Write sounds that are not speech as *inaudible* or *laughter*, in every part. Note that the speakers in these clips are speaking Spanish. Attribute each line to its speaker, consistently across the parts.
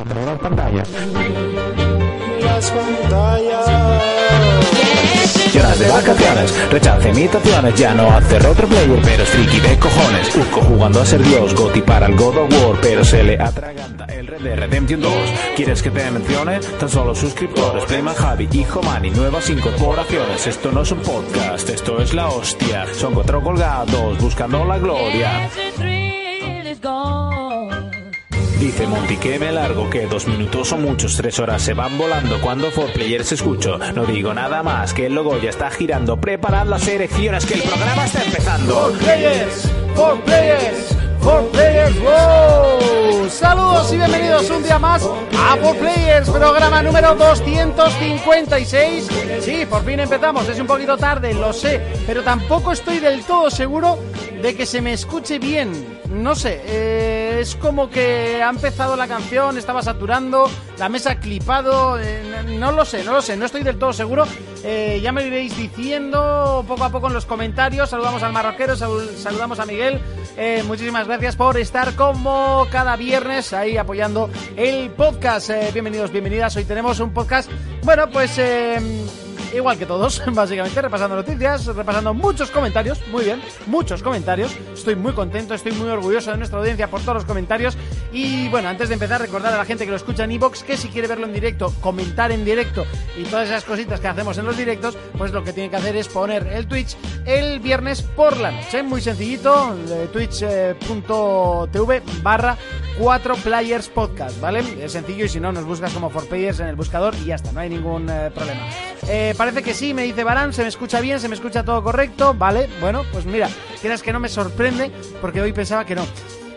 Speaker 1: Controlar pantalla.
Speaker 2: Las pantallas.
Speaker 3: Lloras de vacaciones, rechaza imitaciones, ya no hace otro player, pero es friki de cojones. Urco jugando a ser Dios, Goti para el God of War, pero se le atraganta el Red de Redemption 2. ¿Quieres que te mencione? Tan solo suscriptores, Playman Javi, Hijo Mani, nuevas incorporaciones. Esto no es un podcast, esto es la hostia. Son cuatro colgados, buscando la gloria.
Speaker 4: Every thrill is gone.
Speaker 3: Dice Monty que me largo, que dos minutos son muchos, tres horas se van volando cuando for players escucho. No digo nada más, que el logo ya está girando. Preparad las erecciones, que el programa está empezando.
Speaker 2: Players, for players, for players, wow. Saludos y bienvenidos un día más a For Players, programa número 256. Sí, por fin empezamos, es un poquito tarde, lo sé, pero tampoco estoy del todo seguro de que se me escuche bien. No sé, eh, es como que ha empezado la canción, estaba saturando, la mesa ha clipado, eh, n- no lo sé, no lo sé, no estoy del todo seguro. Eh, ya me lo iréis diciendo poco a poco en los comentarios. Saludamos al marroquero, salu- saludamos a Miguel. Eh, muchísimas gracias por estar como cada viernes ahí apoyando el podcast. Eh, bienvenidos, bienvenidas. Hoy tenemos un podcast, bueno, pues eh, Igual que todos, *laughs* básicamente, repasando noticias, repasando muchos comentarios, muy bien, muchos comentarios. Estoy muy contento, estoy muy orgulloso de nuestra audiencia por todos los comentarios. Y bueno, antes de empezar, recordar a la gente que lo escucha en iBox que si quiere verlo en directo, comentar en directo y todas esas cositas que hacemos en los directos, pues lo que tiene que hacer es poner el Twitch el viernes por la noche. Muy sencillito, eh, twitch.tv barra 4 Players Podcast, ¿vale? Es sencillo y si no, nos buscas como 4 Players en el buscador y ya está, no hay ningún eh, problema. Eh, parece que sí, me dice Barán, se me escucha bien, se me escucha todo correcto, ¿vale? Bueno, pues mira, quieras que no me sorprende porque hoy pensaba que no.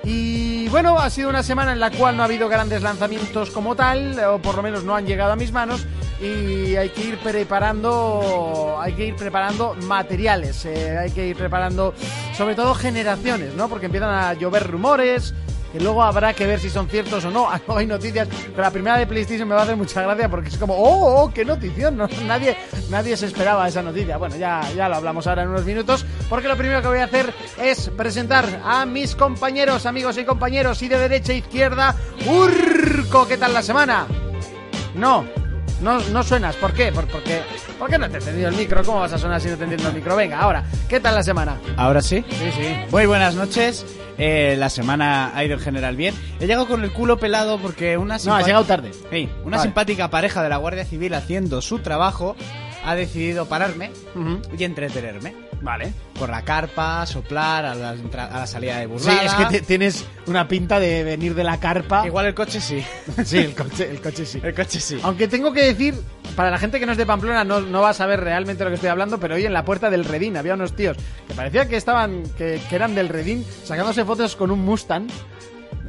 Speaker 2: Y bueno, ha sido una semana en la cual no ha habido grandes lanzamientos como tal, o por lo menos no han llegado a mis manos, y hay que ir preparando, hay que ir preparando materiales, eh, hay que ir preparando sobre todo generaciones, ¿no? Porque empiezan a llover rumores, que luego habrá que ver si son ciertos o no. *laughs* No hay noticias, pero la primera de PlayStation me va a hacer mucha gracia porque es como, oh, oh, qué notición. No, *laughs* nadie, nadie se esperaba esa noticia. Bueno, ya, ya lo hablamos ahora en unos minutos, porque lo primero que voy a hacer es presentar a mis compañeros, amigos y compañeros, y de derecha a izquierda, Urco, ¿qué tal la semana? No, no, no suenas. ¿Por qué? Por, porque, ¿Por qué no te he entendido el micro? ¿Cómo vas a sonar si no te entiendo el micro? Venga, ahora, ¿qué tal la semana?
Speaker 5: Ahora sí.
Speaker 2: Sí, sí.
Speaker 5: Muy buenas noches. Eh, la semana ha ido en general bien. He llegado con el culo pelado porque una,
Speaker 2: No,
Speaker 5: simpa-
Speaker 2: has llegado tarde.
Speaker 5: Sí, una
Speaker 2: Vale.
Speaker 5: simpática pareja de la Guardia Civil haciendo su trabajo ha decidido pararme
Speaker 2: Ujú.
Speaker 5: y entretenerme.
Speaker 2: Vale.
Speaker 5: Por la carpa, soplar, a la, entra- a la salida de
Speaker 2: Sí,
Speaker 5: burlada.
Speaker 2: es que te- tienes una pinta de venir de la carpa.
Speaker 5: Igual el coche sí.
Speaker 2: *laughs* Sí, el coche, el coche sí.
Speaker 5: El coche sí.
Speaker 2: Aunque tengo que decir, para la gente que no es de Pamplona no, no va a saber realmente lo que estoy hablando, pero hoy en la puerta del Redín había unos tíos que parecía que estaban, que, que eran del Redín, sacándose fotos con un Mustang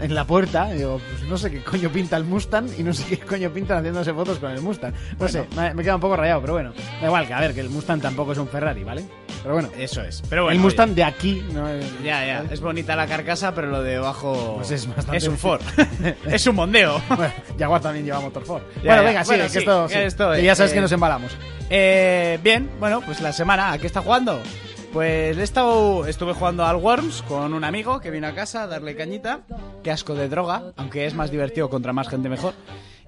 Speaker 2: en la puerta. Y digo, pues no sé qué coño pinta el Mustang y no sé qué coño pintan haciéndose fotos con el Mustang. No sé, me, me queda un poco rayado, pero bueno. Da igual, que a ver, que el Mustang tampoco es un Ferrari, ¿vale? Pero bueno.
Speaker 5: Eso es. Pero bueno.
Speaker 2: el Mustang de aquí, no, eh,
Speaker 5: oye, Ya, ya. Es bonita la carcasa, pero lo de debajo.
Speaker 2: Pues es bastante-
Speaker 5: Es un Ford. *laughs* es un Mondeo. *laughs*
Speaker 2: Bueno, *laughs* Jaguar también lleva motor Ford.
Speaker 5: Ya,
Speaker 2: bueno,
Speaker 5: ya.
Speaker 2: venga, sí,
Speaker 5: Bueno,
Speaker 2: que
Speaker 5: sí,
Speaker 2: esto, sí.
Speaker 5: esto,
Speaker 2: Que ya sabes
Speaker 5: eh,
Speaker 2: que nos embalamos.
Speaker 5: Eh, bien, bueno, pues la semana, ¿a qué está jugando? Pues he estado, estuve jugando al Worms con un amigo que vino a casa a darle cañita. Qué asco de droga, aunque es más divertido contra más gente mejor.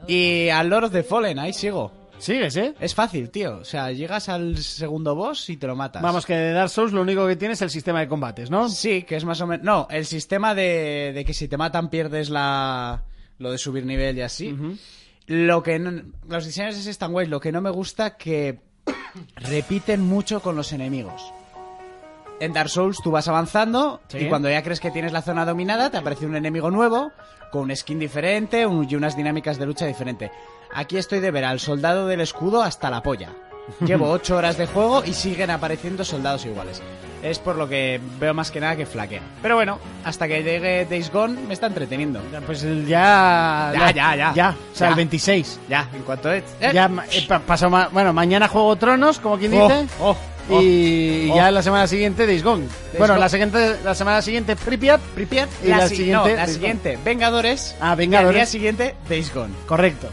Speaker 5: Y al Lord of the Fallen, ahí sigo.
Speaker 2: Sigues, ¿eh?
Speaker 5: Es fácil, tío. O sea, llegas al segundo boss y te lo matas.
Speaker 2: Vamos, que de Dark Souls lo único que tiene es el sistema de combates, ¿no?
Speaker 5: Sí, que es más o menos... No, el sistema de, de que si te matan pierdes la... Lo de subir nivel y así. Lo que no- los diseños de Stan Wade, lo que no me gusta que repiten mucho con los enemigos. En Dark Souls tú vas avanzando
Speaker 2: Sí.
Speaker 5: y cuando ya crees que tienes la zona dominada te aparece un enemigo nuevo con un skin diferente un- y unas dinámicas de lucha diferente. Aquí estoy de ver al soldado del escudo hasta
Speaker 2: *laughs*
Speaker 5: la polla. Llevo ocho horas de juego y siguen apareciendo soldados iguales. Es por lo que veo más que nada que flaquea. Pero bueno, hasta que llegue Days Gone me está entreteniendo.
Speaker 2: Ya, Pues el ya...
Speaker 5: Ya, ya, ya.
Speaker 2: Ya, o sea,
Speaker 5: Ya.
Speaker 2: el 26.
Speaker 5: Ya, en cuanto es... ¡Eh!
Speaker 2: Ya ma- eh, pa- pasó ma- Bueno, mañana juego Tronos, como quien
Speaker 5: Oh,
Speaker 2: dice.
Speaker 5: oh, oh.
Speaker 2: y
Speaker 5: oh.
Speaker 2: ya la semana siguiente Days Gone. bueno,
Speaker 5: Gone.
Speaker 2: la, siguiente, la semana siguiente Pripyat.
Speaker 5: Pripyat,
Speaker 2: Y
Speaker 5: la,
Speaker 2: la
Speaker 5: si-
Speaker 2: siguiente,
Speaker 5: no, la
Speaker 2: Days
Speaker 5: siguiente, Vengadores.
Speaker 2: Ah, Vengadores.
Speaker 5: Y al día siguiente, Days Gone.
Speaker 2: Correcto.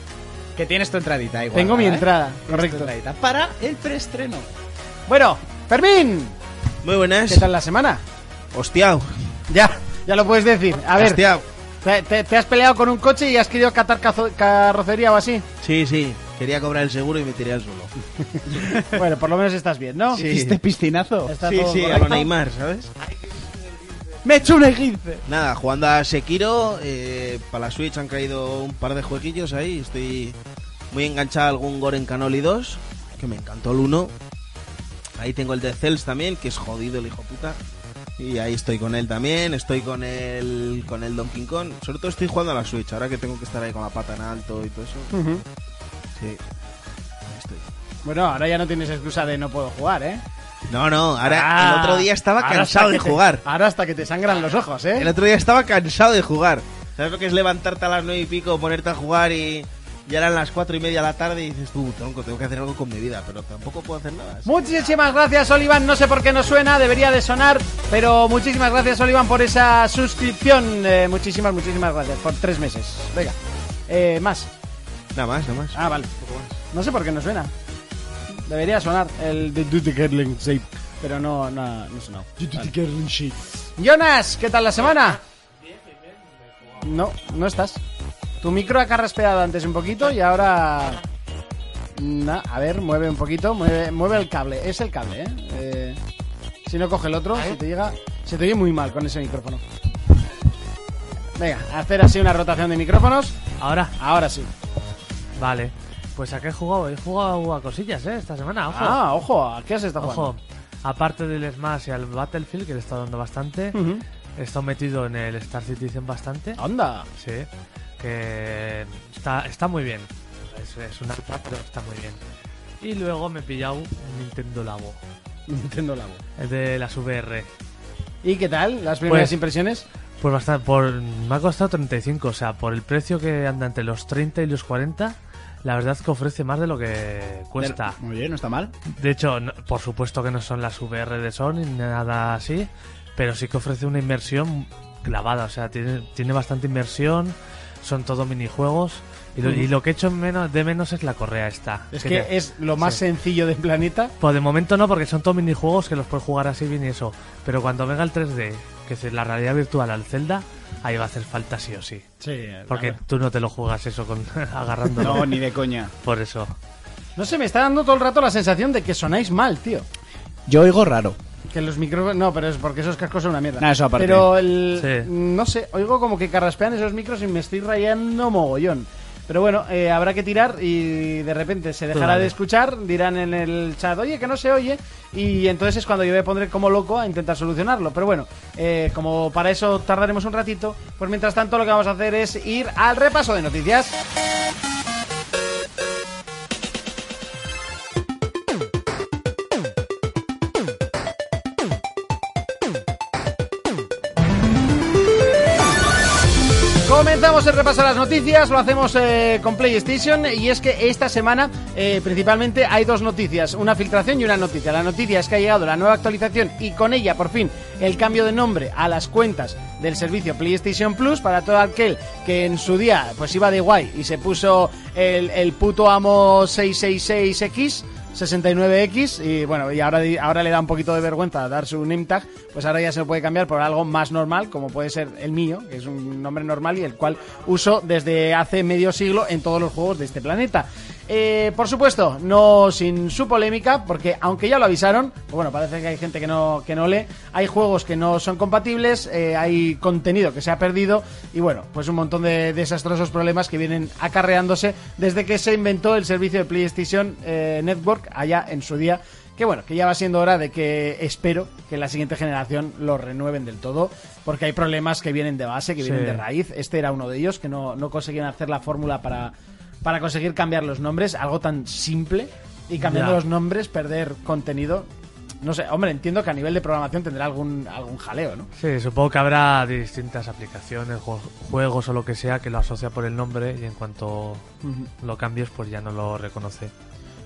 Speaker 5: Que tienes tu entradita igual.
Speaker 2: Tengo mi entrada,
Speaker 5: Este
Speaker 2: correcto.
Speaker 5: para el preestreno.
Speaker 2: Bueno, Fermín,
Speaker 6: Muy
Speaker 2: ¿qué
Speaker 5: Pues-
Speaker 6: buenas.
Speaker 2: tal la semana?
Speaker 6: Hostiao.
Speaker 2: Ya, ya lo puedes decir. A ver,
Speaker 6: Hostiao.
Speaker 2: ¿Te, te, te has peleado con un coche y has querido catar cazo- carrocería o así?
Speaker 6: Sí, sí. Quería cobrar el seguro y me tiré al suelo.
Speaker 2: Bueno, por lo menos estás bien, ¿no?
Speaker 6: Sí.
Speaker 5: ¿Hiciste piscinazo?
Speaker 2: Está
Speaker 6: sí,
Speaker 2: todo
Speaker 6: sí, a
Speaker 2: correcto.
Speaker 6: lo Neymar, ¿sabes?
Speaker 5: ¡Me he hecho un esguince!
Speaker 6: Nada, jugando a Sekiro, eh, para la Switch han caído un par de jueguillos ahí. Estoy muy enganchado a algún Goren Canoli 2, que me encantó el 1. Ahí tengo el de Cells también, que es jodido el hijo puta. Y ahí estoy con él también, estoy con el, con el Donkey Kong. Sobre todo estoy jugando a la Switch, ahora que tengo que estar ahí con la pata en alto y todo eso.
Speaker 2: Ujú.
Speaker 6: Sí. Ahí estoy.
Speaker 2: Bueno, ahora ya no tienes excusa de no puedo jugar, ¿eh?
Speaker 6: No, no, ahora el
Speaker 2: Ah,
Speaker 6: otro día estaba
Speaker 2: ahora
Speaker 6: cansado
Speaker 2: hasta
Speaker 6: de
Speaker 2: que te-
Speaker 6: jugar.
Speaker 2: ahora hasta que te sangran los ojos, ¿eh?
Speaker 6: El otro día estaba cansado de jugar. ¿Sabes lo que es levantarte a las nueve y pico, ponerte a jugar y ya eran las cuatro y media de la tarde y dices tú, tronco, tengo que hacer algo con mi vida, pero tampoco puedo hacer nada.
Speaker 2: Muchísimas gracias, Olivan. No sé por qué no suena, debería de sonar, pero muchísimas gracias, Olivan, por esa suscripción. Eh, muchísimas, muchísimas gracias. Por tres meses. Venga. Eh, más.
Speaker 6: Nada más, nada más.
Speaker 2: Ah, vale. No sé por qué no suena. Debería sonar el de Duty Girling Shape, pero no, no, no sonó. Vale. Jonas, ¿qué tal la semana? No, no estás. Tu micro ha carraspeado antes un poquito y ahora... Na- a ver, mueve un poquito, mueve, mueve el cable. Es el cable, ¿eh? Eh, si no coge el otro, se te llega... Se te oye muy mal con ese micrófono. Venga, hacer así una rotación de micrófonos.
Speaker 7: Ahora,
Speaker 2: Ahora sí.
Speaker 7: vale. Pues a qué he jugado, he jugado a cosillas, ¿eh? Esta semana, ojo.
Speaker 2: Ah, ojo, ¿a qué se está jugando?
Speaker 7: ojo. Aparte del Smash y al Battlefield, que le está dando bastante,
Speaker 2: Ujú.
Speaker 7: he estado metido en el Star Citizen bastante.
Speaker 2: Anda. *laughs*
Speaker 7: Sí. Que está, está muy bien. Es, es una alfa, pero está muy bien. Y luego me he pillado un Nintendo Labo,
Speaker 2: Nintendo Labo.
Speaker 7: el de las VR.
Speaker 2: ¿Y qué tal? ¿Las primeras
Speaker 7: Pues-
Speaker 2: impresiones?
Speaker 7: Pues bastante, por, me ha costado 35, o sea, por el precio que anda entre los 30 y los 40, la verdad es que ofrece más de lo que cuesta.
Speaker 5: Muy bien, no está mal.
Speaker 7: De hecho, no- por supuesto que no son las VR de Sony ni nada así, pero sí que ofrece una inmersión clavada, o sea, tiene, tiene bastante inmersión, son todo minijuegos, y lo, y lo que he hecho menos, de menos es la correa esta.
Speaker 2: Es que
Speaker 7: te-
Speaker 2: es lo más
Speaker 7: sí.
Speaker 2: sencillo del planeta.
Speaker 7: Por de momento no, porque son todos minijuegos que los puedes jugar así bien y eso, pero cuando venga el 3D, que es la realidad virtual al Zelda, ahí va a hacer falta sí o sí.
Speaker 2: Sí,
Speaker 7: Porque tú no te lo juegas eso con *laughs* agarrando.
Speaker 5: No, ni de coña.
Speaker 7: Por eso.
Speaker 2: No sé, me está dando todo el rato la sensación de que sonáis mal, tío.
Speaker 5: Yo oigo raro.
Speaker 2: Que los micrófonos. No, pero es porque esos cascos son una mierda.
Speaker 5: Nah, Ah, eso aparte.
Speaker 2: Pero el.
Speaker 7: Sí.
Speaker 2: No sé, oigo como que carraspean esos micros y me estoy rayando mogollón. Pero bueno, eh, habrá que tirar y de repente se dejará
Speaker 7: dale.
Speaker 2: de escuchar, dirán en el chat, oye, que no se oye, y entonces es cuando yo me pondré como loco a intentar solucionarlo. Pero bueno, eh, como para eso tardaremos un ratito, pues mientras tanto lo que vamos a hacer es ir al repaso de noticias. Comenzamos el repaso a las noticias, lo hacemos eh, con PlayStation y es que esta semana eh, principalmente hay dos noticias, una filtración y una noticia. La noticia es que ha llegado la nueva actualización y con ella por fin el cambio de nombre a las cuentas del servicio PlayStation Plus para todo aquel que en su día pues iba de guay y se puso el, el puto amo 666X. 69X y bueno, y ahora, di- ahora le da un poquito de vergüenza dar su name tag, pues ahora ya se lo puede cambiar por algo más normal, como puede ser el mío, que es un nombre normal y el cual uso desde hace medio siglo en todos los juegos de este planeta. Eh, por supuesto, no sin su polémica, porque aunque ya lo avisaron, pues bueno, parece que hay gente que no, que no lee, hay juegos que no son compatibles, eh, hay contenido que se ha perdido y bueno, pues un montón de desastrosos problemas que vienen acarreándose desde que se inventó el servicio de PlayStation eh, Network allá en su día. Que bueno, que ya va siendo hora de que espero que la siguiente generación lo renueven del todo, porque hay problemas que vienen de base, que vienen
Speaker 7: Sí.
Speaker 2: de raíz. Este era uno de ellos, que no, no conseguían hacer la fórmula para, para conseguir cambiar los nombres, algo tan simple, y cambiando
Speaker 7: Ya.
Speaker 2: los nombres, perder contenido. No sé, hombre, entiendo que a nivel de programación tendrá algún, algún jaleo, ¿no?
Speaker 7: Sí, supongo que habrá distintas aplicaciones, ju- juegos o lo que sea que lo asocia por el nombre y en cuanto lo cambies pues ya no lo reconoce.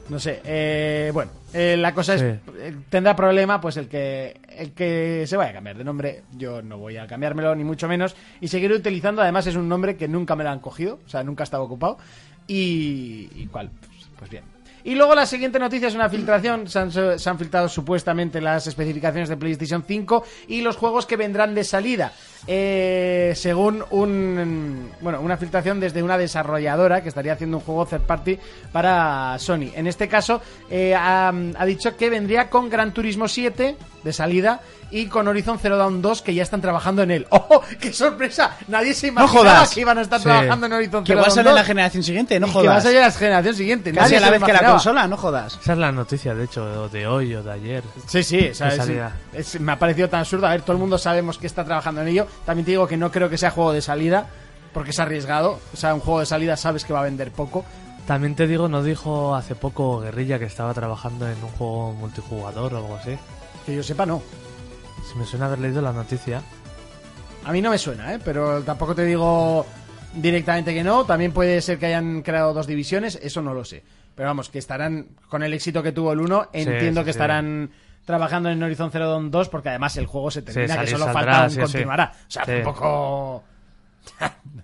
Speaker 2: No sé, eh, bueno, eh, la cosa es,
Speaker 7: Sí.
Speaker 2: eh, tendrá problema pues el que, el que se vaya a cambiar de nombre, yo no voy a cambiármelo ni mucho menos, y seguiré utilizando, además es un nombre que nunca me lo han cogido, o sea, nunca estaba ocupado, y, y cual, pues, pues bien. Y luego la siguiente noticia es una filtración. Se han, se han filtrado supuestamente las especificaciones de PlayStation 5 y los juegos que vendrán de salida. Eh, según un bueno, una filtración desde una desarrolladora que estaría haciendo un juego third party para Sony. En este caso, eh, ha, ha dicho que vendría con Gran Turismo 7 de salida y con Horizon Zero Dawn 2 que ya están trabajando en él. *laughs* ¡Oh, qué sorpresa! Nadie se imaginaba
Speaker 5: jodas.
Speaker 2: que iban a estar
Speaker 7: Sí.
Speaker 2: trabajando en Horizon
Speaker 5: Que
Speaker 2: Zero
Speaker 5: va a
Speaker 2: Dawn
Speaker 5: salir en
Speaker 2: 2.
Speaker 5: la generación siguiente, no
Speaker 2: Y
Speaker 5: jodas.
Speaker 2: Que va a salir a la generación siguiente.
Speaker 5: Casi
Speaker 2: Nadie
Speaker 5: a la
Speaker 2: se lo
Speaker 5: vez que la
Speaker 2: imaginaba.
Speaker 5: consola, no jodas.
Speaker 7: Esa es la noticia, de hecho, de hoy o de ayer.
Speaker 2: Sí, sí, o sea,
Speaker 7: Que
Speaker 2: es-
Speaker 7: salida.
Speaker 2: es- me ha parecido tan absurdo. A ver, todo el mundo sabemos que está trabajando en ello. También te digo que no creo que sea juego de salida, porque es arriesgado. O sea, un juego de salida sabes que va a vender poco.
Speaker 7: También te digo, ¿no dijo hace poco Guerrilla que estaba trabajando en un juego multijugador o algo así?
Speaker 2: Que yo sepa, no.
Speaker 7: Si me suena haber leído la noticia.
Speaker 2: A mí no me suena, ¿eh? Pero tampoco te digo directamente que no. También puede ser que hayan creado dos divisiones, eso no lo sé. Pero vamos, que estarán, con el éxito que tuvo el 1, entiendo
Speaker 7: sí,
Speaker 2: que
Speaker 7: sí.
Speaker 2: estarán trabajando en Horizon Zero Dawn 2, porque además el juego se termina, que
Speaker 7: sale-
Speaker 2: solo
Speaker 7: saldrá,
Speaker 2: falta un
Speaker 7: sí, sí.
Speaker 2: continuará. O sea,
Speaker 7: Sí.
Speaker 2: tampoco...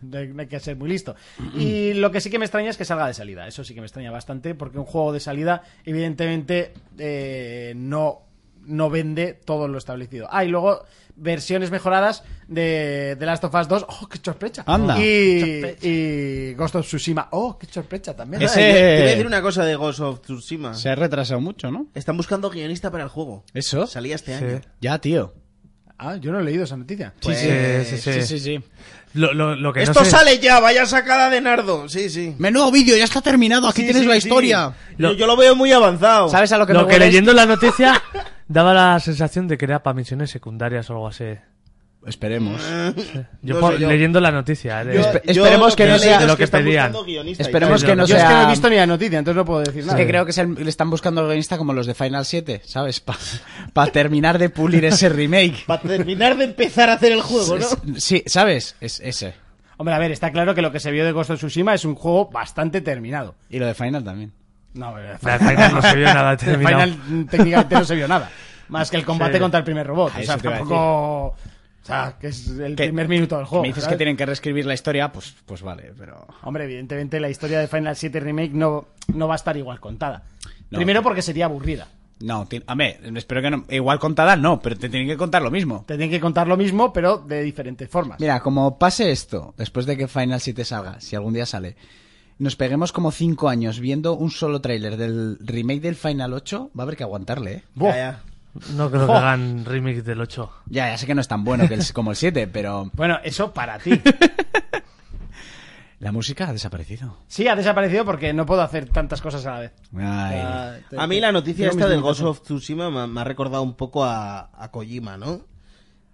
Speaker 2: no hay no hay que ser muy listo. Y lo que sí que me extraña es que salga de salida. Eso sí que me extraña bastante, porque un juego de salida, evidentemente, eh, no, no vende todo lo establecido. Ah, y luego versiones mejoradas de The Last of Us 2. ¡Oh, qué sorpresa!
Speaker 5: Anda.
Speaker 2: Y, y Ghost of Tsushima. ¡Oh, qué sorpresa también!
Speaker 5: Ese-
Speaker 6: Te iba a decir una cosa de Ghost of Tsushima.
Speaker 5: Se ha retrasado mucho, ¿no?
Speaker 6: Están buscando guionista para el juego.
Speaker 5: ¿Eso?
Speaker 6: Salía este año.
Speaker 5: Ya, tío.
Speaker 2: Ah, yo no he leído esa noticia.
Speaker 6: Pues-
Speaker 7: sí, sí, sí.
Speaker 5: sí.
Speaker 7: Lo, lo- lo que no
Speaker 6: Esto
Speaker 7: sé-
Speaker 6: sale ya, vaya sacada de Nardo. Sí, sí.
Speaker 5: Menudo vídeo, ya está terminado. Aquí
Speaker 6: Sí,
Speaker 5: tienes
Speaker 6: sí,
Speaker 5: la
Speaker 6: sí.
Speaker 5: historia.
Speaker 6: Yo,
Speaker 7: Lo-
Speaker 6: yo lo veo muy avanzado.
Speaker 5: ¿Sabes a lo que
Speaker 7: Lo
Speaker 5: me
Speaker 7: que
Speaker 5: huele?
Speaker 7: leyendo la noticia daba la sensación de que era para misiones secundarias o algo así.
Speaker 5: Esperemos.
Speaker 7: Yo,
Speaker 6: No
Speaker 7: por-
Speaker 6: sé yo.
Speaker 7: leyendo la noticia. ¿eh? de-
Speaker 6: Yo- yo
Speaker 5: esperemos que
Speaker 6: he
Speaker 5: no
Speaker 6: leído
Speaker 5: sea
Speaker 6: es
Speaker 7: lo que
Speaker 6: están
Speaker 7: pedían.
Speaker 6: buscando guionista y
Speaker 5: Esperemos
Speaker 6: tal.
Speaker 5: que no
Speaker 2: yo es que no he
Speaker 5: sea...
Speaker 2: visto ni la noticia, entonces no puedo decir
Speaker 5: Es
Speaker 2: nada.
Speaker 5: que creo que es el- le están buscando al guionista como los de Final 7, ¿sabes? *laughs* Para terminar de pulir
Speaker 2: *laughs*
Speaker 5: ese remake.
Speaker 6: Para terminar de empezar a hacer el juego, ¿no?
Speaker 5: Sí, ¿sabes? Es ese.
Speaker 2: Hombre, a ver, está claro que lo que se vio de Ghost of Tsushima es un juego bastante terminado.
Speaker 5: Y lo de Final también.
Speaker 2: No, pero-
Speaker 7: La Final no se vio
Speaker 2: *laughs*
Speaker 7: nada
Speaker 2: El
Speaker 7: terminado.
Speaker 2: Final mm, técnicamente no se vio nada. Más que el combate
Speaker 7: Sí.
Speaker 2: contra el primer robot.
Speaker 5: Ah,
Speaker 2: o sea,
Speaker 5: eso te iba a
Speaker 2: tampoco. O sea, que es el
Speaker 5: Que-
Speaker 2: primer minuto del juego.
Speaker 5: me dices
Speaker 2: ¿sabes?
Speaker 5: que tienen que reescribir la historia, pues, pues vale, pero...
Speaker 2: Hombre, evidentemente la historia de Final 7 Remake no, no va a estar igual contada.
Speaker 5: No.
Speaker 2: Primero porque sería aburrida.
Speaker 5: No, ti- a ver, espero que no... Igual contada no, pero te tienen que contar lo mismo.
Speaker 2: Tendrían que contar lo mismo, pero de diferentes formas.
Speaker 5: Mira, como pase esto, después de que Final 7 salga, si algún día sale, nos peguemos como 5 años viendo un solo tráiler del remake del Final 8, va a haber que aguantarle, ¿eh?
Speaker 2: Buah.
Speaker 6: Ya,
Speaker 7: No creo que
Speaker 2: Oh.
Speaker 7: hagan remix del 8.
Speaker 5: Ya, ya sé que no es tan bueno que *laughs* el- como el 7, pero...
Speaker 2: Bueno, eso para ti.
Speaker 5: La música ha desaparecido.
Speaker 2: Sí, ha desaparecido porque no puedo hacer tantas cosas a la vez.
Speaker 5: Ay.
Speaker 2: Ah, te-
Speaker 6: ya. A mí la noticia
Speaker 2: Yo
Speaker 6: esta
Speaker 2: mis
Speaker 6: del
Speaker 2: limitaciones.
Speaker 6: Ghost of Tsushima me, ha- me ha recordado un poco a, a Kojima, ¿no?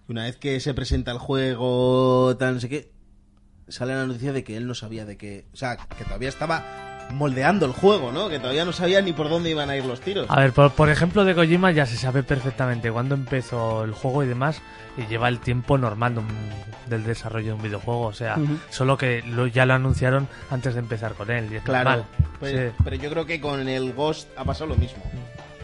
Speaker 6: Una vez que se presenta el juego, tal, no sé qué, sale la noticia de que él no sabía de qué... O sea, que todavía estaba moldeando el juego, ¿no? Que todavía no sabía ni por dónde iban a ir los tiros.
Speaker 7: A ver, por, por ejemplo, de Kojima ya se sabe perfectamente cuándo empezó el juego y demás, y lleva el tiempo normal de un- del desarrollo de un videojuego. O sea, solo que lo- ya lo anunciaron antes de empezar con él. Y es
Speaker 6: Claro.
Speaker 7: normal.
Speaker 2: pues
Speaker 6: Pero,
Speaker 7: Sí.
Speaker 6: pero yo creo que con el Ghost ha pasado lo mismo.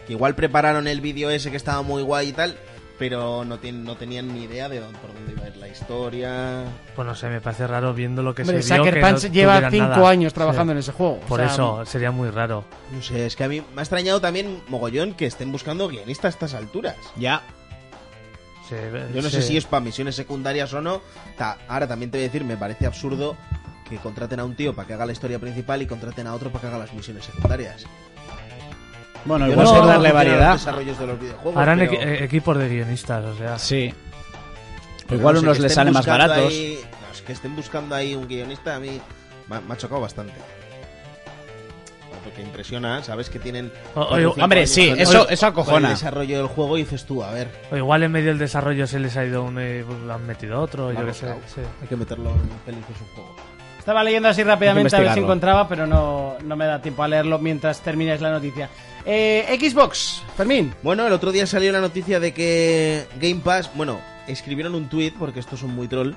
Speaker 6: Que igual prepararon el vídeo ese que estaba muy guay y tal, pero no, tien- no tenían ni idea de dónde- por dónde iba a ir la historia.
Speaker 7: Pues no sé, me parece raro viendo lo que
Speaker 2: Hombre,
Speaker 7: se vio.
Speaker 2: Sucker
Speaker 7: que
Speaker 2: Punch
Speaker 7: no
Speaker 2: lleva
Speaker 7: tuvieran
Speaker 2: cinco
Speaker 7: nada.
Speaker 2: años trabajando
Speaker 7: Sí.
Speaker 2: en ese juego. O
Speaker 7: Por
Speaker 2: sea,
Speaker 7: eso, sería muy raro.
Speaker 6: No sé, es que a mí me ha extrañado también mogollón que estén buscando guionistas a estas alturas.
Speaker 5: Ya.
Speaker 7: Sí,
Speaker 6: Yo no
Speaker 7: sí.
Speaker 6: sé si es para misiones secundarias o no. Ta- Ahora también te voy a decir, me parece absurdo que contraten a un tío para que haga la historia principal y contraten a otro para que haga las misiones secundarias.
Speaker 5: Bueno,
Speaker 6: Yo
Speaker 5: igual
Speaker 6: no sé
Speaker 5: por darle
Speaker 6: cómo funcionan
Speaker 5: variedad.
Speaker 6: Los desarrollos de los videojuegos.
Speaker 7: Harán
Speaker 6: pero-
Speaker 7: equi- eh, equipos de guionistas, o sea.
Speaker 5: Sí.
Speaker 6: pero
Speaker 5: igual
Speaker 6: no sé,
Speaker 5: unos
Speaker 6: que
Speaker 5: les
Speaker 6: estén
Speaker 5: salen más
Speaker 6: buscando
Speaker 5: baratos.
Speaker 6: ahí- no, es que estén buscando ahí un guionista a mí me, ha- me ha chocado bastante. Porque impresiona, sabes que tienen...
Speaker 7: O- o-
Speaker 6: cuatro o cinco
Speaker 5: hombre,
Speaker 6: años
Speaker 5: sí,
Speaker 6: con-
Speaker 5: eso-
Speaker 6: con
Speaker 5: eso acojona.
Speaker 6: El desarrollo del juego y dices tú, a ver,
Speaker 7: O igual en medio del desarrollo se les ha ido uno y uh, han metido otro, yo qué
Speaker 6: Vamos,
Speaker 7: sé.
Speaker 6: claro.
Speaker 7: sí.
Speaker 6: hay que meterlo en pelis de su juego.
Speaker 2: Estaba leyendo así rápidamente a ver si
Speaker 5: investigarlo.
Speaker 2: encontraba, pero no, no me da tiempo a leerlo mientras termináis la noticia. Eh, Xbox, Fermín.
Speaker 6: Bueno, el otro día salió la noticia de que Game Pass, bueno, escribieron un tweet porque estos son muy troll.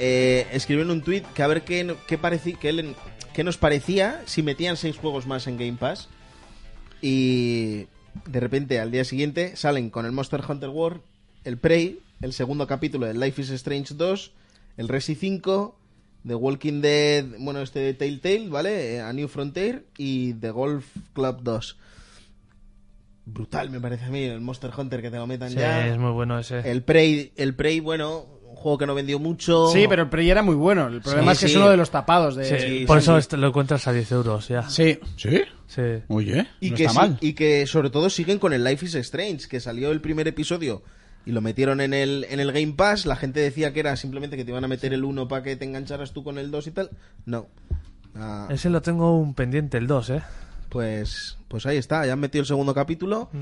Speaker 6: eh, escribieron un tweet que a ver qué, qué, pareci- qué le- qué nos parecía si metían seis juegos más en Game Pass. Y de repente al día siguiente salen con el Monster Hunter World, el Prey, el segundo capítulo del Life is Strange 2, el Resi 5, The Walking Dead, bueno, este de Telltale, ¿vale? Eh, A New Frontier y The Golf Club 2. Brutal, me parece a mí, el Monster Hunter que te lo metan
Speaker 7: Sí,
Speaker 6: ya.
Speaker 7: es muy bueno ese.
Speaker 6: El Prey, el Prey, bueno, un juego que no vendió mucho.
Speaker 8: Sí, pero el Prey era muy bueno. El problema
Speaker 6: Sí,
Speaker 8: es que
Speaker 6: sí.
Speaker 8: es uno de los tapados de.
Speaker 7: Sí,
Speaker 6: sí,
Speaker 7: por
Speaker 6: sí,
Speaker 7: eso
Speaker 6: eh, sí.
Speaker 7: este lo encuentras a 10 euros ya.
Speaker 8: Sí.
Speaker 9: ¿Sí?
Speaker 7: Sí.
Speaker 9: Oye,
Speaker 6: Y,
Speaker 9: no
Speaker 6: que
Speaker 9: está
Speaker 6: sí-
Speaker 9: mal.
Speaker 6: y que sobre todo siguen con el Life is Strange, que salió el primer episodio y lo metieron en el, en el Game Pass. La gente decía que era simplemente que te iban a meter el 1 para que te engancharas tú con el 2 y tal. No. Ah,
Speaker 7: Ese lo tengo un pendiente, el 2, ¿eh?
Speaker 6: pues, pues ahí está, ya han metido el segundo capítulo.
Speaker 9: Mm.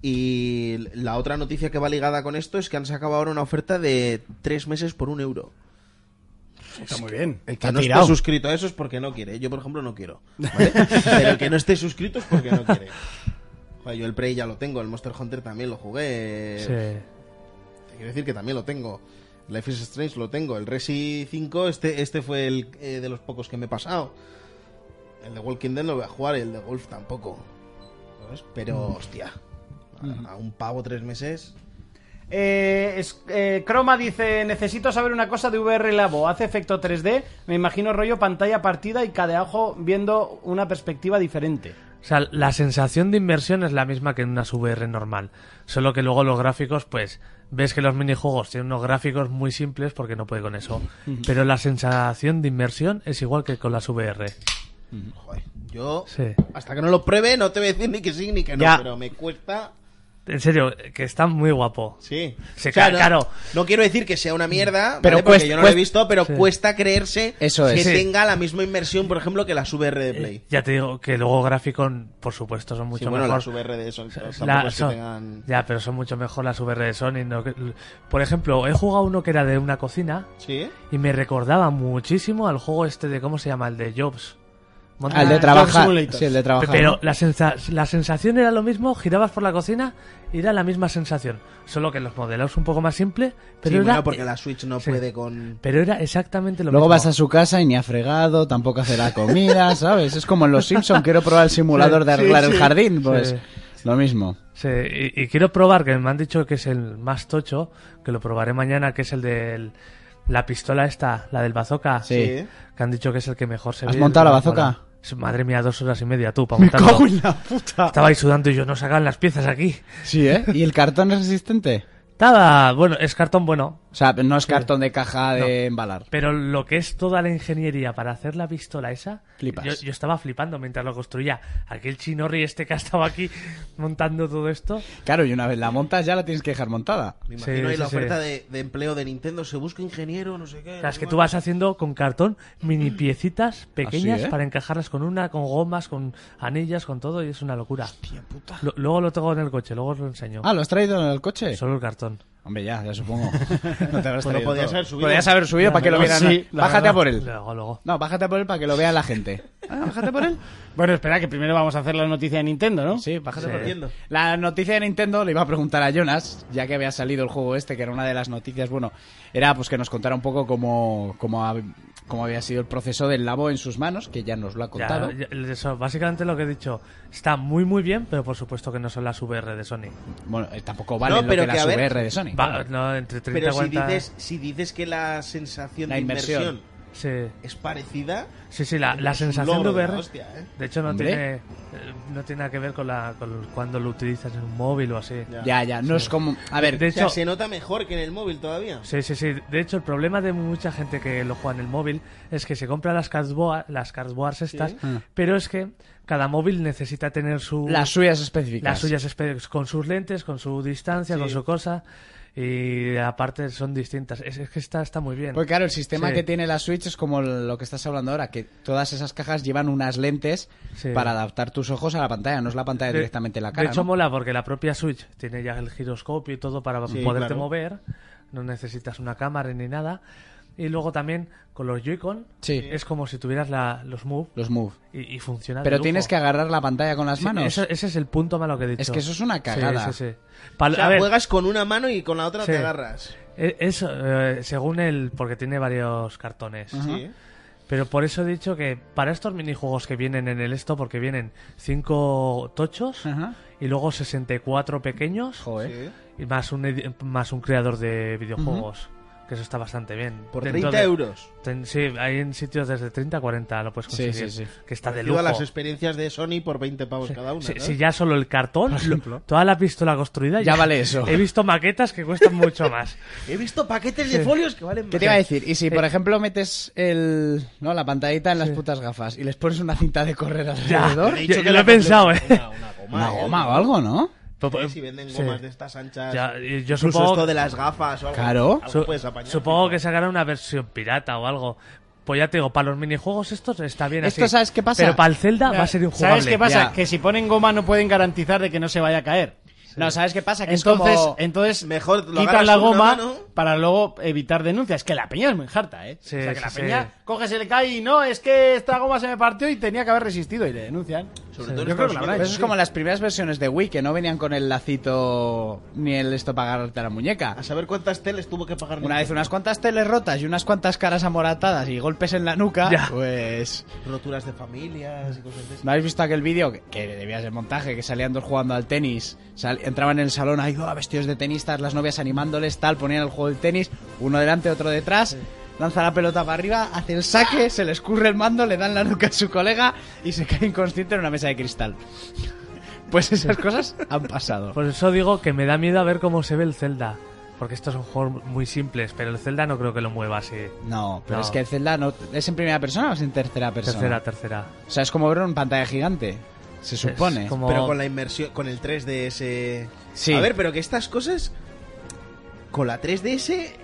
Speaker 6: Y la otra noticia que va ligada con esto es que han sacado ahora una oferta de tres meses por un euro.
Speaker 8: Está muy bien.
Speaker 6: El que no esté suscrito a eso es porque no quiere. Yo, por ejemplo, no quiero.
Speaker 7: *laughs*
Speaker 6: ¿vale? Pero el que no esté suscrito es porque no quiere. Joder, yo el Prey ya lo tengo, el Monster Hunter también lo jugué.
Speaker 7: Sí.
Speaker 6: Te quiero decir que también lo tengo. Life is Strange lo tengo. El Resi 5, este, este fue el eh, de los pocos que me he pasado. El de Walking Dead lo voy a jugar y el de Golf tampoco. ¿Sabes?
Speaker 7: Mm.
Speaker 6: Pero, hostia. A, a un pavo tres meses.
Speaker 8: Eh, es- eh, Croma dice: Necesito saber una cosa de VR Labo. Hace efecto 3D. Me imagino rollo pantalla partida y cada ojo viendo una perspectiva diferente.
Speaker 7: O sea, la sensación de inversión es la misma que en una VR normal. Solo que luego los gráficos, pues, ves que los minijuegos tienen unos gráficos muy simples porque no puede con eso. Pero la sensación de inversión es igual que con las VR.
Speaker 6: Joder, yo.
Speaker 7: Sí.
Speaker 6: Hasta que no lo pruebe, no te voy a decir ni que sí ni que no.
Speaker 7: Ya.
Speaker 6: Pero me cuesta.
Speaker 7: En serio, que está muy guapo.
Speaker 6: Sí.
Speaker 7: Sí,
Speaker 6: O sea,
Speaker 7: claro,
Speaker 6: no,
Speaker 7: claro.
Speaker 6: no quiero decir que sea una mierda,
Speaker 5: Pero
Speaker 6: ¿vale? porque
Speaker 5: cuesta-
Speaker 6: yo no lo he
Speaker 5: cuesta-
Speaker 6: visto, pero
Speaker 7: Sí.
Speaker 6: cuesta creerse
Speaker 5: Eso
Speaker 6: que
Speaker 5: es. Sí.
Speaker 6: tenga la misma inmersión, por ejemplo, que las VR de Play.
Speaker 7: Ya te digo que luego gráficos, por supuesto, son Eh, mucho
Speaker 6: sí, bueno,
Speaker 7: mejor.
Speaker 6: las VR de eso, tampoco
Speaker 7: La-
Speaker 6: es que
Speaker 7: son-
Speaker 6: tengan...
Speaker 7: Ya, pero son mucho mejor las VR de Sony. no que- Por ejemplo, he jugado uno que era de una cocina
Speaker 6: Sí,
Speaker 7: y me recordaba muchísimo al juego este de, ¿cómo se llama? El de Jobs.
Speaker 6: Ah,
Speaker 7: Monta-
Speaker 5: Al Ah, de
Speaker 8: Job
Speaker 5: trabajar.
Speaker 8: Simulator.
Speaker 5: Sí, el de trabajar.
Speaker 7: Pero la, sensa- la sensación era lo mismo, girabas por la cocina y era la misma sensación. Solo que los modelos un poco más simple, pero,
Speaker 6: Sí,
Speaker 7: era,
Speaker 6: bueno, porque la Switch no
Speaker 7: sí.
Speaker 6: puede con...
Speaker 7: pero era exactamente lo
Speaker 5: Luego
Speaker 7: mismo.
Speaker 5: vas a su casa y ni ha fregado, tampoco hace la comida, ¿sabes? Es como en Los Simpson quiero probar el simulador de
Speaker 7: Sí,
Speaker 5: arreglar
Speaker 7: sí.
Speaker 5: el jardín, pues
Speaker 7: Sí.
Speaker 5: lo mismo.
Speaker 7: Sí, y, y quiero probar, que me han dicho que es el más tocho, que lo probaré mañana, que es el de la pistola esta, la del bazooka.
Speaker 5: Sí.
Speaker 6: Sí.
Speaker 7: Que han dicho que es el que mejor se
Speaker 5: ¿Has
Speaker 7: ve.
Speaker 5: montado la
Speaker 7: Bueno,
Speaker 5: bazooka?
Speaker 7: sí, Madre mía, dos horas y media tú, para montarlo.
Speaker 5: la puta.
Speaker 7: Estaba ahí sudando y yo, no sacan las piezas aquí.
Speaker 5: Sí, ¿eh? ¿Y el cartón es resistente?
Speaker 7: Estaba, bueno, es cartón bueno,
Speaker 5: O sea, no es cartón de caja de embalar.
Speaker 7: Pero lo que es toda la ingeniería para hacer la pistola esa,
Speaker 5: Flipas.
Speaker 7: yo, yo estaba flipando mientras lo construía. Aquel chinorri este que ha estado aquí montando todo esto.
Speaker 5: Claro, y una vez la montas ya la tienes que dejar montada.
Speaker 6: Me imagino ahí
Speaker 7: sí,
Speaker 6: la
Speaker 7: sí.
Speaker 6: oferta de, de empleo de Nintendo, se busca ingeniero, no sé qué...
Speaker 7: Las que
Speaker 6: no
Speaker 7: tú
Speaker 6: sé
Speaker 7: vas haciendo con cartón mini piecitas pequeñas
Speaker 5: Así, ¿eh?
Speaker 7: para encajarlas con una, con gomas, con anillas, con todo y es una locura. Lo- luego lo tengo en el coche, luego os lo enseño.
Speaker 5: Ah, ¿lo has traído en el coche?
Speaker 7: Solo el cartón.
Speaker 5: Hombre, ya, ya supongo. No te lo
Speaker 6: Pues
Speaker 5: has
Speaker 6: lo
Speaker 5: traído
Speaker 6: podías
Speaker 5: todo.
Speaker 6: haber subido.
Speaker 5: Podías haber subido para que lo
Speaker 8: Pues
Speaker 5: vieran.
Speaker 8: sí, la
Speaker 5: bájate
Speaker 8: verdad.
Speaker 5: a por él.
Speaker 7: Luego, luego.
Speaker 5: No, bájate a por él para que lo vea la gente. Ah, bájate a por él.
Speaker 8: *laughs* Bueno, espera, que primero vamos a hacer la noticia de Nintendo, ¿no?
Speaker 5: Sí, bájate
Speaker 7: Sí.
Speaker 5: por él.
Speaker 6: Entiendo.
Speaker 5: La noticia de Nintendo le iba a preguntar a Jonas, ya que había salido el juego este, que era una de las noticias, bueno, era pues que nos contara un poco cómo, cómo, ha- cómo había sido el proceso del labo en sus manos, que ya nos lo ha contado.
Speaker 7: Ya, ya, eso, básicamente lo que he dicho está muy muy bien, pero por supuesto que no son las VR de Sony.
Speaker 5: Bueno, eh, tampoco vale
Speaker 6: No,
Speaker 5: lo
Speaker 6: pero
Speaker 5: que
Speaker 6: que,
Speaker 5: la
Speaker 6: a ver,
Speaker 5: VR de Sony.
Speaker 7: Va, no, entre 30
Speaker 6: Pero si
Speaker 7: 40,
Speaker 6: dices, si dices que la sensación
Speaker 5: La
Speaker 6: de
Speaker 5: inmersión.
Speaker 6: inmersión,
Speaker 7: sí.
Speaker 6: es parecida...
Speaker 7: Sí, sí, la, la
Speaker 6: es un
Speaker 7: sensación de
Speaker 6: logro
Speaker 7: VR.
Speaker 6: la hostia, ¿eh?
Speaker 7: De hecho, no
Speaker 5: Hombre.
Speaker 7: tiene, eh, no tiene nada que ver con, la, con cuando lo utilizas en un móvil o así.
Speaker 6: Ya.
Speaker 5: Ya, ya, no es como... A ver,
Speaker 7: De
Speaker 6: O sea,
Speaker 7: hecho,
Speaker 6: se nota mejor que en el móvil todavía.
Speaker 7: sí, sí, sí. De hecho, el problema de mucha gente que lo juega en el móvil es que se compra las cardboard, las cardboards estas, pero es que cada móvil necesita tener su
Speaker 5: las suyas específicas.
Speaker 7: las suyas espe- con sus lentes, con su distancia, con su cosa y aparte son distintas. Es, es que está está muy bien.
Speaker 5: Porque claro, el sistema
Speaker 7: Sí.
Speaker 5: que tiene la Switch es como lo que estás hablando ahora, que todas esas cajas llevan unas lentes
Speaker 7: Sí.
Speaker 5: para adaptar tus ojos a la pantalla, no es la pantalla
Speaker 7: De-
Speaker 5: directamente la cara.
Speaker 7: De hecho,
Speaker 5: ¿no?
Speaker 7: mola porque la propia Switch tiene ya el giroscopio y todo para
Speaker 6: Sí,
Speaker 7: poderte
Speaker 6: claro.
Speaker 7: mover. No necesitas una cámara ni nada. Y luego también con los Joy-Con
Speaker 5: Sí.
Speaker 7: es como si tuvieras la- los Move
Speaker 5: Los Move.
Speaker 7: y, y funciona. Ah, de
Speaker 5: Pero
Speaker 7: lujo.
Speaker 5: tienes que agarrar la pantalla con las
Speaker 7: Sí,
Speaker 5: manos.
Speaker 7: eso- ese es el punto malo que he dicho.
Speaker 5: Es que eso es una cagada.
Speaker 7: Sí, sí, sí. Pa-
Speaker 6: O sea,
Speaker 7: a ver,
Speaker 6: juegas con una mano y con la otra
Speaker 7: Sí.
Speaker 6: te agarras.
Speaker 7: e- eso, eh, según el. Porque tiene varios cartones.
Speaker 6: Sí.
Speaker 7: Pero por eso he dicho que para estos minijuegos que vienen en el esto, porque vienen 5 tochos
Speaker 5: Ajá.
Speaker 7: y luego 64 pequeños.
Speaker 5: Joder.
Speaker 6: Sí.
Speaker 7: Y más un, edi- más un creador de videojuegos. que eso está bastante bien.
Speaker 6: Por
Speaker 7: Dentro
Speaker 6: 30
Speaker 7: de-
Speaker 6: euros.
Speaker 7: ten- sí, hay en sitios desde 30 a 40 lo puedes
Speaker 5: Sí,
Speaker 7: conseguir.
Speaker 5: sí, sí.
Speaker 7: Que está de
Speaker 6: Debido
Speaker 7: lujo.
Speaker 6: a las experiencias de Sony por 20 pavos cada una.
Speaker 7: Si,
Speaker 6: ¿no?
Speaker 7: si ya solo el cartón, lo- toda la pistola construida,
Speaker 5: Ya vale
Speaker 7: *laughs*
Speaker 5: eso.
Speaker 7: He visto maquetas que cuestan mucho más.
Speaker 6: He visto paquetes de folios que valen
Speaker 5: ¿Qué te iba a decir? Y si, por ejemplo, metes el, ¿no? la pantallita en las putas gafas y les pones una cinta de correr alrededor,
Speaker 6: He
Speaker 7: Yo-
Speaker 6: dicho
Speaker 7: yo
Speaker 6: que
Speaker 7: lo
Speaker 6: la
Speaker 7: he pensado, ¿eh? *laughs*
Speaker 6: Una, una goma,
Speaker 5: una
Speaker 6: ¿eh?
Speaker 5: goma o algo, ¿no?
Speaker 6: Sí, si venden
Speaker 7: Pues, Sí.
Speaker 6: gomas de estas anchas.
Speaker 7: Ya, y
Speaker 6: incluso
Speaker 7: yo supongo,
Speaker 6: esto de las gafas o algo.
Speaker 5: Claro.
Speaker 6: algo
Speaker 7: su-
Speaker 6: puedes apañar,
Speaker 7: supongo
Speaker 6: tío.
Speaker 7: que sacarán una versión pirata o algo. Pues ya te digo, para los minijuegos estos está bien
Speaker 5: Esto,
Speaker 7: así.
Speaker 5: ¿sabes qué pasa?
Speaker 7: Pero para el Zelda va a ser injugable.
Speaker 8: ¿Sabes qué pasa?
Speaker 5: Ya.
Speaker 8: Que si ponen goma no pueden garantizar de que no se vaya a caer.
Speaker 5: No, ¿sabes qué pasa? Que
Speaker 8: entonces,
Speaker 5: es como...
Speaker 8: entonces
Speaker 6: Mejor lo
Speaker 8: quitan
Speaker 6: agarras
Speaker 8: la
Speaker 6: con una
Speaker 8: goma
Speaker 6: mano.
Speaker 8: para luego evitar denuncias. Que la peña es muy harta, ¿eh?
Speaker 7: Sí,
Speaker 8: o sea, que la
Speaker 7: sí,
Speaker 8: peña
Speaker 7: sí.
Speaker 8: coge, se le cae y no, es que esta goma se me partió y tenía que haber resistido y le denuncian.
Speaker 6: Sobre todo en
Speaker 8: Yo creo que la verdad
Speaker 6: Estados
Speaker 5: Pero
Speaker 6: Unidos.
Speaker 5: eso Pues es como las primeras versiones de Wii, que no venían con el lacito ni el esto para agarrarte la muñeca.
Speaker 6: A saber cuántas teles tuvo que pagar.
Speaker 5: Una vez
Speaker 6: Nintendo.
Speaker 5: unas cuantas teles rotas y unas cuantas caras amoratadas y golpes en la nuca,
Speaker 7: Ya.
Speaker 5: pues...
Speaker 6: Roturas de familias y cosas de esas.
Speaker 5: ¿No habéis visto aquel vídeo que, que debía ser montaje? Que salían dos jugando al tenis, sal- entraban en el salón ahí, ¡oh! vestidos de tenistas, las novias animándoles, tal, ponían el juego del tenis, uno delante, otro detrás, lanza la pelota para arriba, hace el saque, se le escurre el mando, le dan la nuca a su colega y se cae inconsciente en una mesa de cristal. *laughs* Pues esas cosas han pasado.
Speaker 7: Por eso digo que me da miedo a ver cómo se ve el Zelda. Porque estos son juegos muy simples, pero el Zelda no creo que lo mueva así.
Speaker 5: No, pero
Speaker 7: No.
Speaker 5: es que el Zelda no, es en primera persona o es en tercera persona.
Speaker 7: Tercera, tercera.
Speaker 5: O sea, es como ver una pantalla gigante, se supone.
Speaker 7: Es como-
Speaker 6: Pero con la inmersión, con el 3DS.
Speaker 5: Sí.
Speaker 6: A ver, pero que estas cosas. Con la 3DS.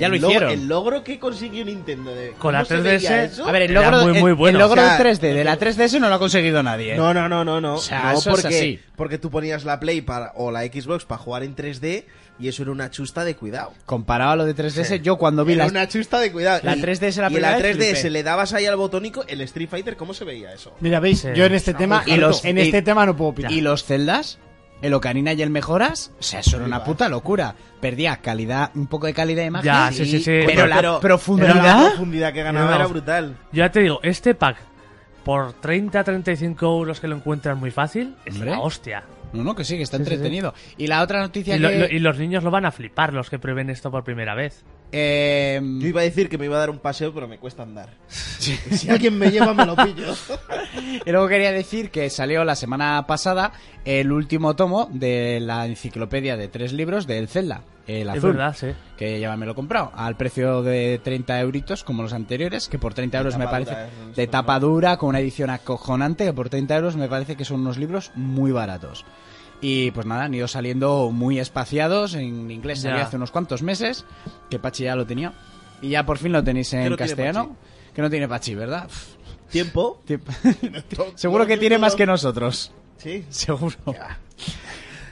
Speaker 6: el-
Speaker 5: Ya
Speaker 6: el
Speaker 5: lo
Speaker 6: logro-
Speaker 5: hicieron.
Speaker 6: El logro que consiguió Nintendo. de-
Speaker 7: Con la
Speaker 6: ¿cómo se veía
Speaker 7: 3DS.
Speaker 6: eso?
Speaker 5: A ver, el
Speaker 7: Era
Speaker 5: logro,
Speaker 7: muy,
Speaker 5: de-
Speaker 7: muy
Speaker 5: el-
Speaker 7: bueno.
Speaker 5: el logro
Speaker 6: O sea,
Speaker 5: de 3D, de la 3DS no lo ha conseguido nadie.
Speaker 6: No, no, no, no, no.
Speaker 5: eh, O sea,
Speaker 6: no
Speaker 5: eso es
Speaker 6: porque,
Speaker 5: así.
Speaker 6: porque tú ponías la Play para, o la Xbox para jugar en 3D y eso era una chusta de cuidado.
Speaker 5: Comparado a lo de 3DS, yo cuando vi
Speaker 6: Era
Speaker 5: las...
Speaker 6: una chusta de cuidado.
Speaker 5: la
Speaker 6: Y-
Speaker 5: 3DS la
Speaker 6: y en la
Speaker 5: primera vez
Speaker 6: 3DS
Speaker 5: flipé.
Speaker 6: le dabas ahí al botónico el Street Fighter, ¿cómo se veía eso?
Speaker 8: Mira, veis, yo en este tema,
Speaker 5: Y los-
Speaker 8: en
Speaker 5: y-
Speaker 8: este tema no puedo opinar.
Speaker 5: Y los Zeldas, el Ocarina y el Mejoras, o sea, eso era una puta locura. Perdía calidad, un poco de calidad de imagen.
Speaker 7: Ya, sí, sí, sí.
Speaker 5: Pero
Speaker 7: Coño,
Speaker 5: la
Speaker 6: pero-
Speaker 5: profundidad...
Speaker 6: Pero
Speaker 7: ¿Verdad?
Speaker 6: la profundidad que ganaba
Speaker 7: Era una-
Speaker 6: era brutal.
Speaker 7: Yo ya te digo, este pack, por 30-35 euros que lo encuentras muy fácil, es
Speaker 5: Hombre.
Speaker 7: la hostia.
Speaker 5: No, no, que sí, que está
Speaker 7: Sí, sí, sí.
Speaker 5: entretenido. Y la otra noticia
Speaker 7: Y, lo-
Speaker 5: que...
Speaker 7: lo- y los niños lo van a flipar los que prueben esto por primera vez.
Speaker 5: eh,
Speaker 6: Yo iba a decir que me iba a dar un paseo, pero me cuesta andar. Si alguien me lleva, me lo pillo.
Speaker 5: Y luego quería decir que salió la semana pasada el último tomo de la enciclopedia de tres libros del Zelda, el
Speaker 7: Es
Speaker 5: azul.
Speaker 7: verdad, sí.
Speaker 5: Que ya me lo he comprado al precio de 30 euritos, como los anteriores, que por 30 euros me
Speaker 6: tapa
Speaker 5: parece
Speaker 6: dura, ¿eh? No
Speaker 5: de
Speaker 6: sé,
Speaker 5: tapa dura, con una edición acojonante, que por 30 euros me parece que son unos libros muy baratos. Y pues nada, han ido saliendo muy espaciados. En inglés salió
Speaker 7: Ya.
Speaker 5: hace unos cuantos meses, que Pachi ya lo tenía. Y ya por fin lo tenéis en
Speaker 6: no tiene
Speaker 5: castellano. Que no tiene Pachi, ¿verdad? *laughs* Pff,
Speaker 6: Tiempo.
Speaker 5: tip- Seguro que tiene más que nosotros.
Speaker 6: Sí.
Speaker 5: *laughs* Seguro.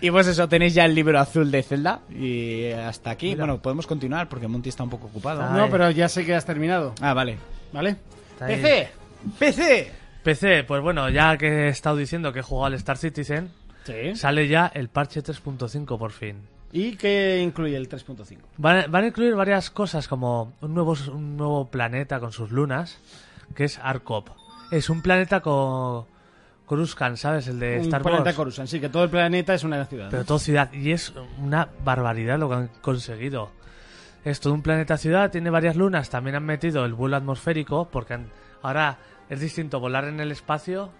Speaker 5: Y pues eso, tenéis ya el libro azul de Zelda. Y hasta aquí. Bueno, podemos continuar porque Monty está un poco ocupado.
Speaker 7: Ah.
Speaker 8: No, pero ya sé que has terminado,
Speaker 5: Ah, vale.
Speaker 8: ¿vale?
Speaker 7: ahí.
Speaker 8: PC, PC.
Speaker 7: PC, pues bueno, ya que he estado diciendo que he jugado al Star Citizen,
Speaker 8: Sí.
Speaker 7: sale ya el parche 3.5 por fin.
Speaker 8: ¿Y qué incluye el 3.5?
Speaker 7: Van a, van a incluir varias cosas como un nuevo, un nuevo planeta con sus lunas, que es Arkop. Es un planeta con Coruscant, ¿sabes? El de
Speaker 8: Un
Speaker 7: Star
Speaker 8: planeta
Speaker 7: Wars.
Speaker 8: Coruscant, sí, que todo el planeta es una ciudad. ¿no?
Speaker 7: Pero todo ciudad. Y es una barbaridad lo que han conseguido. Es todo un planeta ciudad, tiene varias lunas. También han metido el vuelo atmosférico, porque han- ahora es distinto volar en el espacio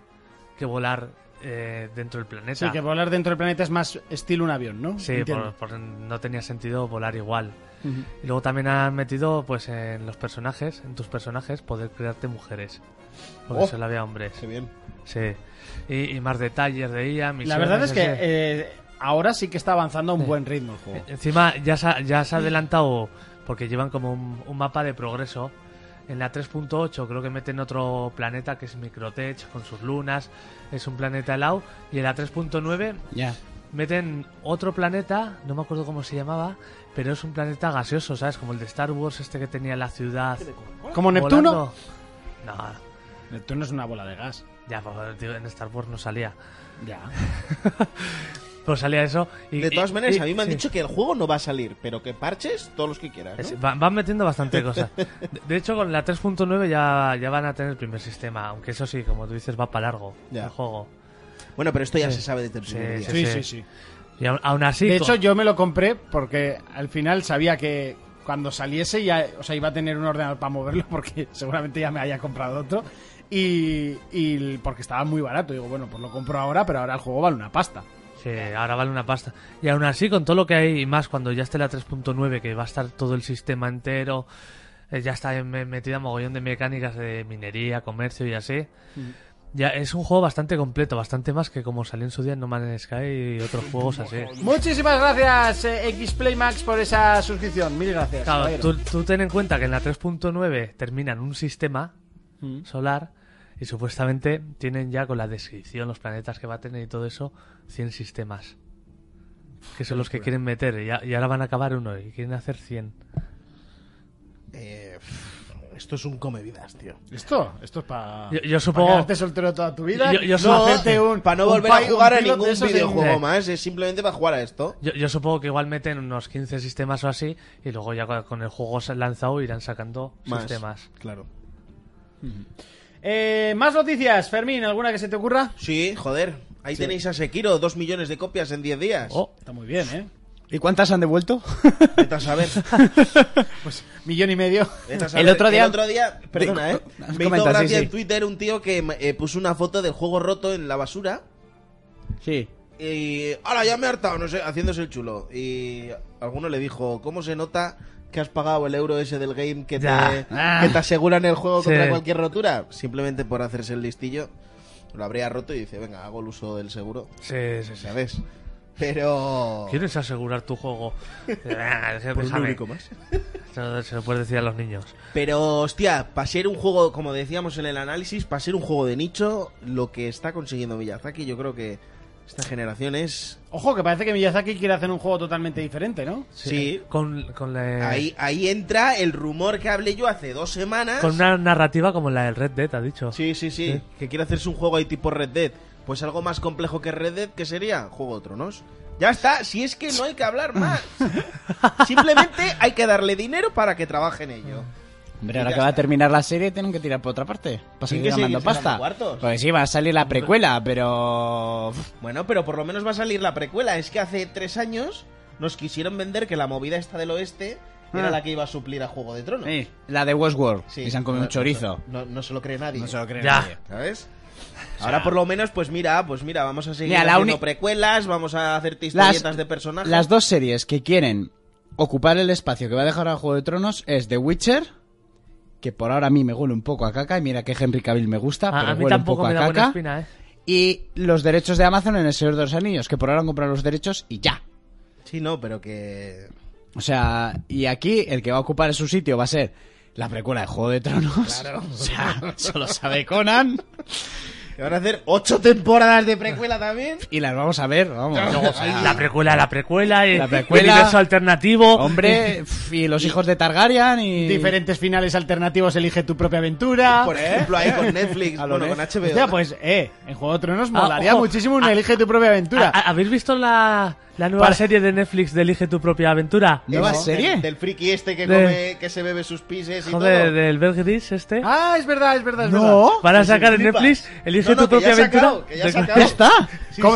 Speaker 7: que volar eh, dentro del planeta.
Speaker 8: Sí, que volar dentro del planeta es más estilo un avión, ¿no?
Speaker 7: Sí,
Speaker 8: Entiendo.
Speaker 7: por- por- no tenía sentido volar igual.
Speaker 8: Ujú.
Speaker 7: Y luego también han metido, pues, en los personajes, en tus personajes, poder crearte mujeres. Porque
Speaker 6: Oh.
Speaker 7: solo había hombres.
Speaker 6: Qué bien.
Speaker 7: Sí. Y, y más detalles de ella, misiones,
Speaker 8: La verdad es que
Speaker 7: ese-
Speaker 8: eh, ahora sí que está avanzando a un buen ritmo el juego.
Speaker 7: Encima ya se, ha- ya se ha adelantado porque llevan como un, un mapa de progreso. En la 3.8 creo que meten otro planeta que es Microtech con sus lunas. Es un planeta helado. Y en la 3.9
Speaker 5: Ya.
Speaker 7: meten otro planeta, no me acuerdo cómo se llamaba, pero es un planeta gaseoso, ¿sabes? Como el de Star Wars este que tenía la ciudad.
Speaker 8: ¿Como Neptuno?
Speaker 7: volando. No,
Speaker 8: Neptuno es una bola de gas.
Speaker 7: ya, pues, tío, en Star Wars no salía.
Speaker 8: Ya.
Speaker 7: *laughs* Pues salía eso. Y,
Speaker 6: De todas
Speaker 7: y-
Speaker 6: maneras,
Speaker 7: y-
Speaker 6: a mí me han
Speaker 7: sí.
Speaker 6: dicho que el juego no va a salir, pero que parches todos los que quieras. ¿no?
Speaker 7: Sí, va- van metiendo bastante cosas. De, de hecho, con la 3.9 ya, ya van a tener el primer sistema, aunque eso sí, como tú dices, va para largo
Speaker 6: Ya.
Speaker 7: el juego.
Speaker 6: Bueno, pero esto ya
Speaker 7: Sí.
Speaker 6: se sabe desde el primer
Speaker 7: Sí,
Speaker 8: Sí,
Speaker 6: día.
Speaker 8: sí,
Speaker 7: sí.
Speaker 8: sí.
Speaker 7: Y aún, aún así,
Speaker 8: De
Speaker 7: con-
Speaker 8: hecho, yo me lo compré porque al final sabía que cuando saliese ya, o sea, iba a tener un ordenador para moverlo porque *laughs* seguramente ya me haya comprado otro. Y, y el- porque estaba muy barato. Digo, bueno, pues lo compro ahora, pero ahora el juego vale una pasta.
Speaker 7: Sí, ahora vale una pasta. Y aún así, con todo lo que hay y más, cuando ya esté la 3.9, que va a estar todo el sistema entero, eh, ya está en- metida mogollón de mecánicas de minería, comercio y así.
Speaker 6: Mm.
Speaker 7: Ya es un juego bastante completo, bastante más que como salió en su día en No Man's Sky y otros juegos así.
Speaker 8: Muchísimas gracias, eh, XPlayMax, por esa suscripción. Mil gracias.
Speaker 7: Claro,
Speaker 8: caballero.
Speaker 7: tú, tú ten en cuenta que en la 3.9 terminan un sistema
Speaker 8: Mm.
Speaker 7: solar y supuestamente tienen ya con la descripción, los planetas que va a tener y todo eso, 100 sistemas. Que son los que quieren meter y, a- y ahora van a acabar uno y quieren hacer 100.
Speaker 9: Eh, pff, esto es un come vidas, tío.
Speaker 8: Esto, esto es para.
Speaker 7: Yo- yo supongo-
Speaker 8: soltero toda tu vida.
Speaker 7: Yo- yo
Speaker 8: No,
Speaker 7: supongo-
Speaker 8: hacerte un-
Speaker 6: Para no
Speaker 8: un
Speaker 6: volver a
Speaker 8: pi- un
Speaker 6: jugar a
Speaker 8: pilot de
Speaker 6: ningún
Speaker 8: esos en-
Speaker 6: videojuego
Speaker 7: Sí.
Speaker 6: más, es simplemente para jugar a esto.
Speaker 7: Yo, yo supongo que igual meten unos 15 sistemas o así y luego ya con con el juego se- lanzado irán sacando
Speaker 6: Más.
Speaker 7: sistemas.
Speaker 6: Claro.
Speaker 8: Eh, más noticias, Fermín, ¿alguna que se te ocurra?
Speaker 6: Sí, joder. Ahí tenéis a Sekiro, dos millones de copias en 10 días.
Speaker 7: Oh,
Speaker 8: Está muy bien, ¿eh?
Speaker 5: ¿Y cuántas han devuelto?
Speaker 6: Vete a saber. *laughs*
Speaker 8: Pues millón y medio. *laughs*
Speaker 6: Vete a saber.
Speaker 5: El otro día-
Speaker 6: El otro día, perdona, ¿eh?
Speaker 5: *laughs* Has
Speaker 6: Me hizo
Speaker 5: comentado, sí,
Speaker 6: gracia
Speaker 5: sí.
Speaker 6: en Twitter un tío que eh, puso una foto del juego roto en la basura.
Speaker 5: Sí.
Speaker 6: Y. ¡Hala, ya me he hartado! No sé, haciéndose el chulo. Y alguno le dijo: ¿Cómo se nota que has pagado el euro ese del game que, te,
Speaker 7: Ya.
Speaker 5: Ah.
Speaker 6: que te aseguran el juego
Speaker 7: Sí.
Speaker 6: contra cualquier rotura? Simplemente por hacerse el listillo. Lo habría roto y dice: Venga, hago el uso del seguro.
Speaker 7: sí, sí, sí.
Speaker 6: ¿Sabes? Pero.
Speaker 7: ¿Quieres asegurar tu juego?
Speaker 6: *laughs* Por un
Speaker 7: Déjame.
Speaker 6: eurico más.
Speaker 7: Eso se lo puedes decir a los niños.
Speaker 6: Pero, hostia, para ser un juego, como decíamos en el análisis, para ser un juego de nicho, lo que está consiguiendo Miyazaki, yo creo que esta generación es.
Speaker 8: Ojo, que parece que Miyazaki quiere hacer un juego totalmente diferente, ¿no?
Speaker 6: Sí.
Speaker 7: Eh, Con, con la-
Speaker 6: Ahí, ahí entra el rumor que hablé yo hace dos semanas.
Speaker 7: Con una narrativa como la del Red Dead, ha dicho.
Speaker 6: Sí, sí, sí,
Speaker 7: Sí.
Speaker 6: Que quiere hacerse un juego ahí tipo Red Dead. Pues algo más complejo que Red Dead, ¿qué sería? Juego de Tronos. Ya está, si es que no hay que hablar más. Simplemente hay que darle dinero para que trabaje en ello. Y
Speaker 5: Hombre, ahora
Speaker 6: ya
Speaker 5: que va a
Speaker 6: está.
Speaker 5: terminar la serie tienen que tirar por otra parte. Para
Speaker 6: Sí,
Speaker 5: seguir
Speaker 6: que sí,
Speaker 5: ganando
Speaker 6: que se
Speaker 5: pasta.
Speaker 6: ganan cuartos.
Speaker 5: Pues sí, va a salir la precuela, pero...
Speaker 6: Bueno, pero por lo menos va a salir la precuela. Es que hace tres años nos quisieron vender que la movida esta del oeste era
Speaker 5: Ah.
Speaker 6: la que iba a suplir a Juego de Tronos.
Speaker 5: Sí, La de Westworld.
Speaker 6: Sí.
Speaker 5: Y se han comido un
Speaker 6: No,
Speaker 5: chorizo.
Speaker 6: No, no se lo cree nadie.
Speaker 5: No se lo cree
Speaker 7: Ya.
Speaker 5: nadie.
Speaker 6: ¿Sabes? Ahora por lo menos, pues mira, pues mira, vamos a seguir
Speaker 5: Mira, la
Speaker 6: haciendo
Speaker 5: uni-
Speaker 6: precuelas, vamos a hacerte historietas
Speaker 5: Las,
Speaker 6: de personajes.
Speaker 5: las dos series que quieren ocupar el espacio que va a dejar a Juego de Tronos es The Witcher, que por ahora a mí me huele un poco a caca, y mira que Henry Cavill me gusta,
Speaker 7: A-
Speaker 5: Ah, pero
Speaker 7: a
Speaker 5: huele
Speaker 7: mí
Speaker 5: un
Speaker 7: tampoco
Speaker 5: poco a
Speaker 7: me da buena
Speaker 5: caca.
Speaker 7: espina, ¿eh?
Speaker 5: Y los derechos de Amazon en El Señor de los Anillos, que por ahora han comprado los derechos y ya.
Speaker 6: Sí, no, pero que...
Speaker 5: O sea, y aquí el que va a ocupar su sitio va a ser la precuela de Juego de Tronos. *laughs* O sea, solo sabe Conan.
Speaker 6: que van a hacer ocho temporadas de precuela también.
Speaker 5: Y las vamos a ver, vamos.
Speaker 7: Luego, la precuela, la precuela, y
Speaker 5: La precuela.
Speaker 7: universo alternativo. Eh,
Speaker 5: Hombre, pf, y los hijos de Targaryen y...
Speaker 8: Diferentes finales alternativos, elige tu propia aventura.
Speaker 6: Por ejemplo, ahí con Netflix,
Speaker 5: Ah. A lo
Speaker 6: bueno, con
Speaker 5: Netflix.
Speaker 6: HBO.
Speaker 8: Hostia, pues, eh, en Juego de Tronos
Speaker 7: Ah,
Speaker 8: molaría
Speaker 7: ojo.
Speaker 8: muchísimo un
Speaker 7: Ah,
Speaker 8: elige tu propia aventura.
Speaker 7: ¿A- a- ¿Habéis visto la, la nueva
Speaker 8: Para-
Speaker 7: serie de Netflix de Elige tu propia aventura?
Speaker 5: ¿Nueva
Speaker 6: Eso,
Speaker 5: serie?
Speaker 6: Del, del friki este que
Speaker 7: De-
Speaker 6: come, que se bebe sus pises y
Speaker 7: Joder,
Speaker 6: todo.
Speaker 7: del Bel Gris este.
Speaker 8: Ah, es verdad, es verdad, es
Speaker 7: No. Van a
Speaker 6: Que se
Speaker 7: sacar en
Speaker 6: flipas.
Speaker 7: Netflix Elige
Speaker 6: No, no,
Speaker 7: tu propia
Speaker 6: que ya se
Speaker 7: aventura.
Speaker 6: acabó, que ya se
Speaker 7: De-
Speaker 6: acabó.
Speaker 5: Ya está.
Speaker 8: verdad.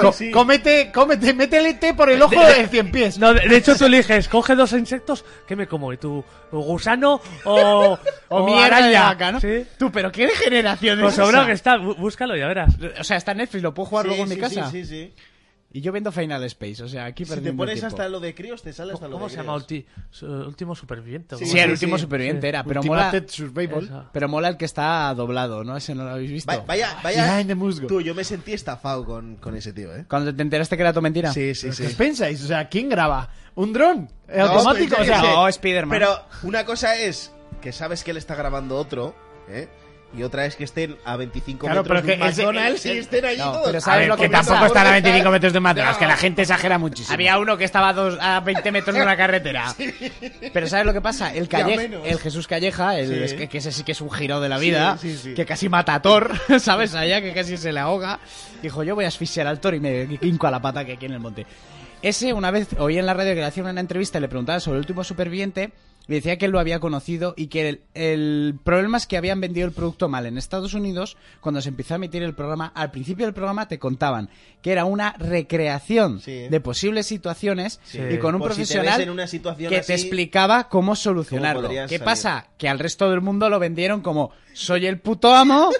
Speaker 8: Co-
Speaker 9: sí, sí.
Speaker 8: Cómete, cómete, métele té por el ojo de cien pies.
Speaker 7: *laughs* No, de, de hecho tú eliges, coge dos insectos, ¿qué me como? ¿Y tú, gusano o,
Speaker 5: *laughs* O mierda de
Speaker 7: araña?
Speaker 5: vaca, ¿no? *laughs*
Speaker 7: Sí.
Speaker 5: Tú, pero qué generación
Speaker 7: Pues
Speaker 5: es
Speaker 7: sobrado que
Speaker 5: esa?
Speaker 7: está, bú- búscalo, ya verás.
Speaker 5: O sea, está en Netflix, lo puedo jugar
Speaker 6: Sí,
Speaker 5: luego en
Speaker 6: sí,
Speaker 5: mi casa.
Speaker 6: Sí, sí, sí.
Speaker 5: Y yo viendo Final Space, o sea, aquí
Speaker 6: Si te
Speaker 5: perdiendo el
Speaker 6: pones
Speaker 5: tiempo.
Speaker 6: hasta lo de críos, te sale hasta lo
Speaker 7: ¿Cómo
Speaker 6: de
Speaker 7: se llama?
Speaker 6: críos.
Speaker 7: Ulti- su- último superviviente. o
Speaker 6: Sí,
Speaker 5: Sí,
Speaker 7: algo
Speaker 5: el
Speaker 7: así.
Speaker 5: último superviviente
Speaker 7: Sí.
Speaker 5: era, pero
Speaker 8: Ultimate
Speaker 5: mola,
Speaker 8: Survival.
Speaker 7: Esa.
Speaker 5: pero mola el que está doblado, ¿no? Ese no lo habéis visto.
Speaker 6: Va- Vaya, vaya.
Speaker 8: Behind the musgo.
Speaker 6: Tú, yo me sentí estafado con, con ese tío, ¿eh?
Speaker 5: Cuando te enteraste que era tu mentira.
Speaker 6: Sí, sí,
Speaker 8: ¿Qué os
Speaker 6: sí.
Speaker 8: pensáis? O sea, ¿quién graba? ¿Un dron? ¿Eh,
Speaker 6: No,
Speaker 8: ¿Automático?
Speaker 6: pues,
Speaker 8: o sea,
Speaker 6: yo qué sé.
Speaker 5: no, Spiderman.
Speaker 6: Pero una cosa es que sabes que él está grabando otro, ¿eh? Y otra es que estén a 25
Speaker 8: Claro,
Speaker 6: metros
Speaker 8: pero
Speaker 6: de un
Speaker 8: que ese-
Speaker 6: McDonald's
Speaker 8: ese-
Speaker 6: y estén ahí
Speaker 5: No,
Speaker 6: todos.
Speaker 5: pero
Speaker 8: a
Speaker 5: ¿sabes
Speaker 8: ver,
Speaker 5: lo
Speaker 8: que
Speaker 5: que pasa?
Speaker 8: tampoco están a
Speaker 6: Porque
Speaker 8: 25
Speaker 6: está-
Speaker 8: metros de
Speaker 5: *laughs*
Speaker 8: McDonald's, que la gente exagera muchísimo.
Speaker 5: Había uno que estaba a, dos, a 20 metros de una carretera. Pero ¿sabes lo que pasa? El,
Speaker 6: Ya
Speaker 5: Calle-
Speaker 6: menos.
Speaker 5: el Jesús Calleja, el,
Speaker 6: Sí.
Speaker 5: es que, que ese sí que es un giro de la vida,
Speaker 6: Sí, sí, sí.
Speaker 5: que casi mata a Thor, *laughs* ¿sabes? Allá que casi se le ahoga. Dijo, yo voy a asfixiar al Thor y me hinco a la pata que aquí en el monte. Ese, una vez oí en la radio que le hacían una entrevista y le preguntaban sobre el último superviviente Y decía que él lo había conocido y que el, el problema es que habían vendido el producto mal. En Estados Unidos, cuando se empezó a emitir el programa, al principio del programa te contaban que era una recreación
Speaker 6: Sí.
Speaker 5: de posibles situaciones
Speaker 6: Sí.
Speaker 5: y con un
Speaker 6: Por si te
Speaker 5: profesional
Speaker 6: ves en una situación
Speaker 5: que
Speaker 6: así,
Speaker 5: te explicaba cómo solucionarlo.
Speaker 6: cómo podrías
Speaker 5: ¿Qué
Speaker 6: salir.
Speaker 5: pasa? Que al resto del mundo lo vendieron como soy el puto amo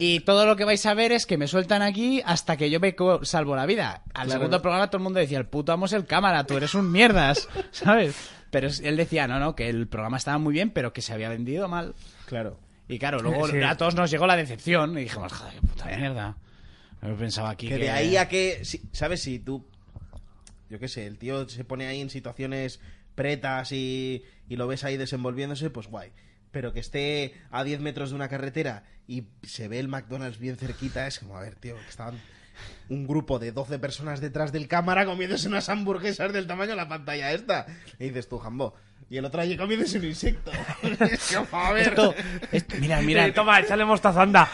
Speaker 5: y todo lo que vais a ver es que me sueltan aquí hasta que yo me co- salvo la vida. Al
Speaker 6: Claro.
Speaker 5: segundo programa todo el mundo decía, el puto amo es el cámara, tú eres un
Speaker 6: *laughs*
Speaker 5: mierdas, ¿sabes? Pero es- él decía, no, no, que el programa estaba muy bien, pero que se había vendido mal.
Speaker 6: Claro.
Speaker 5: Y claro, luego
Speaker 7: Sí.
Speaker 5: a todos nos llegó la decepción y dijimos, joder, qué puta mierda. Yo pensaba aquí
Speaker 6: Que
Speaker 5: que...
Speaker 6: de ahí a que, si- ¿sabes? Si tú, yo qué sé, el tío se pone ahí en situaciones pretas y, y lo ves ahí desenvolviéndose, pues guay. Pero que esté a 10 metros de una carretera y se ve el McDonald's bien cerquita, es como, a ver, tío, que estaban un grupo de 12 personas detrás del cámara comiéndose unas hamburguesas del tamaño de la pantalla esta. Y dices tú, Jambo. Y el otro allí comiéndose un insecto. *laughs* es como, a ver. *laughs*
Speaker 5: Esto, esto- mirad, mirad.
Speaker 7: Eh, toma, échale mostaza,
Speaker 5: *laughs*
Speaker 7: anda.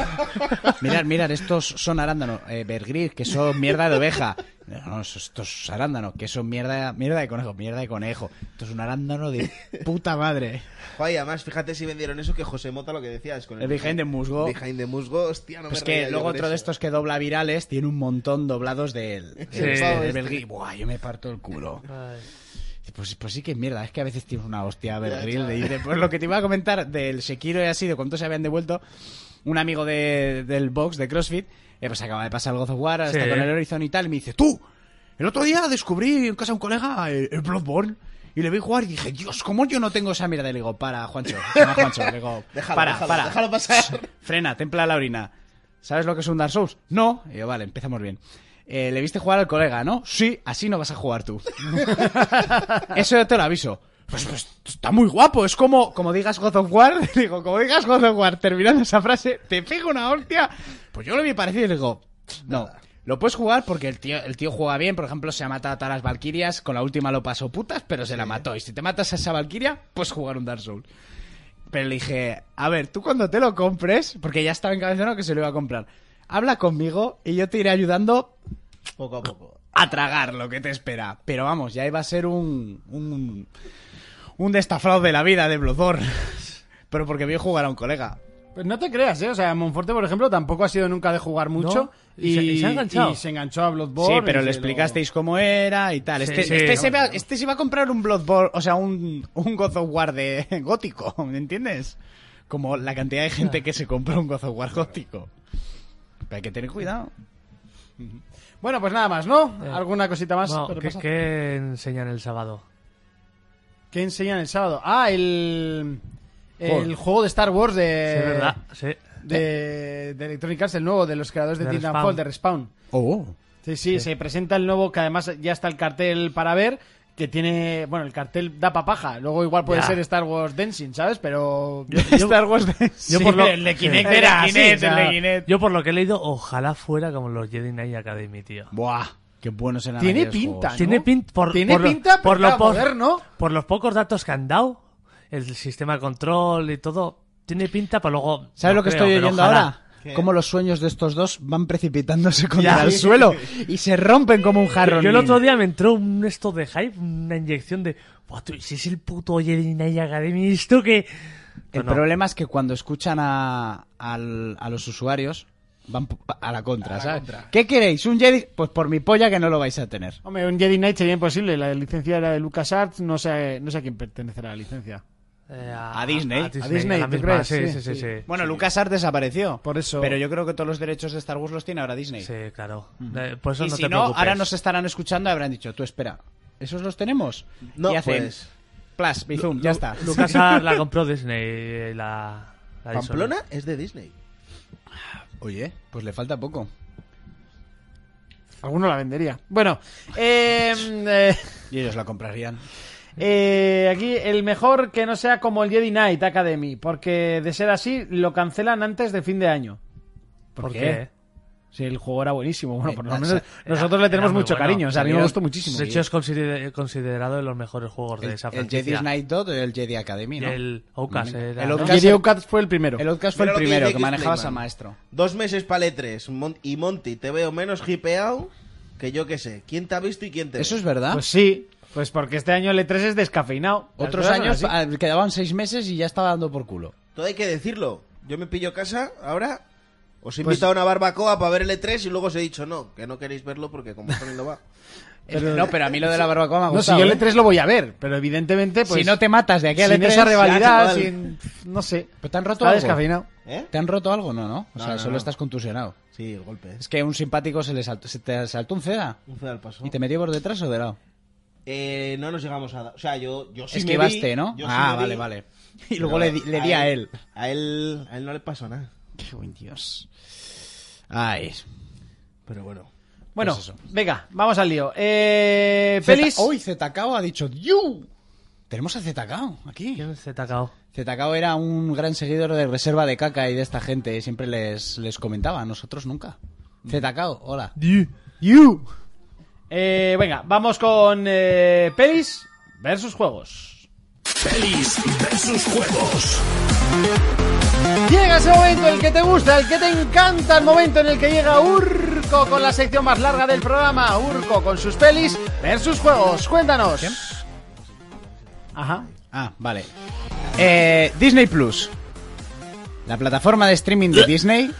Speaker 5: Mirad, mirad, estos son arándanos, eh, vergris, que son mierda de oveja. No, no, esos- estos arándanos, que son mierda, mierda de conejo, mierda de conejo. Esto es un arándano de puta madre.
Speaker 6: Joder, y además, fíjate si vendieron eso que José Mota lo que decías. Con el,
Speaker 5: El behind the musgo.
Speaker 6: Behind the musgo, hostia, no
Speaker 5: Pues
Speaker 6: me
Speaker 5: que
Speaker 6: reía yo
Speaker 5: luego
Speaker 6: con
Speaker 5: otro de
Speaker 6: eso.
Speaker 5: estos que dobla virales tiene un montón doblados del, del,
Speaker 7: Sí.
Speaker 5: del vergris. Buah, yo me parto el culo.
Speaker 7: Ay.
Speaker 5: Pues, pues sí que es mierda, es que a veces tienes una hostia vergril. de irte. pues lo que te iba a comentar del Sekiro y así, de cuánto se habían devuelto, un amigo de- del box de CrossFit, eh, pues acaba de pasar el God of War, ahora
Speaker 7: Sí.
Speaker 5: está con el Horizon y tal, y me dice, tú, el otro día descubrí en casa de un colega el, el Bloodborne. Y le vi jugar y dije, Dios, ¿cómo yo no tengo esa mierda? Y le digo, para, Juancho. se llama Juancho. Le digo,
Speaker 6: *laughs* Déjalo,
Speaker 5: para,
Speaker 6: déjalo,
Speaker 5: para.
Speaker 6: déjalo pasar.
Speaker 5: *laughs* Frena, templa la orina. ¿Sabes lo que es un Dark Souls? No. Y yo, vale, empezamos bien. Eh, le viste jugar al colega, ¿no? Sí, así no vas a jugar tú. *laughs* Eso yo te lo aviso. Pues, pues, está muy guapo, es como, como digas God of War, *laughs* digo, como digas God of War, terminando esa frase, te pego una hostia. Pues yo lo vi parecido y le digo, no, lo puedes jugar porque el tío, el tío juega bien, por ejemplo, se ha matado a todas las Valkyrias, con la última lo pasó putas, pero se la mató. Y si te matas a esa Valkyria, puedes jugar un Dark Souls. Pero le dije, a ver, tú cuando te lo compres, porque ya estaba encabezado que se lo iba a comprar, habla conmigo y yo te iré ayudando
Speaker 6: Poco a poco.
Speaker 5: a tragar lo que te espera. Pero vamos, ya iba a ser un. un, un destafado de la vida de Bloodborne. *laughs* Pero porque vio jugar a un colega.
Speaker 2: Pues no te creas, ¿eh? O sea, Monforte, por ejemplo, tampoco ha sido nunca de jugar mucho.
Speaker 7: No, y se- y se ha enganchado.
Speaker 2: y se enganchó a Bloodborne.
Speaker 5: Sí, pero
Speaker 2: y
Speaker 5: le
Speaker 2: se lo-
Speaker 5: explicasteis cómo era y tal.
Speaker 7: Sí,
Speaker 5: este,
Speaker 7: sí,
Speaker 5: este
Speaker 7: no,
Speaker 5: se iba, este se iba a comprar un Bloodborne, o sea, un, un God of War de *laughs* gótico, ¿me entiendes? Como la cantidad de gente que se compró un God of War gótico. Pero hay que tener cuidado.
Speaker 2: Bueno, pues nada más, ¿no? ¿Alguna cosita más?
Speaker 7: Eh. No,
Speaker 2: Pero
Speaker 7: ¿qué,
Speaker 2: pasa-
Speaker 7: qué enseñan el sábado?
Speaker 2: ¿Qué enseñan el sábado? Ah, el. El
Speaker 5: Joder.
Speaker 2: juego de Star Wars
Speaker 7: Sí,
Speaker 5: Eh,
Speaker 2: de.
Speaker 7: verdad, sí.
Speaker 2: De, de Electronic Arts, el nuevo, de los creadores de,
Speaker 7: De
Speaker 2: Titanfall,
Speaker 7: Respawn.
Speaker 2: de Respawn.
Speaker 5: Oh.
Speaker 2: Sí, sí, se presenta el nuevo, que además ya está el cartel para ver, que tiene, bueno, el cartel da papaja, luego igual puede
Speaker 7: Ya.
Speaker 2: ser Star Wars Dancing, ¿sabes? Pero... *laughs*
Speaker 5: Star Wars de...
Speaker 2: Yo por lo- el de Kinect
Speaker 5: El de
Speaker 2: era así,
Speaker 5: Kinect,
Speaker 2: o
Speaker 5: el
Speaker 2: sea,
Speaker 5: de Kinect.
Speaker 7: Yo por lo que he leído, ojalá fuera como los Jedi Knight Academy, tío.
Speaker 5: Buah, qué buenos eran
Speaker 2: Tiene
Speaker 5: aquellos
Speaker 2: pinta,
Speaker 5: juegos.
Speaker 7: Tiene,
Speaker 2: ¿no?
Speaker 7: pin- por,
Speaker 2: Tiene
Speaker 7: por lo-
Speaker 2: pinta,
Speaker 7: por
Speaker 2: pero
Speaker 7: lo po-
Speaker 2: moderno.
Speaker 7: Por los pocos datos que han dado, el sistema de control y todo, tiene pinta para luego...
Speaker 5: ¿Sabes
Speaker 7: no
Speaker 5: lo que
Speaker 7: creo,
Speaker 5: estoy
Speaker 7: pero
Speaker 5: oyendo
Speaker 7: ojalá.
Speaker 5: ahora?
Speaker 6: ¿Qué?
Speaker 5: Cómo los sueños de estos dos van precipitándose *laughs* contra el
Speaker 6: Sí.
Speaker 5: suelo y se rompen como un jarrón.
Speaker 7: Yo el otro día me entró un esto de hype, una inyección de... "Buah, tú, Si es el puto Jedi Knight Academy, esto que...
Speaker 5: El
Speaker 7: No, no.
Speaker 5: problema es que cuando escuchan a, al- a los usuarios van pu- a la contra, ¿sabes? ¿Qué queréis? ¿Un Jedi? Pues por mi polla que no lo vais a tener.
Speaker 2: Hombre, un Jedi Knight sería imposible, la licencia era de LucasArts, no sé, no sé a quién pertenecerá la licencia.
Speaker 7: Eh,
Speaker 5: A Disney.
Speaker 7: A
Speaker 2: A
Speaker 7: Disney,
Speaker 2: Disney,
Speaker 7: a la
Speaker 2: ¿tú
Speaker 7: misma,
Speaker 2: crees?
Speaker 7: sí,
Speaker 2: Sí,
Speaker 7: sí, sí, sí.
Speaker 5: Bueno, LucasArts desapareció.
Speaker 2: Por eso-
Speaker 5: Pero yo creo que todos los derechos de Star Wars los tiene ahora Disney.
Speaker 7: Sí, claro. Eh, Por eso
Speaker 5: Mm. y
Speaker 7: no
Speaker 5: si
Speaker 7: te
Speaker 5: no,
Speaker 7: preocupes.
Speaker 5: ahora nos estarán escuchando y habrán dicho, tú espera, ¿esos los tenemos?
Speaker 6: No,
Speaker 5: y hacen,
Speaker 6: pues.
Speaker 5: Plas, bizum, ya está.
Speaker 7: Lucas la compró Disney, eh, la... la de Sony.
Speaker 6: Pamplona es de Disney.
Speaker 5: Oye, pues le falta poco.
Speaker 2: Alguno la vendería. Bueno, *laughs* eh, eh,
Speaker 5: Y ellos la comprarían.
Speaker 2: eh, aquí el mejor que no sea como el Jedi Knight Academy, porque de ser así lo cancelan antes de fin de año.
Speaker 7: ¿Por
Speaker 2: qué?
Speaker 7: qué?
Speaker 2: Si el juego era buenísimo, bueno, por lo
Speaker 5: Eh,
Speaker 2: menos
Speaker 5: era-
Speaker 2: nosotros le tenemos
Speaker 7: muy
Speaker 2: mucho
Speaker 7: bueno.
Speaker 2: cariño, o sea, a mí me
Speaker 5: Salió-
Speaker 2: gustó muchísimo.
Speaker 7: De hecho, es consider- considerado de los mejores juegos de
Speaker 5: El,
Speaker 7: esa
Speaker 5: el
Speaker 7: franquicia.
Speaker 5: Jedi Knight 2 el Jedi Academy,
Speaker 7: Y
Speaker 5: ¿no?
Speaker 7: el Outcast era-
Speaker 5: El
Speaker 7: ¿no?
Speaker 5: Outcast-
Speaker 2: El Jedi Outcast fue el primero.
Speaker 5: El Outcast fue
Speaker 6: Mira
Speaker 5: el
Speaker 6: lo que
Speaker 5: primero
Speaker 6: dice
Speaker 5: que
Speaker 6: X
Speaker 5: manejabas a
Speaker 6: Playman.
Speaker 5: maestro.
Speaker 6: Dos meses para E3. Mon- y Monty, te veo menos hipeado que yo que sé. ¿Quién te ha visto y quién te
Speaker 5: Eso
Speaker 6: ve?
Speaker 5: es verdad.
Speaker 2: Pues sí. Pues porque este año el E3 es descafeinado. Las
Speaker 5: Otros
Speaker 2: cosas son
Speaker 5: años
Speaker 2: así.
Speaker 5: ah, quedaban seis meses y ya estaba dando por culo.
Speaker 6: Todo hay que decirlo. Yo me pillo casa ahora. Os he
Speaker 5: Pues
Speaker 6: invitado a una barbacoa para ver el E3 y luego os he dicho no, que no queréis verlo porque como Sony
Speaker 5: *laughs*
Speaker 6: no va.
Speaker 5: Eh, no, pero a mí lo de la barbacoa me ha
Speaker 2: No, si
Speaker 5: gustado.
Speaker 2: yo el
Speaker 5: ¿eh?
Speaker 2: E3 lo voy a ver, pero evidentemente, pues.
Speaker 5: Si no te matas de aquí al
Speaker 2: sin
Speaker 5: E3,
Speaker 2: esa rivalidad,
Speaker 6: se acaba el-
Speaker 2: sin. No sé.
Speaker 5: ¿Pero te han roto
Speaker 2: Está
Speaker 5: algo?
Speaker 2: descafeinado.
Speaker 6: ¿Eh?
Speaker 5: ¿Te han roto algo? No, no. O
Speaker 6: No,
Speaker 5: sea,
Speaker 6: no,
Speaker 5: solo
Speaker 6: no.
Speaker 5: estás contusionado.
Speaker 6: Sí, el golpe.
Speaker 5: Es que un simpático se, le saltó, se te saltó un ceda
Speaker 6: Un cedo al paso.
Speaker 5: y te metió por detrás o de lado.
Speaker 6: Eh, no nos llegamos a... dar- O sea, yo, yo sí me vi,
Speaker 5: Esquivaste, ¿no?
Speaker 6: yo sí
Speaker 5: ah,
Speaker 6: me vi,
Speaker 5: vale, vale. *laughs* Y luego le,
Speaker 6: pero
Speaker 5: di, le di a él.
Speaker 6: A él, a él no le pasó nada.
Speaker 5: Qué buen Dios. Ay.
Speaker 6: Pero bueno.
Speaker 2: Bueno,
Speaker 5: Pues eso.
Speaker 2: venga, vamos al lío. Eh,
Speaker 5: Zeta- oh,
Speaker 2: pelis.
Speaker 5: Uy, ZKO ha dicho ¡Yu! Tenemos a ZKO aquí.
Speaker 7: ¿Quién es ZKO?
Speaker 5: ZKO era un gran seguidor de Reserva de Caca y de esta gente. Siempre les, les comentaba, a nosotros nunca. ZKO, hola.
Speaker 2: You. Eh, venga, vamos con eh, pelis versus juegos.
Speaker 3: Pelis versus juegos.
Speaker 8: Llega ese momento, el que te gusta, el que te encanta, el momento en el que llega Urco con la sección más larga del programa, Urco con sus pelis versus juegos. Cuéntanos.
Speaker 2: Ajá.
Speaker 5: Ah, vale. Eh, Disney Plus. La plataforma de streaming de Disney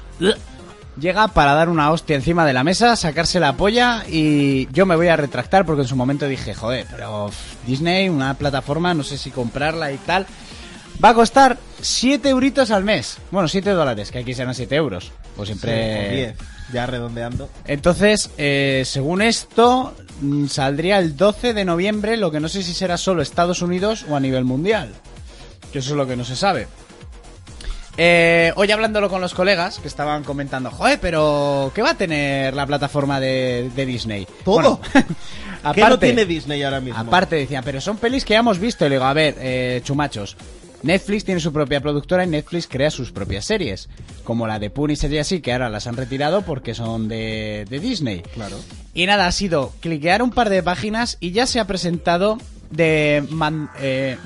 Speaker 5: llega para dar una hostia encima de la mesa, sacarse la polla y yo me voy a retractar porque en su momento dije, joder, pero pff, Disney, una plataforma, no sé si comprarla y tal. Va a costar 7 euritos al mes. Bueno, 7 dólares, que aquí serán 7 euros. Pues siempre...
Speaker 6: Sí, con 10, ya redondeando.
Speaker 5: Entonces, eh, según esto, mm, saldría el 12 de noviembre, lo que no sé si será solo Estados Unidos o a nivel mundial. Que eso es lo que no se sabe. Eh, hoy hablándolo con los colegas que estaban comentando, joder, pero ¿qué va a tener la plataforma de, de Disney? *laughs*
Speaker 6: Todo.
Speaker 5: aparte,
Speaker 6: ¿Qué no tiene Disney ahora mismo?
Speaker 5: Aparte decían, pero son pelis que ya hemos visto. Y le digo, a ver, eh, chumachos. Netflix tiene su propia productora y Netflix crea sus propias series. Como la de Punisher y así, que ahora las han retirado porque son de, de Disney.
Speaker 6: Claro.
Speaker 5: Y nada, ha sido cliquear un par de páginas y ya se ha presentado de Man- eh,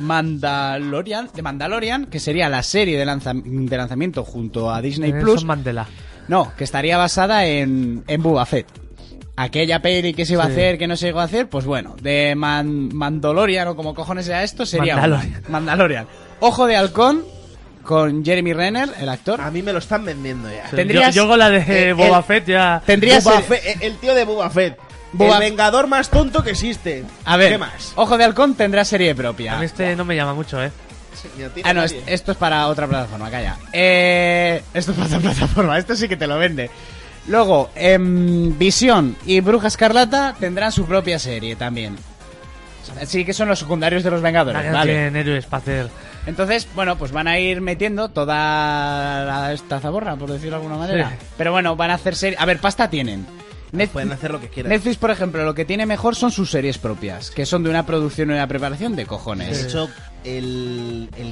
Speaker 5: Mandalorian, de Mandalorian, que sería la serie de, lanza- de lanzamiento junto a Disney
Speaker 7: Nelson
Speaker 5: Plus.
Speaker 7: Mandela.
Speaker 5: No, que estaría basada en, en Boba Fett. Aquella peli que se iba a
Speaker 7: Sí.
Speaker 5: hacer, que no se llegó a hacer, pues bueno, de Man- Mandalorian o como cojones sea esto, sería una.
Speaker 7: Mandalorian.
Speaker 5: *laughs* Mandalorian. Ojo de Halcón con Jeremy Renner, el actor.
Speaker 6: A mí me lo están vendiendo ya.
Speaker 7: Sí,
Speaker 5: Tendrías-
Speaker 7: Yo, yo con la de
Speaker 5: eh,
Speaker 7: Boba
Speaker 5: el-
Speaker 7: Fett ya...
Speaker 5: Tendría
Speaker 6: Boba
Speaker 5: ser-
Speaker 6: Fett, el tío de Boba Fett.
Speaker 5: Boba-
Speaker 6: El vengador más tonto que existe.
Speaker 5: A ver,
Speaker 6: ¿Qué más?
Speaker 5: Ojo de Halcón tendrá serie
Speaker 7: A
Speaker 5: propia.
Speaker 7: mí este no me llama mucho, ¿eh?
Speaker 6: Ni a ti ni
Speaker 5: Ah,
Speaker 6: a
Speaker 5: no, es-
Speaker 6: nadie.
Speaker 5: esto es para otra plataforma, calla. Eh, esto es para otra *laughs* plataforma, esto sí que te lo vende. Luego, em, Visión y Bruja Escarlata tendrán su propia serie también. Sí que son los secundarios de los Vengadores,
Speaker 7: Nadie
Speaker 5: vale.
Speaker 7: tiene héroes para hacer.
Speaker 5: Entonces, bueno, pues van a ir metiendo toda la- esta zaborra, por decirlo de alguna manera.
Speaker 7: Sí.
Speaker 5: Pero bueno, van a hacer series... A ver, pasta tienen. Net-
Speaker 6: Pueden hacer lo que quieran.
Speaker 5: Netflix, por ejemplo, lo que tiene mejor son sus series propias, que son de una producción y una preparación de cojones.
Speaker 6: De hecho, el, el-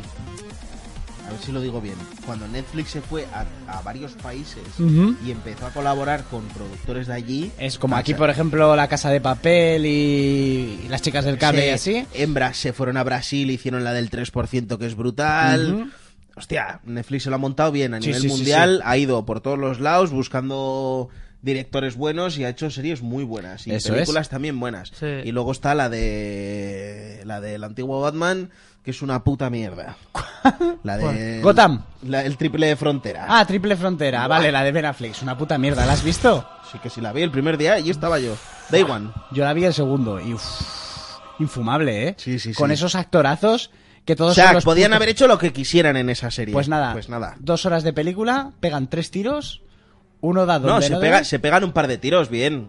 Speaker 6: A ver si lo digo bien. Cuando Netflix se fue a, a varios países
Speaker 5: Ujú.
Speaker 6: y empezó a colaborar con productores de allí.
Speaker 5: Es como
Speaker 6: o
Speaker 5: aquí,
Speaker 6: sea,
Speaker 5: por ejemplo, La Casa de Papel y, y las chicas del cable
Speaker 6: se-
Speaker 5: y así.
Speaker 6: Hembras se fueron a Brasil, hicieron la del 3%, que es brutal.
Speaker 5: Ujú.
Speaker 6: Hostia, Netflix se lo ha montado bien a
Speaker 5: Sí,
Speaker 6: nivel
Speaker 5: sí, sí,
Speaker 6: mundial. Ha ido por todos los lados buscando directores buenos y ha hecho series muy buenas y
Speaker 5: Eso
Speaker 6: películas también buenas.
Speaker 7: Sí.
Speaker 6: Y luego está la de la del antiguo Batman, que es una puta
Speaker 5: *laughs*
Speaker 6: mierda. La de
Speaker 5: Gotham.
Speaker 6: la- el triple de frontera.
Speaker 5: Ah, Triple Frontera. Vale, la de Ben Affleck. Es una puta mierda. ¿La has visto?
Speaker 6: Sí que sí la vi el primer día y estaba yo. Day one.
Speaker 5: Yo la vi el segundo y... uf, infumable, ¿eh?
Speaker 6: Sí, sí, sí.
Speaker 5: Con esos actorazos que todos...
Speaker 6: O sea,
Speaker 5: son los
Speaker 6: podían
Speaker 5: putos-
Speaker 6: haber hecho lo que quisieran en esa serie.
Speaker 5: Pues nada,
Speaker 6: Pues nada.
Speaker 5: dos horas de película, pegan tres tiros, uno da donde
Speaker 6: No, se, pega-
Speaker 5: debe,
Speaker 6: se pegan un par de tiros, bien.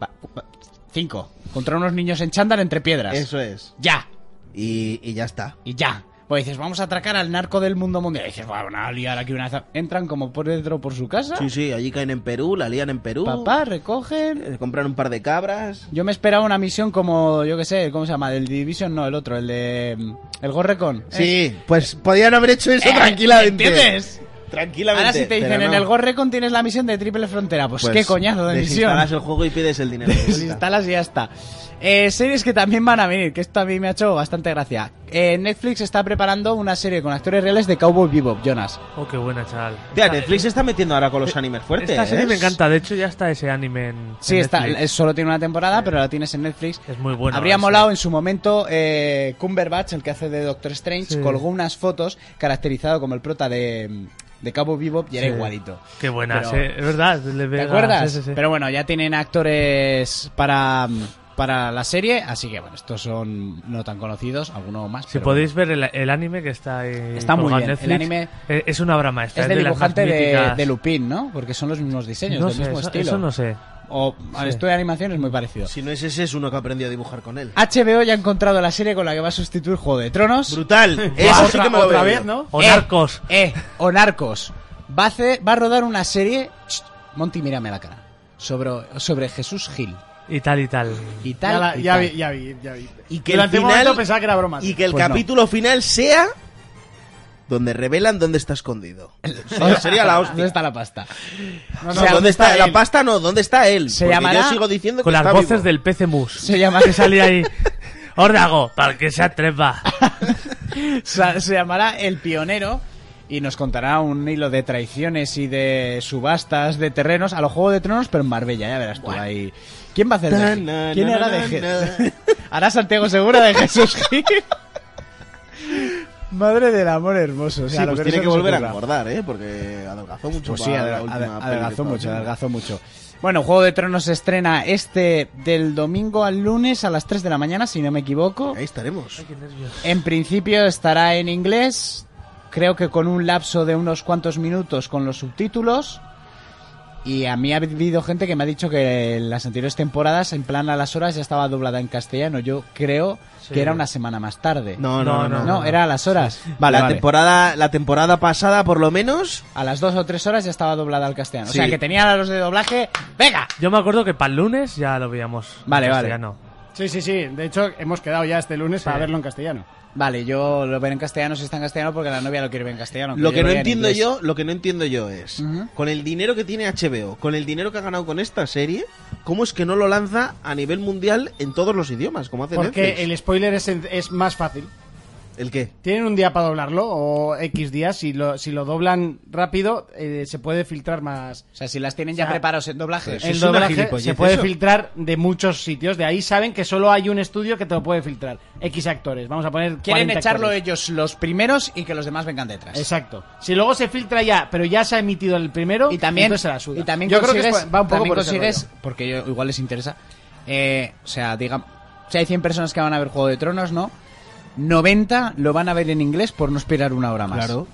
Speaker 5: cinco. Contra unos niños en chándal entre piedras.
Speaker 6: Eso es.
Speaker 5: Ya,
Speaker 6: Y, y ya está.
Speaker 5: y ya. Pues dices, vamos a atracar al narco del mundo mundial. Y dices, "Buah, van a liar aquí una... za-". Entran como por dentro por su casa.
Speaker 6: Sí, sí, allí caen en Perú, la lían en Perú.
Speaker 5: Papá, recogen.
Speaker 6: eh, compran un par de cabras.
Speaker 5: Yo me esperaba una misión como, yo qué sé, ¿cómo se llama? Del Division, no, el otro, el de. mm, El Gorrecon.
Speaker 6: Sí, pues podían haber hecho eso tranquilamente.
Speaker 5: ¿Entiendes?
Speaker 6: Tranquilamente.
Speaker 5: Ahora si te dicen,
Speaker 6: pero
Speaker 5: en
Speaker 6: no.
Speaker 5: el Gorrecon tienes la misión de triple frontera. Pues,
Speaker 6: Pues,
Speaker 5: qué coñazo de misión. *laughs*
Speaker 6: Desinstalas el juego y pides el dinero.
Speaker 5: Desinstalas y ya está. Eh, series que también van a venir, que esto a mí me ha hecho bastante gracia. Eh, Netflix está preparando una serie con actores reales de Cowboy Bebop, Jonas.
Speaker 7: Oh, qué buena, chaval.
Speaker 6: Tía,
Speaker 7: Esta-
Speaker 6: Netflix se está metiendo ahora con los animes fuertes.
Speaker 7: Esta serie
Speaker 6: ¿eh?
Speaker 7: me encanta, de hecho ya está ese anime en
Speaker 5: Sí,
Speaker 7: en
Speaker 5: está,
Speaker 7: Netflix.
Speaker 5: es- solo tiene una temporada, pero la tienes en Netflix.
Speaker 7: Es muy bueno,
Speaker 5: Habría
Speaker 7: ese.
Speaker 5: molado en su momento eh, Cumberbatch, el que hace de Doctor Strange,
Speaker 7: Sí.
Speaker 5: colgó unas fotos caracterizado como el prota de, de Cowboy Bebop y era
Speaker 7: Sí.
Speaker 5: igualito.
Speaker 7: Qué buena,
Speaker 5: Pero-
Speaker 7: sí, es verdad. le
Speaker 5: ¿Te
Speaker 7: pega-
Speaker 5: acuerdas?
Speaker 7: sí, sí, sí.
Speaker 5: Pero bueno, ya tienen actores para, para la serie, así que bueno, estos son no tan conocidos, alguno más.
Speaker 7: si
Speaker 5: pero
Speaker 7: podéis ver el, el anime que está ahí
Speaker 5: Está muy
Speaker 7: colgado en
Speaker 5: bien, el anime-
Speaker 7: Netflix, eh, es una obra
Speaker 5: bueno.
Speaker 7: maestra.
Speaker 5: Es del
Speaker 7: las más
Speaker 5: dibujante de,
Speaker 7: míticas.
Speaker 5: de Lupin, ¿no? Porque son los mismos diseños,
Speaker 7: No
Speaker 5: del
Speaker 7: sé,
Speaker 5: mismo
Speaker 7: eso,
Speaker 5: estilo. Eh.
Speaker 7: eso no sé.
Speaker 5: O al
Speaker 7: Sí.
Speaker 5: estudio de animación es muy parecido.
Speaker 6: Si no es ese, es uno que aprendió a dibujar con él.
Speaker 5: HBO ya ha encontrado la serie con la que va a sustituir Juego de Tronos. *laughs*
Speaker 6: Brutal.
Speaker 5: Buah,
Speaker 6: Eso sí
Speaker 5: otra-
Speaker 6: que me lo
Speaker 5: otra
Speaker 6: veo
Speaker 5: vez,
Speaker 6: yo.
Speaker 5: ¿no?
Speaker 7: O
Speaker 5: Eh,
Speaker 7: Narcos.
Speaker 5: Eh, o Narcos. Va a, hacer- va a rodar una serie. Chst, Monty, mírame a la cara. Sobre, sobre Jesús Gil.
Speaker 7: Y tal y tal.
Speaker 5: Y tal.
Speaker 9: Ya, la-
Speaker 5: y
Speaker 9: ya
Speaker 5: tal.
Speaker 9: vi, ya vi, ya vi.
Speaker 6: Y que
Speaker 9: Durante
Speaker 6: el
Speaker 9: un
Speaker 6: final
Speaker 9: momento pensaba que era broma.
Speaker 6: y que el
Speaker 5: Pues no.
Speaker 6: capítulo final sea donde revelan dónde está escondido.
Speaker 5: *laughs*
Speaker 6: Sería, sería la
Speaker 5: ¿Dónde
Speaker 6: hostia.
Speaker 5: está la pasta?
Speaker 6: No,
Speaker 5: O sea,
Speaker 6: ¿Dónde está la
Speaker 5: él?
Speaker 6: pasta? No, ¿dónde está él?
Speaker 5: Se
Speaker 6: Porque
Speaker 5: llamará-
Speaker 6: yo sigo diciendo que
Speaker 7: Con las
Speaker 6: está
Speaker 7: voces
Speaker 6: vivo.
Speaker 7: del PC Mus.
Speaker 5: Se llama
Speaker 7: Que
Speaker 5: *laughs*
Speaker 7: salía ahí. Órdago, para que se atreva.
Speaker 5: Sa- se llamará El Pionero y nos contará un hilo de traiciones y de subastas de terrenos a los Juegos de Tronos, pero en Marbella, ya verás tú ahí. ¿Quién va a hacer de
Speaker 6: Na,
Speaker 5: Je-
Speaker 6: na,
Speaker 5: ¿Quién
Speaker 6: na,
Speaker 5: hará
Speaker 6: na,
Speaker 5: de Je-
Speaker 6: na.
Speaker 5: *laughs* Hará Santiago Segura de Jesús Gil. *laughs* Madre del amor hermoso. o sea,
Speaker 6: Sí,
Speaker 5: lo
Speaker 6: pues
Speaker 5: no
Speaker 6: tiene
Speaker 5: se
Speaker 6: que
Speaker 5: nos
Speaker 6: volver a
Speaker 5: ocurra.
Speaker 6: engordar, ¿eh? Porque adelgazó mucho.
Speaker 5: Pues sí,
Speaker 6: para la
Speaker 5: adel-
Speaker 6: última
Speaker 5: adel-
Speaker 6: peli que
Speaker 5: adelgazó
Speaker 6: estaba
Speaker 5: mucho,
Speaker 6: haciendo.
Speaker 5: adelgazó mucho. Bueno, Juego de Tronos se estrena este del domingo al lunes a las 3 de la mañana, si no me equivoco.
Speaker 6: Ahí estaremos.
Speaker 5: En principio estará en inglés, creo que con un lapso de unos cuantos minutos con los subtítulos. Y a mí ha habido gente que me ha dicho que en las anteriores temporadas, en plan a las horas, ya estaba doblada en castellano. Yo creo
Speaker 7: Sí.
Speaker 5: que era una semana más tarde.
Speaker 6: No, no, no.
Speaker 5: no,
Speaker 6: no,
Speaker 5: era a las horas. Vale,
Speaker 6: la,
Speaker 5: vale.
Speaker 6: Temporada, la temporada pasada, por lo menos,
Speaker 5: A las dos o tres horas ya estaba doblada al castellano.
Speaker 6: Sí.
Speaker 5: O sea, que tenían a los de doblaje. ¡Venga!
Speaker 7: Yo me acuerdo que para el lunes ya lo veíamos. en
Speaker 5: Vale, vale.
Speaker 7: castellano.
Speaker 9: Sí, sí, sí. De hecho, hemos quedado ya este lunes para verlo en castellano.
Speaker 5: Vale, yo lo veré en castellano si está en castellano porque la novia lo quiere ver en castellano.
Speaker 6: lo que
Speaker 5: lo
Speaker 6: no
Speaker 5: vea en
Speaker 6: entiendo
Speaker 5: inglés.
Speaker 6: yo, lo que no entiendo yo es, con el dinero que tiene HBO, con el dinero que ha ganado con esta serie, ¿cómo es que no lo lanza a nivel mundial en todos los idiomas, como hace Netflix?
Speaker 9: Porque el spoiler es, es más fácil.
Speaker 6: ¿El qué?
Speaker 9: Tienen un día para doblarlo o X días. Si lo, si lo doblan rápido, eh, se puede filtrar más.
Speaker 5: O sea, si las tienen ya
Speaker 9: O sea,
Speaker 5: preparados en doblaje.
Speaker 6: Eso
Speaker 9: El
Speaker 6: es una
Speaker 9: doblaje
Speaker 6: gilipollez,
Speaker 9: se puede
Speaker 6: eso.
Speaker 9: filtrar de muchos sitios. De ahí saben que solo hay un estudio que te lo puede filtrar. X actores. Vamos a poner.
Speaker 5: Quieren
Speaker 9: 40
Speaker 5: echarlo
Speaker 9: actores.
Speaker 5: ellos los primeros y que los demás vengan detrás.
Speaker 9: Exacto. Si luego se filtra ya, pero ya se ha emitido el primero,
Speaker 5: Y también,
Speaker 9: entonces se la suda.
Speaker 5: y también
Speaker 9: Yo
Speaker 5: consigues,
Speaker 9: creo que es- va un poco
Speaker 5: también
Speaker 9: por ese
Speaker 5: consigues-
Speaker 9: rollo.
Speaker 5: porque yo- igual les interesa, eh, o sea, digamos, si hay 100 personas que van a ver Juego de Tronos, ¿no? 90 lo van a ver en inglés por no esperar una hora más.
Speaker 6: Claro.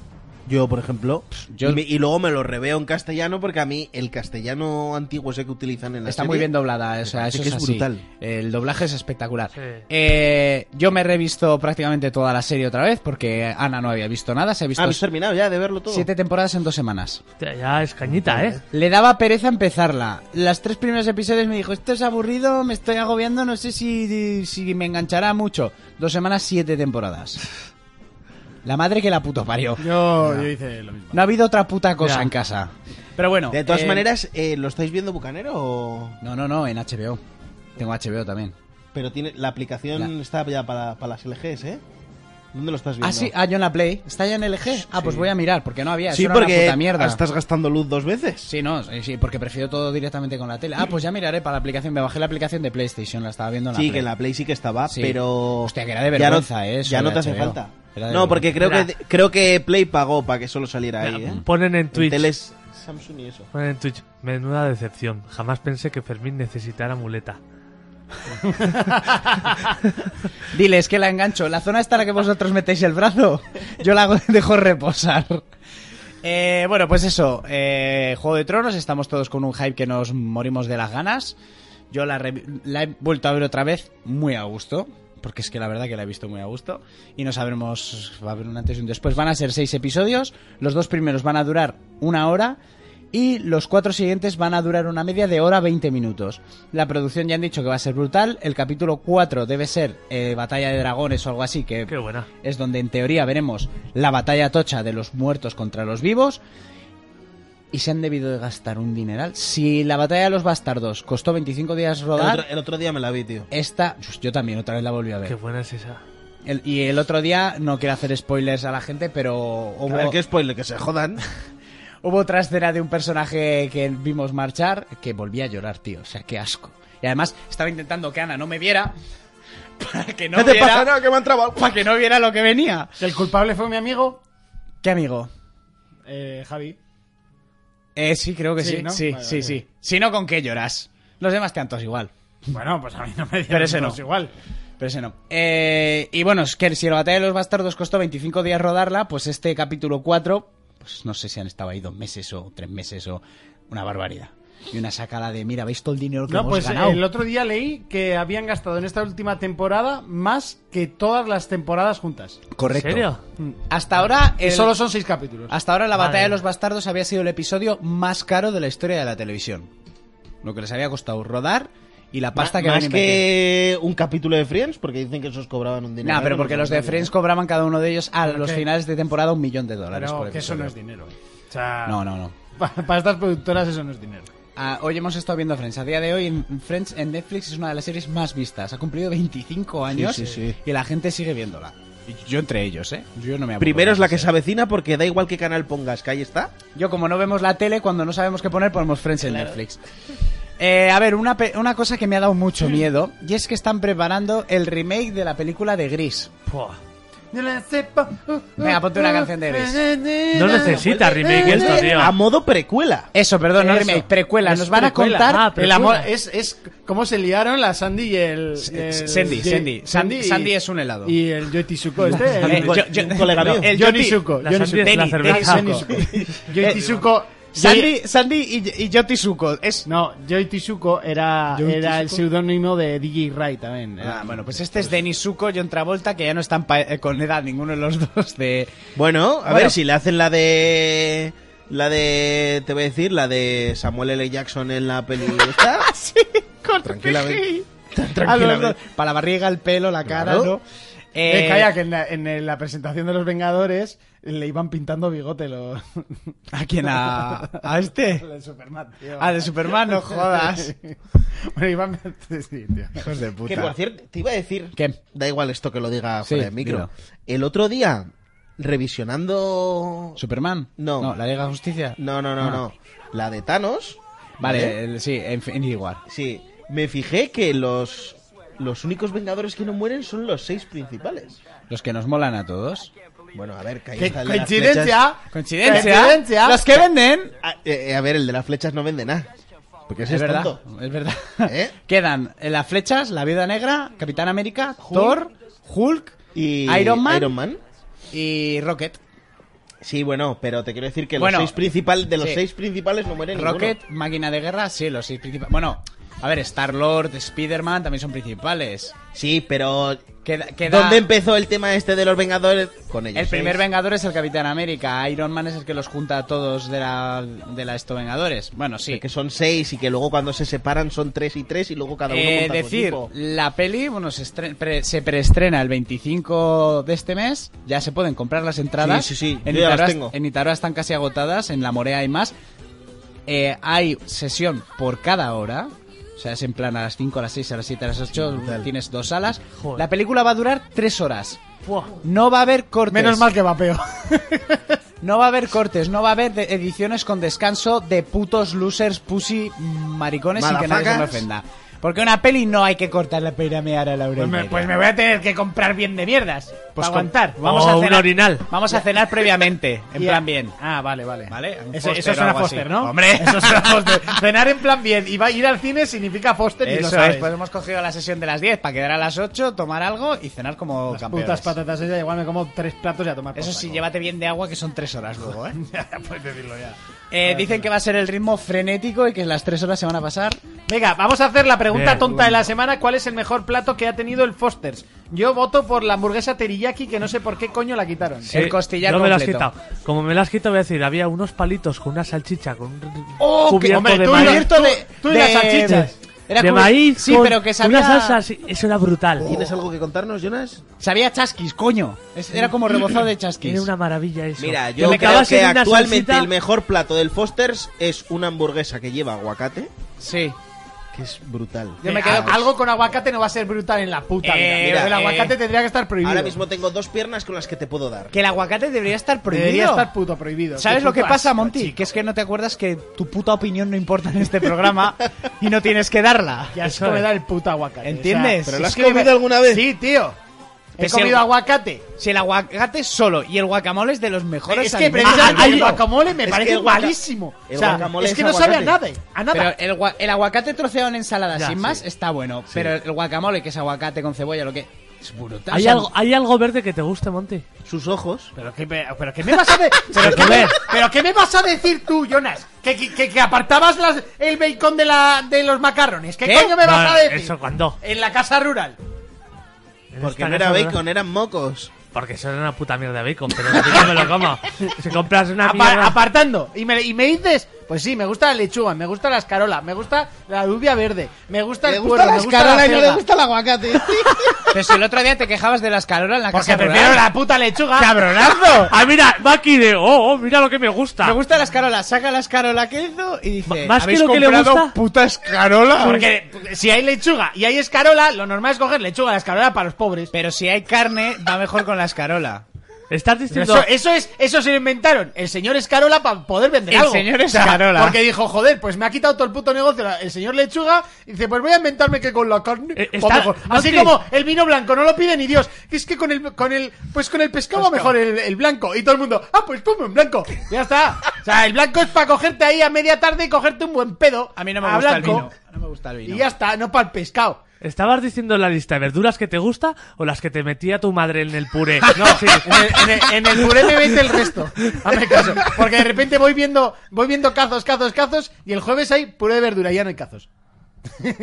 Speaker 6: Yo, por ejemplo,
Speaker 5: yo-
Speaker 6: y, me- y luego me lo reveo en castellano porque a mí el castellano antiguo ese que utilizan en la
Speaker 5: Está
Speaker 6: serie- Ah,
Speaker 5: muy bien doblada, o sea,
Speaker 6: parece
Speaker 5: eso
Speaker 6: que
Speaker 5: es,
Speaker 6: es
Speaker 5: así.
Speaker 6: brutal.
Speaker 5: El doblaje es espectacular.
Speaker 7: Sí.
Speaker 5: Eh, yo me he revisto prácticamente toda la serie otra vez porque Ana no había visto nada, se ha visto
Speaker 6: Ah, ¿habéis terminado ya de verlo todo?
Speaker 5: siete temporadas en dos semanas.
Speaker 7: Hostia, ya es cañita, ¿eh?
Speaker 5: Le daba pereza empezarla. Las tres primeros episodios me dijo, esto es aburrido, me estoy agobiando, no sé si, si me enganchará mucho. Dos semanas, siete temporadas. La madre que la puto parió.
Speaker 9: Yo, yo hice lo mismo.
Speaker 5: No ha habido otra puta cosa
Speaker 7: Ya.
Speaker 5: en casa. Pero bueno.
Speaker 6: De todas
Speaker 5: eh,
Speaker 6: maneras, eh, ¿lo estáis viendo Bucanero o...?
Speaker 5: No, no, no, en HBO. Tengo HBO también.
Speaker 6: Pero tiene la aplicación está ya para, para las LGs, ¿eh? ¿Dónde lo estás viendo?
Speaker 5: Ah, sí, ah, yo en la Play. ¿Está ya en LG? Ah, pues voy a mirar, porque no había. eso
Speaker 6: Sí,
Speaker 5: era
Speaker 6: porque
Speaker 5: una puta mierda.
Speaker 6: estás gastando luz dos veces.
Speaker 5: Sí, no, sí, sí, porque prefiero todo directamente con la tele. Ah, pues ya miraré para la aplicación. Me bajé la aplicación de PlayStation, la estaba viendo en la
Speaker 6: Sí,
Speaker 5: Play.
Speaker 6: que en la Play sí que estaba,
Speaker 5: Sí.
Speaker 6: pero...
Speaker 5: Hostia, que era de vergüenza,
Speaker 6: ya no,
Speaker 5: eh, eso
Speaker 6: Ya no
Speaker 5: de
Speaker 6: te hace
Speaker 5: HBO.
Speaker 6: falta.
Speaker 5: Era de
Speaker 6: No, porque creo que,
Speaker 7: vergüenza.
Speaker 6: creo que Play pagó para que solo saliera ahí, ¿eh?
Speaker 7: Ponen en
Speaker 6: En
Speaker 7: Twitch.
Speaker 6: teles Samsung y eso.
Speaker 7: Ponen en Twitch. Menuda decepción. Jamás pensé que Fermín necesitara muleta.
Speaker 5: Dile, es que la engancho. La zona esta en la que vosotros metéis el brazo, yo la hago- *laughs* dejo reposar. Eh, bueno, pues eso. eh, Juego de Tronos, estamos todos con un hype que nos morimos de las ganas. Yo la, re- la he vuelto a ver otra vez muy a gusto. Porque es que la verdad que la he visto muy a gusto. Y no sabremos, va a haber un antes y un después. Van a ser seis episodios. Los dos primeros van a durar una hora. y los cuatro siguientes van a durar una media de hora 20 minutos. La producción ya han dicho que va a ser brutal, el capítulo 4 debe ser eh, Batalla de Dragones o algo así, que
Speaker 7: Qué buena.
Speaker 5: es donde en teoría veremos la batalla tocha de los muertos contra los vivos. Y se han debido de gastar un dineral. Si la batalla de los bastardos costó 25 días
Speaker 6: El
Speaker 5: rodar,
Speaker 6: otro, el otro día me la vi, tío.
Speaker 5: esta... pues Yo también, otra vez la volví a ver.
Speaker 7: Qué buena es esa.
Speaker 5: El- y el otro día, no quiero hacer spoilers a la gente, pero
Speaker 6: A ver,
Speaker 5: hubo,
Speaker 6: qué spoiler, que se jodan.
Speaker 5: hubo otra escena de un personaje que vimos marchar que volví a llorar, tío. O sea, qué asco. Y además estaba intentando que Ana no me viera *laughs* para que no,
Speaker 6: ¿Qué te
Speaker 5: viera,
Speaker 6: pasa? No, que me han trabado.
Speaker 5: para que no viera lo que venía.
Speaker 2: ¿El culpable fue mi amigo?
Speaker 5: ¿Qué amigo?
Speaker 2: Eh, Javi.
Speaker 5: Eh, sí, creo que
Speaker 2: Sí,
Speaker 5: sí. Sí,
Speaker 2: ¿no?
Speaker 5: sí,
Speaker 2: Vale,
Speaker 5: sí,
Speaker 2: vale.
Speaker 5: Si no, ¿con qué lloras? Los demás te han todos igual.
Speaker 2: Bueno, pues a mí no me dieron
Speaker 5: Pero ese
Speaker 2: todos
Speaker 5: no.
Speaker 2: igual.
Speaker 5: Pero ese no. Eh, y bueno, es que si la batalla de los bastardos costó 25 días rodarla, pues este capítulo 4, pues no sé si han estado ahí dos meses o tres meses o una barbaridad. Y una sacada de, mira, ¿veis todo el dinero que
Speaker 2: No,
Speaker 5: hemos
Speaker 2: pues
Speaker 5: ganado?
Speaker 2: el otro día leí que habían gastado en esta última temporada más que todas las temporadas juntas.
Speaker 5: Correcto.
Speaker 7: ¿En serio?
Speaker 5: Hasta ahora,
Speaker 2: Y
Speaker 5: el-
Speaker 2: Ah,
Speaker 5: Ah,
Speaker 2: solo son seis capítulos.
Speaker 5: hasta ahora la
Speaker 7: Vale.
Speaker 5: batalla de los bastardos había sido el episodio más caro de la historia de la televisión. Lo que les había costado rodar y la pasta que
Speaker 6: Más
Speaker 5: habían invertido.
Speaker 6: que un capítulo de Friends, porque dicen que esos cobraban un dinero.
Speaker 5: No, pero porque los de Friends cobraban cada uno de ellos a los
Speaker 2: qué?
Speaker 5: finales de temporada un millón de dólares.
Speaker 2: Pero
Speaker 5: por
Speaker 2: que eso no es
Speaker 5: episodio.
Speaker 2: dinero. O sea,
Speaker 5: No, no, no.
Speaker 2: pa- Para, estas productoras eso no es dinero.
Speaker 5: Ah, hoy hemos estado viendo Friends. A día de hoy, en- Friends en Netflix es una de las series más vistas. Ha cumplido 25 años
Speaker 6: sí, sí.
Speaker 5: y la gente sigue viéndola. Y Yo entre ellos, ¿eh? Yo no me aburro
Speaker 6: Primero es
Speaker 5: de
Speaker 6: la que
Speaker 5: esa
Speaker 6: se avecina, porque da igual qué canal pongas, que ahí está.
Speaker 5: serie. Yo, como no vemos la tele, cuando no sabemos qué poner, ponemos Friends en Netflix. Eh, a ver, una, pe- una cosa que me ha dado mucho miedo y es que están preparando el remake de la película de Gris.
Speaker 7: Buah.
Speaker 5: Venga, ponte una canción de
Speaker 7: No necesita remake esto, tío.
Speaker 6: A modo precuela.
Speaker 5: Eso, perdón, no
Speaker 2: Eso.
Speaker 5: remake, precuela.
Speaker 2: Es
Speaker 5: Nos van
Speaker 2: precuela.
Speaker 5: a contar
Speaker 7: Ah,
Speaker 2: El
Speaker 7: precuela.
Speaker 2: amor es, es cómo se liaron la Sandy y el... y el-
Speaker 5: eh, Sandy,
Speaker 2: y-
Speaker 5: Sandy. Sandy-
Speaker 2: y-
Speaker 5: Sandy es un helado.
Speaker 2: Y el Yoti Suko este. el-
Speaker 5: Eh, yo- yo-
Speaker 6: un colega mío.
Speaker 5: el
Speaker 2: Johnny
Speaker 5: Yoti-
Speaker 2: Suko.
Speaker 7: La
Speaker 2: Johnny
Speaker 7: Sandy
Speaker 2: Suko.
Speaker 7: es la
Speaker 5: Denny, Denny
Speaker 7: cerveza.
Speaker 5: Suko. *laughs*
Speaker 2: Yoti Suko.
Speaker 5: Eh, Sandy, Sandy y, y yo Tizuko. Es...
Speaker 2: No, Joy Tisuko era,
Speaker 5: Joy
Speaker 2: era el
Speaker 5: Tisuko.
Speaker 2: seudónimo de DJ Ray también. Era-
Speaker 5: Ah, bueno, pues este es Denis Suko, John Travolta, que ya no están pa- eh, con edad ninguno de los dos de...
Speaker 6: Bueno, a
Speaker 5: Bueno.
Speaker 6: ver si le hacen la de. La de. Te voy a decir, la de Samuel L. Jackson en la peli. esta.
Speaker 5: *laughs*
Speaker 6: Tranquilamente.
Speaker 5: a los dos.
Speaker 6: Tranquilamente.
Speaker 5: Para la barriga, el pelo, la cara,
Speaker 6: Claro.
Speaker 5: ¿no?
Speaker 2: Eh,
Speaker 5: Eh,
Speaker 2: calla, que en la, en la presentación de los Vengadores le iban pintando bigote los *laughs*
Speaker 5: ¿A quién? ¿A, a este?
Speaker 2: de Superman, tío.
Speaker 5: ¿A de Superman? No jodas.
Speaker 2: bueno, iban... *laughs* sí, tío.
Speaker 5: Hijos de
Speaker 6: Que por cierto, te iba a decir.
Speaker 5: ¿Qué?
Speaker 6: Da igual esto que lo diga
Speaker 5: Sí,
Speaker 6: fuera de micro.
Speaker 5: dilo.
Speaker 6: El otro día, revisionando.
Speaker 5: ¿Superman?
Speaker 6: No.
Speaker 5: ¿La Liga de Justicia?
Speaker 6: No, no, no,
Speaker 5: Ah.
Speaker 6: no. La de Thanos. ¿eh?
Speaker 5: Vale, el- sí, en fin, igual.
Speaker 6: Sí. Me fijé que los. Los únicos vengadores que no mueren son los seis principales.
Speaker 5: Los que nos molan a todos.
Speaker 6: Bueno, a ver, que ahí
Speaker 2: ¡Qué
Speaker 6: está el de las
Speaker 2: coincidencia!
Speaker 5: Coincidencia.
Speaker 2: Coincidencia.
Speaker 5: Los que venden.
Speaker 6: flechas. Ah, eh, a ver, el de las flechas no vende nada. Porque ese
Speaker 5: Es
Speaker 6: es
Speaker 5: verdad,
Speaker 6: tonto.
Speaker 5: es verdad.
Speaker 6: ¿Eh?
Speaker 5: *laughs* Quedan eh, las flechas, la Viuda Negra, Capitán América, Thor, Hulk
Speaker 6: Y
Speaker 5: Iron Man.
Speaker 6: Iron Man.
Speaker 5: y Rocket.
Speaker 6: Sí, bueno, pero te quiero decir que
Speaker 5: Bueno,
Speaker 6: los seis principales de los
Speaker 5: sí.
Speaker 6: seis principales no mueren
Speaker 5: Rocket, Máquina de Guerra, sí, los seis principales. Bueno, a ver, Star-Lord, Spider-Man también son principales.
Speaker 6: ninguno. Sí, pero
Speaker 5: Queda, queda-
Speaker 6: ¿dónde empezó el tema este de los Vengadores? Con ellos.
Speaker 5: El
Speaker 6: seis.
Speaker 5: primer Vengador es el Capitán América, Iron Man es el que los junta a todos de la, de la esto Vengadores. Bueno, sí.
Speaker 6: que son seis y que luego cuando se separan son tres y tres y luego cada uno
Speaker 5: Eh,
Speaker 6: monta su
Speaker 5: decir,
Speaker 6: equipo.
Speaker 5: la peli bueno, se, estre- pre- se preestrena el 25 de este mes. Ya se pueden comprar las entradas.
Speaker 6: Sí, sí, sí,
Speaker 5: En
Speaker 6: yo ya las
Speaker 5: Itaroa-
Speaker 6: tengo.
Speaker 5: en Itaroa están casi agotadas. En La Morea hay más. Eh, hay sesión por cada hora. O sea, es en plan a las 5, a las 6, a las 7, a las 8. tienes dos salas.
Speaker 7: Joder.
Speaker 5: La película va a durar 3 horas.
Speaker 7: Buah.
Speaker 5: No va a haber cortes.
Speaker 2: Menos mal que vapeo.
Speaker 5: No va a haber cortes, no va a haber de- ediciones con descanso de putos losers, pussy, maricones sin que nadie se me
Speaker 6: Madafacas.
Speaker 5: ofenda. Porque una peli no hay que cortarla para ir a mear a la hora
Speaker 2: Pues
Speaker 5: y
Speaker 2: me,
Speaker 5: media.
Speaker 2: pues me voy a tener que comprar bien de mierdas. para
Speaker 5: com-
Speaker 2: aguantar.
Speaker 5: Vamos
Speaker 7: O
Speaker 5: a
Speaker 7: un
Speaker 5: cenar,
Speaker 7: orinal.
Speaker 5: Vamos a cenar previamente, en
Speaker 2: Y a-
Speaker 5: plan bien.
Speaker 2: Ah, vale, vale.
Speaker 5: Vale, un
Speaker 2: Eso,
Speaker 5: Foster
Speaker 2: eso
Speaker 5: o
Speaker 2: suena
Speaker 5: algo así.
Speaker 2: Foster, ¿no?
Speaker 5: Hombre.
Speaker 2: eso suena Foster. Cenar en plan bien y va- ir al cine significa Foster y lo
Speaker 5: Eso
Speaker 2: sabes.
Speaker 5: es, pues hemos cogido la sesión de las 10 para quedar a las 8, tomar algo y cenar como
Speaker 2: Las
Speaker 5: campeones.
Speaker 2: putas patatas esas, igual me como tres platos y a tomar por
Speaker 5: Eso sí,
Speaker 2: saco.
Speaker 5: llévate bien de agua que son 3 horas luego, ¿eh?
Speaker 2: Puedes decirlo *laughs* ya.
Speaker 5: Eh, Dicen que va a ser el ritmo frenético y que las 3 horas se van a pasar.
Speaker 2: Venga, vamos a hacer la pregunta
Speaker 7: Bien.
Speaker 2: tonta de la semana. ¿Cuál es el mejor plato que ha tenido el Foster's? Yo voto por la hamburguesa teriyaki que no sé por qué coño la quitaron.
Speaker 7: Sí,
Speaker 5: El costillar
Speaker 7: no me lo has
Speaker 5: completo.
Speaker 7: quitado. Como me lo has quitado, voy a decir, había unos palitos con una salchicha, con un
Speaker 2: Oh, que-
Speaker 7: cubierto
Speaker 2: hombre,
Speaker 7: de
Speaker 2: tú y
Speaker 7: maíz.
Speaker 2: la-
Speaker 5: Cubierto de-
Speaker 2: tú y las
Speaker 5: de-
Speaker 2: salchichas.
Speaker 5: Era
Speaker 7: de
Speaker 5: cubi-
Speaker 7: maíz
Speaker 5: Sí,
Speaker 7: con
Speaker 5: pero que sabía...
Speaker 7: una salsa así. Eso era brutal.
Speaker 6: ¿Tienes algo que contarnos, Jonas?
Speaker 5: Sabía chasquis, coño. Es- Era como rebozado de chasquis.
Speaker 7: Era una maravilla eso.
Speaker 6: Mira,
Speaker 7: Que
Speaker 6: yo
Speaker 7: me
Speaker 6: creo
Speaker 7: acabas
Speaker 6: que
Speaker 7: en una
Speaker 6: actualmente
Speaker 7: salsita
Speaker 6: el mejor plato del Foster's es una hamburguesa que lleva aguacate,
Speaker 5: Sí.
Speaker 6: que es brutal.
Speaker 2: Yo me quedo-
Speaker 5: Ah,
Speaker 2: algo con aguacate no va a ser brutal en la puta vida.
Speaker 5: Eh,
Speaker 6: mira,
Speaker 2: el
Speaker 6: eh.
Speaker 2: aguacate tendría que estar prohibido.
Speaker 6: Ahora mismo tengo dos piernas con las que te puedo dar.
Speaker 5: Que el aguacate debería estar prohibido.
Speaker 2: debería estar puto prohibido.
Speaker 5: ¿Sabes
Speaker 2: Qué
Speaker 5: lo que
Speaker 2: puto
Speaker 5: pasa,
Speaker 2: asco,
Speaker 5: Monty?
Speaker 2: chico.
Speaker 5: Que es que no te acuerdas que tu puta opinión no importa en este programa y no tienes que *laughs* darla.
Speaker 2: Ya es
Speaker 7: Eso
Speaker 2: me
Speaker 7: es.
Speaker 2: da el puto aguacate.
Speaker 5: ¿Entiendes?
Speaker 2: o sea,
Speaker 6: ¿Pero lo
Speaker 5: es
Speaker 6: has
Speaker 5: que-
Speaker 6: comido alguna vez?
Speaker 2: sí, tío. He
Speaker 5: Que si
Speaker 2: comido
Speaker 5: el-
Speaker 2: aguacate.
Speaker 5: Si el aguacate es solo y el guacamole es de los mejores
Speaker 2: Es que
Speaker 5: alimentos del
Speaker 2: precisamente el
Speaker 5: mundo.
Speaker 2: guacamole me
Speaker 6: Es
Speaker 2: parece
Speaker 6: que el guaca-
Speaker 2: malísimo.
Speaker 6: el
Speaker 2: O sea,
Speaker 6: guacamole
Speaker 2: es
Speaker 6: es
Speaker 2: que no sabe a nada.
Speaker 6: aguacate.
Speaker 2: A
Speaker 5: Pero eh,
Speaker 2: nada.
Speaker 5: el, gua- el aguacate troceado en ensalada,
Speaker 7: Ya,
Speaker 5: sin más, está bueno. Pero el guacamole, que es aguacate con cebolla, lo que... Es brutal.
Speaker 7: ¿Hay
Speaker 5: O sea,
Speaker 7: algo, ¿Hay algo verde que te guste, Monty?
Speaker 6: Sus ojos.
Speaker 2: Pero qué, me- pero qué me vas a de- pero, qué me, pero qué me vas a decir tú, Jonas, que, que- que- que apartabas las- el bacon de la de los macarrones. ¿Qué,
Speaker 5: ¿Qué?
Speaker 2: coño me vas
Speaker 7: No,
Speaker 2: a decir?
Speaker 7: ¿Eso cuándo?
Speaker 2: En la casa rural.
Speaker 7: En
Speaker 6: Porque
Speaker 7: esta
Speaker 6: no era
Speaker 7: casa,
Speaker 6: bacon, eran mocos.
Speaker 7: Porque eso era una puta mierda de bacon, pero yo no me
Speaker 6: *laughs*
Speaker 7: lo como. Si compras una
Speaker 2: Apa-
Speaker 7: Ah, mierda...
Speaker 2: apartando. Y me, y me dices, pues sí, me gusta la lechuga, me gusta la escarola, me gusta la lluvia verde, me gusta el puerro, me gusta la cerda.
Speaker 6: el aguacate.
Speaker 5: Pero si el otro día te quejabas de las caloras en la
Speaker 2: Porque
Speaker 5: casa
Speaker 2: prefiero
Speaker 5: rural.
Speaker 2: la puta lechuga.
Speaker 5: ¡Cabronazo!
Speaker 7: *laughs* ¡Ah, mira! Va aquí de... ¡Oh, oh, mira lo que me gusta!
Speaker 5: Me gusta la escarola, saca la escarola que hizo y dice... "Ah,
Speaker 7: M- más que
Speaker 5: "¿Habéis
Speaker 7: lo que le
Speaker 5: comprado
Speaker 7: gusta-
Speaker 5: puta escarola?
Speaker 2: Porque si hay lechuga y hay escarola, lo normal es coger lechuga, la escarola para los pobres.
Speaker 5: Pero si hay carne, va mejor con la escarola.
Speaker 7: Estás diciendo...
Speaker 2: Eso, eso es, eso se lo inventaron el señor Escarola para poder vender
Speaker 5: El
Speaker 2: algo.
Speaker 5: señor Escarola.
Speaker 2: porque dijo, joder, pues me ha quitado todo el puto negocio la- el señor Lechuga. Y dice, pues voy a inventarme que con la carne.
Speaker 7: Eh,
Speaker 2: va
Speaker 7: está-
Speaker 2: mejor. Así
Speaker 7: Monty.
Speaker 2: como el vino blanco no lo pide ni Dios. Es que con el, con el, pues con el pescado va mejor el, el blanco. Y todo el mundo, ah, pues ponme un blanco. Ya está. O sea, el blanco es para cogerte ahí a media tarde y cogerte un buen pedo.
Speaker 5: A mí no me
Speaker 2: a
Speaker 5: gusta el
Speaker 2: Ah, blanco.
Speaker 5: vino. No me gusta el vino.
Speaker 2: Y ya está, no para el pescado.
Speaker 7: ¿Estabas diciendo la lista de verduras que te gusta o las que te metía tu madre en el
Speaker 2: *laughs*
Speaker 7: puré?
Speaker 2: No,
Speaker 7: Sí.
Speaker 2: en, el, en el- en el puré me mete el resto. Hazme caso. Porque de repente voy viendo, voy viendo cazos, cazos, cazos. Y el jueves hay puré de verdura, ya no hay cazos. *laughs*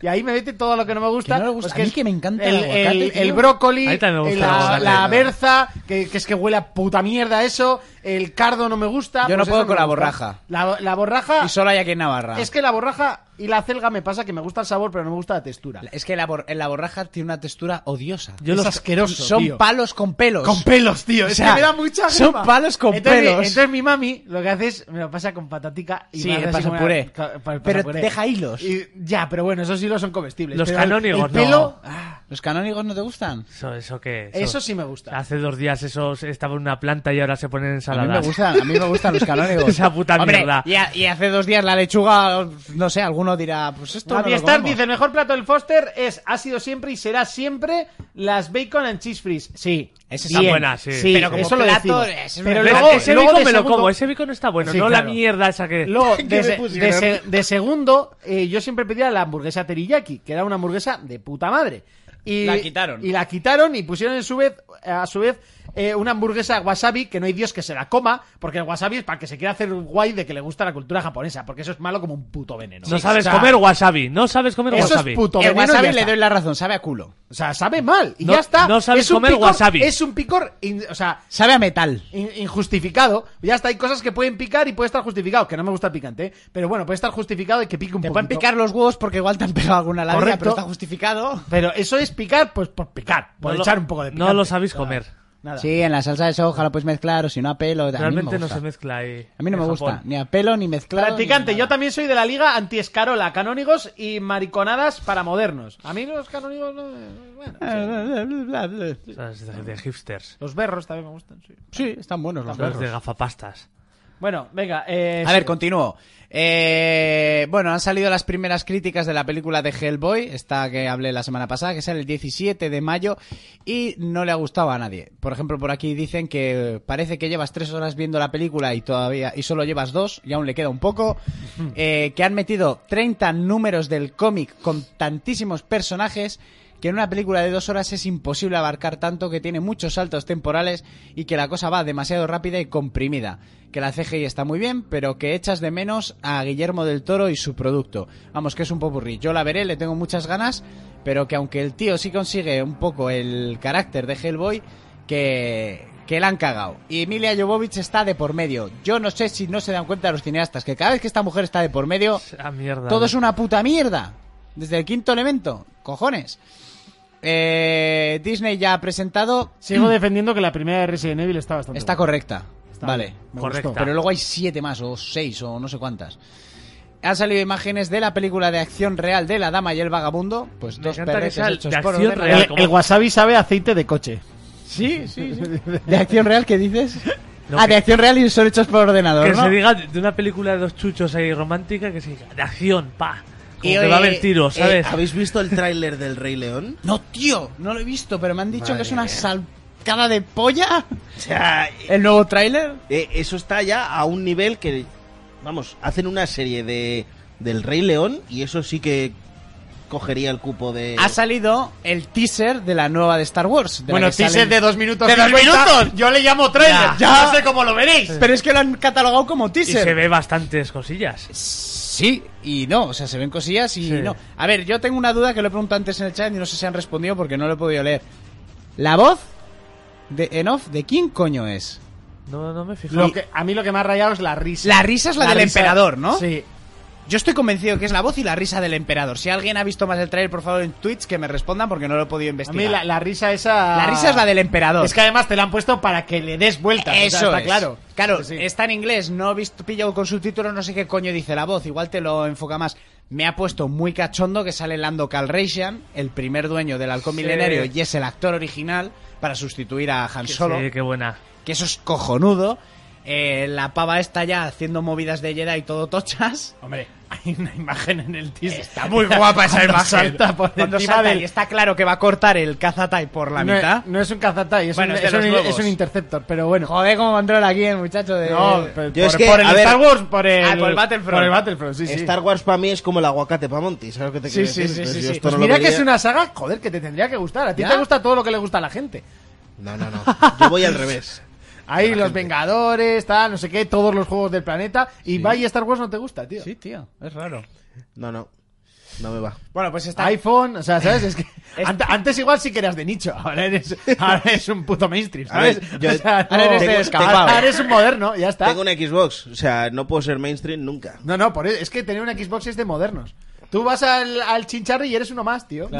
Speaker 2: y ahí me mete todo lo que no me gusta.
Speaker 5: Que no le gusta. A mí
Speaker 2: es
Speaker 5: que me encanta el
Speaker 2: el,
Speaker 5: aguacate,
Speaker 2: el-
Speaker 5: tío.
Speaker 2: el brócoli,
Speaker 7: A mí también me gusta el
Speaker 2: la,
Speaker 7: aguacate.
Speaker 2: la berza, que, que es que huele a puta mierda eso. El cardo no me gusta.
Speaker 5: Yo no
Speaker 2: pues
Speaker 5: puedo
Speaker 2: eso
Speaker 5: con
Speaker 2: me
Speaker 5: la
Speaker 2: gusta.
Speaker 5: borraja.
Speaker 2: La, la borraja.
Speaker 5: Y solo hay aquí en Navarra.
Speaker 2: Es que la borraja y la celga me pasa que me gusta el sabor, pero no me gusta la textura.
Speaker 5: Es que la, bor- la borraja tiene una textura odiosa.
Speaker 7: Yo
Speaker 2: es
Speaker 7: los-
Speaker 2: asqueroso.
Speaker 5: Son
Speaker 2: tío.
Speaker 5: palos con pelos.
Speaker 2: Con pelos, tío.
Speaker 5: Pues, O
Speaker 2: Es
Speaker 5: sea,
Speaker 2: que me da mucha
Speaker 5: son
Speaker 2: grima.
Speaker 5: palos con
Speaker 2: entonces, mi-
Speaker 5: pelos.
Speaker 2: entonces mi mami lo que hace es me lo pasa con patatica y
Speaker 5: Sí,
Speaker 2: me hace
Speaker 5: le
Speaker 2: así
Speaker 5: pasa
Speaker 2: como
Speaker 5: puré.
Speaker 2: una- ca- pa- pasa
Speaker 5: Pero
Speaker 2: puré.
Speaker 5: deja hilos.
Speaker 2: Y- ya, pero bueno, esos hilos son comestibles.
Speaker 7: Los
Speaker 2: Pero el-
Speaker 7: canónigos,
Speaker 2: el pelo,
Speaker 7: no.
Speaker 5: Ah, ¿Los canónigos no te gustan?
Speaker 7: Eso, eso que...
Speaker 2: Eso sí me gusta.
Speaker 7: Hace dos días eso estaba en una planta y ahora se ponen
Speaker 5: A mí
Speaker 7: ensaladas.
Speaker 5: me
Speaker 7: *laughs*
Speaker 5: gustan, a mí me gustan los canónigos.
Speaker 7: Esa puta
Speaker 5: Hombre,
Speaker 7: mierda.
Speaker 5: Y, a- y hace dos días la lechuga, no sé, alguno dirá, pues esto no lo
Speaker 2: Movistar
Speaker 5: comemos.
Speaker 2: dice, el mejor plato del Foster es, ha sido siempre y será siempre las bacon and cheese fries. Sí.
Speaker 5: Ese
Speaker 7: Está
Speaker 5: bien.
Speaker 7: buena, sí.
Speaker 5: Pero como
Speaker 2: eso lo
Speaker 5: plato,
Speaker 2: decimos.
Speaker 5: es una
Speaker 2: Pero
Speaker 5: mierda.
Speaker 2: luego,
Speaker 7: ese
Speaker 2: luego
Speaker 7: bacon
Speaker 2: de
Speaker 7: me lo
Speaker 2: segundo-
Speaker 7: como, ese bacon está bueno,
Speaker 2: Sí,
Speaker 7: no
Speaker 2: claro.
Speaker 7: la mierda esa
Speaker 5: *laughs*
Speaker 7: que...
Speaker 2: Luego, de,
Speaker 6: me
Speaker 2: se-
Speaker 6: pusieron?
Speaker 2: de se- de segundo, eh, yo siempre pedía la hamburguesa teriyaki, que era una hamburguesa de puta madre. Y,
Speaker 5: La quitaron.
Speaker 2: Y la quitaron y pusieron en su vez, a su vez eh, una hamburguesa wasabi, que no hay Dios que se la coma, porque el wasabi es para que se quiera hacer guay de que le gusta la cultura japonesa, porque eso es malo como un puto veneno.
Speaker 7: No sabes
Speaker 2: O sea,
Speaker 7: comer wasabi, no sabes comer
Speaker 2: Eso
Speaker 7: wasabi.
Speaker 2: es puto
Speaker 5: El
Speaker 2: veneno. y ya
Speaker 5: wasabi le
Speaker 2: está.
Speaker 5: doy la razón, sabe a culo.
Speaker 2: O sea, sabe mal. Y
Speaker 7: No-
Speaker 2: ya está.
Speaker 7: no sabes
Speaker 2: es un
Speaker 7: comer
Speaker 2: picor-
Speaker 7: wasabi.
Speaker 2: Es un picor, in- o sea,
Speaker 5: Sabe a metal.
Speaker 2: in- injustificado. Ya está, hay cosas que pueden picar y puede estar justificado, que no me gusta el picante, ¿eh? pero bueno, puede estar justificado y que pique un
Speaker 5: Te
Speaker 2: poquito.
Speaker 5: pueden picar los huevos porque igual te han pegado alguna labia,
Speaker 2: Correcto.
Speaker 5: pero está justificado.
Speaker 2: Pero eso es picar, pues por picar, por
Speaker 7: No lo-
Speaker 2: echar un poco de
Speaker 7: no
Speaker 2: picante.
Speaker 7: lo sabéis comer.
Speaker 2: Nada.
Speaker 5: Sí, en la salsa de soja lo puedes mezclar o si no a pelo. A mí no
Speaker 7: Realmente
Speaker 5: me
Speaker 7: no
Speaker 5: gusta.
Speaker 7: se mezcla ahí.
Speaker 5: A mí no me
Speaker 7: en Japón.
Speaker 5: gusta ni a pelo ni mezclar.
Speaker 2: Practicante, yo también soy de la liga anti-escarola, canónigos y mariconadas para modernos. A mí los canónigos, no, bueno,
Speaker 5: Eh, también.
Speaker 7: O sea, es de, de hipsters.
Speaker 2: los berros también me gustan, sí.
Speaker 5: eh, Sí, están buenos los
Speaker 7: Los
Speaker 5: perros.
Speaker 7: de gafapastas.
Speaker 2: Bueno, venga, eh,
Speaker 5: A ver, continúo. Eh, bueno, han salido las primeras críticas de la película de Hellboy, esta que hablé la semana pasada, que sale el 17 de mayo y no le ha gustado a nadie. Por ejemplo, por aquí dicen que parece que llevas tres horas viendo la película y todavía y solo llevas dos y aún le queda un poco. Eh, que han metido 30 números del cómic con tantísimos personajes que en una película de dos horas es imposible abarcar tanto, que tiene muchos saltos temporales y que la cosa va demasiado rápida y comprimida. Que la CGI está muy bien, pero que echas de menos a Guillermo del Toro y su producto. Vamos, que es un popurrí. Yo la veré, le tengo muchas ganas, pero que aunque el tío sí consigue un poco el carácter de Hellboy, que, que la han cagado. Y Emilia Jovovich está de por medio. Yo no sé si no se dan cuenta los cineastas que cada vez que esta mujer está de por medio,
Speaker 7: Ah, mierda.
Speaker 5: todo es una puta mierda. Desde el quinto elemento, cojones. Eh, Disney ya ha presentado.
Speaker 2: Sigo defendiendo que la primera de Resident Evil está bastante
Speaker 5: Está
Speaker 2: buena.
Speaker 5: correcta. Vale.
Speaker 2: Me
Speaker 7: Correcta.
Speaker 2: gustó.
Speaker 5: Pero luego hay siete más, o seis, o no sé cuántas. Han salido imágenes de la película de acción real de La Dama y el Vagabundo. Pues
Speaker 7: Me
Speaker 5: dos
Speaker 7: encanta que
Speaker 5: perretes
Speaker 7: sea
Speaker 5: hechos
Speaker 7: de
Speaker 5: por
Speaker 7: acción
Speaker 5: orden.
Speaker 7: real.
Speaker 2: El, el wasabi sabe a aceite de coche.
Speaker 5: Sí, sí, sí.
Speaker 7: *laughs*
Speaker 5: ¿De acción real qué dices?
Speaker 7: No,
Speaker 5: ah,
Speaker 7: que-
Speaker 5: de acción real y son hechos por ordenador,
Speaker 7: Que
Speaker 5: ¿no?
Speaker 7: se diga de una película de dos chuchos ahí romántica que se diga de acción, pa. Como
Speaker 5: Y,
Speaker 7: que va a
Speaker 5: eh,
Speaker 7: haber tiros,
Speaker 6: Eh,
Speaker 7: ¿sabes?
Speaker 6: ¿Habéis visto el tráiler del Rey León?
Speaker 5: No, tío, no lo he visto, pero me han dicho que es una salcada de polla.
Speaker 6: O sea,
Speaker 5: ¿El nuevo tráiler?
Speaker 6: eh, eso está ya a un nivel que, vamos, hacen una serie de del Rey León y eso sí que cogería el cupo de...
Speaker 2: Ah,
Speaker 5: Ha salido el teaser de la nueva de Star Wars. de la
Speaker 2: Bueno,
Speaker 5: que salen-
Speaker 2: teaser de dos minutos.
Speaker 5: ¿De dos
Speaker 2: cincuenta.
Speaker 5: minutos?
Speaker 2: Yo le llamo trailer.
Speaker 5: Ya.
Speaker 2: Ya. No sé cómo lo veréis.
Speaker 5: Pero es que lo han catalogado como
Speaker 7: y se
Speaker 5: teaser.
Speaker 7: ve bastantes cosillas.
Speaker 5: Sí, y no, o sea, se ven cosillas y
Speaker 7: Sí.
Speaker 5: no. A ver, yo tengo una duda que lo he preguntado antes en el chat y no sé si han respondido porque no lo he podido leer. ¿La voz de Enof de quién coño es?
Speaker 7: No, no me fijo.
Speaker 2: Lo que- a mí lo que me ha rayado es la risa.
Speaker 5: La risa es la, del
Speaker 2: risa-
Speaker 5: emperador, ¿no?
Speaker 2: Sí.
Speaker 5: Yo estoy convencido que es la voz y la risa del emperador. Si alguien ha visto más el trailer, por favor, en Twitch que me respondan porque no lo he
Speaker 2: A
Speaker 5: podido investigar.
Speaker 2: mí la, la risa esa.
Speaker 5: La risa es la del emperador.
Speaker 2: Es que además te la han puesto para que le des vueltas. o sea,
Speaker 5: Eso
Speaker 2: está
Speaker 5: es.
Speaker 2: claro.
Speaker 5: Claro,
Speaker 2: Sí, sí.
Speaker 5: está en inglés, no he visto pillado con subtítulos, no sé qué coño dice la voz, igual te lo enfoca más. Me ha puesto muy cachondo que sale Lando Calrissian, el primer dueño del halcón milenario y es el actor original para sustituir a Han Solo,
Speaker 7: Sí, qué buena.
Speaker 5: que eso es cojonudo. Eh, la pava está ya haciendo movidas de Jedi y todo tochas.
Speaker 2: Hombre, hay una imagen en el teaser.
Speaker 5: Está muy guapa esa
Speaker 2: Cuando
Speaker 5: imagen.
Speaker 2: salta por
Speaker 5: Cuando
Speaker 2: encima
Speaker 5: salta
Speaker 2: del-
Speaker 5: y está claro que va a cortar el cazatai por la
Speaker 2: no,
Speaker 5: mitad.
Speaker 2: es- no es un cazatay, es,
Speaker 5: Bueno,
Speaker 2: un,
Speaker 5: es de
Speaker 2: es un-
Speaker 5: los nuevos.
Speaker 2: es un interceptor, pero bueno.
Speaker 5: Joder, cómo controla aquí el muchacho de...
Speaker 2: No, pero
Speaker 6: Yo
Speaker 2: por,
Speaker 6: es que,
Speaker 2: por el
Speaker 6: a ver-
Speaker 2: Star Wars, por el,
Speaker 5: Ah, por el Battlefront.
Speaker 2: Por el Battlefront, sí, sí.
Speaker 6: Star Wars para mí es como el aguacate para Monty, ¿sabes lo que te
Speaker 2: Sí,
Speaker 6: quiero
Speaker 2: sí,
Speaker 6: decir?
Speaker 2: sí,
Speaker 6: Entonces
Speaker 2: sí,
Speaker 6: yo
Speaker 2: sí.
Speaker 6: esto
Speaker 2: Pues
Speaker 6: no lo
Speaker 2: mira que
Speaker 6: vería.
Speaker 2: es una saga, joder, que te tendría que gustar. A ti
Speaker 5: ¿Ya?
Speaker 2: te gusta todo lo que le gusta a la gente.
Speaker 6: No, no, no. Yo voy al revés.
Speaker 2: Ahí
Speaker 6: la
Speaker 2: los
Speaker 6: gente.
Speaker 2: Vengadores, tal, no sé qué, todos los juegos del planeta. Y vaya Star Wars no te gusta, tío.
Speaker 5: Sí, tío, es raro.
Speaker 6: No, no. No me va.
Speaker 5: Bueno, pues está...
Speaker 2: iPhone, o sea, ¿sabes? Es que *laughs* ant- antes igual sí que eras de nicho, ahora eres, ahora eres un puto mainstream,
Speaker 6: A
Speaker 2: ¿sabes?
Speaker 6: ver, yo-
Speaker 2: O sea,
Speaker 5: ahora eres de
Speaker 2: tengo-
Speaker 5: descampado.
Speaker 2: ahora eres un moderno, ya está.
Speaker 6: Tengo una Xbox, o sea, no puedo ser mainstream nunca.
Speaker 2: No, no, por eso- es que tener una Xbox es de modernos. Tú vas al, al chincharri y eres uno más, tío. Te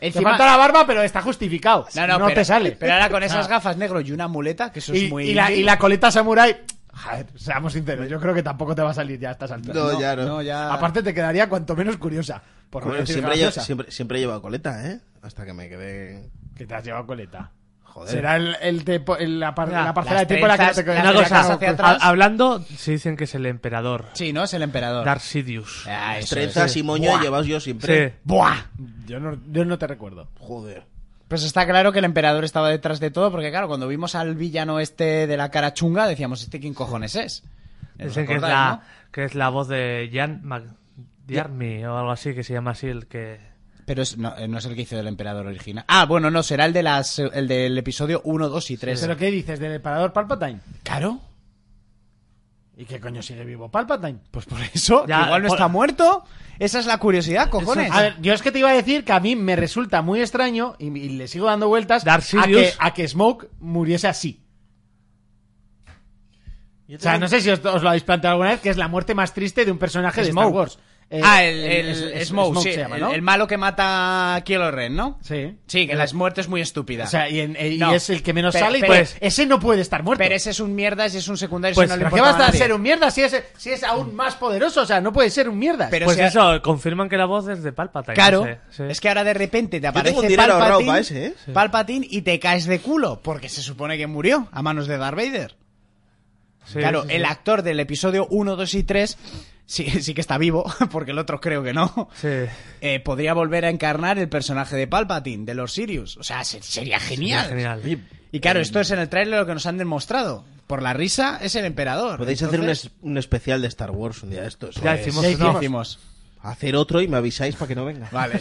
Speaker 5: Encima-
Speaker 2: falta la barba, pero está justificado. No,
Speaker 5: pero-
Speaker 2: te sale.
Speaker 5: Pero ahora con esas gafas negro Ah. y una muleta, que eso
Speaker 2: y,
Speaker 5: es muy.
Speaker 2: y la,
Speaker 5: indie.
Speaker 2: y la coleta samurai. Joder, seamos sinceros, yo creo que tampoco te va a salir ya a estas alturas.
Speaker 6: No, ya no.
Speaker 5: No, ya.
Speaker 2: Aparte te quedaría cuanto menos curiosa. Por no
Speaker 6: Bueno,
Speaker 2: decir
Speaker 6: siempre, llevo,
Speaker 2: graciosa.
Speaker 6: siempre, siempre he llevado coleta, ¿eh? Hasta que me quedé...
Speaker 2: Que te has llevado coleta.
Speaker 6: Joder.
Speaker 2: Será el, el tempo- el- la, par-
Speaker 7: Ya,
Speaker 2: la parcela de
Speaker 5: las
Speaker 2: tiempo en la que no te
Speaker 5: trenzas,
Speaker 2: quedas
Speaker 5: las
Speaker 2: con la
Speaker 5: trenzas
Speaker 2: cara
Speaker 5: hacia
Speaker 2: oculta.
Speaker 5: atrás.
Speaker 7: Ha- hablando, se dicen que es el emperador.
Speaker 5: Sí, ¿no? Es el emperador.
Speaker 7: Darth Sidius.
Speaker 5: Ah, eso
Speaker 6: Trenzas
Speaker 5: es.
Speaker 6: y moño he llevado yo siempre.
Speaker 7: Sí.
Speaker 2: Buah. Yo no, yo no te recuerdo.
Speaker 6: Joder.
Speaker 5: Pues está claro que el emperador estaba detrás de todo, porque claro, cuando vimos al villano este de la cara chunga, decíamos, ¿este quién cojones Pues es? ¿Os
Speaker 7: Dicen que es,
Speaker 5: acordáis,
Speaker 7: la,
Speaker 5: no?
Speaker 7: que es la voz de Jan McDiarmid o algo así, que se llama así el que...
Speaker 5: Pero es- no, eh, no es el que hizo del emperador original. Ah, bueno, no, será el, de las, el del episodio 1, 2 y 3.
Speaker 2: ¿Pero qué dices del emperador Palpatine?
Speaker 5: Claro,
Speaker 2: ¿Y qué coño sigue vivo Palpatine?
Speaker 5: pues por eso.
Speaker 7: Ya,
Speaker 5: igual no
Speaker 7: por-
Speaker 5: está muerto. Esa es la curiosidad, cojones.
Speaker 2: A ver, yo es que te iba a decir que a mí me resulta muy extraño y, y le sigo dando vueltas
Speaker 7: Darth
Speaker 2: a que,
Speaker 7: Sidious.
Speaker 2: a que Smoke muriese así. O sea, no sé si os, os lo habéis planteado alguna vez, que es la muerte más triste de un personaje de
Speaker 5: Smoke.
Speaker 2: Star Wars. Eh,
Speaker 5: ah, el, el,
Speaker 2: es- es-
Speaker 5: Smoke, sí,
Speaker 2: se llama,
Speaker 5: el-
Speaker 2: ¿no?
Speaker 5: el, malo que mata a Kylo Ren, ¿no?
Speaker 2: Sí.
Speaker 5: Sí, que las muertes muy estúpida.
Speaker 2: O sea, y, en- eh, y
Speaker 5: No.
Speaker 2: es el que menos
Speaker 5: Pero-
Speaker 2: sale y
Speaker 5: pero-
Speaker 2: pues ese no puede estar muerto.
Speaker 5: Pero ese es un mierda, ese es un secundario,
Speaker 7: Pues,
Speaker 5: ese no le
Speaker 2: ¿Pero qué
Speaker 5: importa
Speaker 2: basta
Speaker 5: a
Speaker 2: de
Speaker 5: nadie.
Speaker 2: ser un mierda si es, si es aún más poderoso? O sea, no puede ser un mierda.
Speaker 5: Pero
Speaker 7: pues
Speaker 5: si a-
Speaker 7: eso, confirman que la voz es de Palpatine.
Speaker 5: Claro,
Speaker 7: no sé, sí.
Speaker 5: es que ahora de repente te aparece
Speaker 6: tengo un dinero ahorrado
Speaker 5: Palpatine,
Speaker 6: pa' ese, ¿eh?
Speaker 5: Sí. Palpatine y te caes de culo, porque se supone que murió a manos de Darth Vader.
Speaker 7: Sí,
Speaker 5: claro,
Speaker 7: sí, sí.
Speaker 5: el actor del episodio 1, 2 y 3 sí, *laughs* sí que está vivo, porque el otro creo que no.
Speaker 7: Sí.
Speaker 5: Eh, podría volver a encarnar el personaje de Palpatine, de los Sirius. O sea, se- sería genial.
Speaker 7: Genial. Eh,
Speaker 5: Y claro, esto es en el tráiler lo que nos han demostrado. Por la risa es el emperador.
Speaker 6: Podéis hacer un,
Speaker 5: Entonces,
Speaker 6: es- un especial de Star Wars un día de estos.
Speaker 7: Ya
Speaker 6: Pues,
Speaker 7: hicimos
Speaker 5: ya
Speaker 7: uno.
Speaker 5: hicimos.
Speaker 6: Hacer otro y me avisáis para que no venga. *laughs*
Speaker 5: Vale.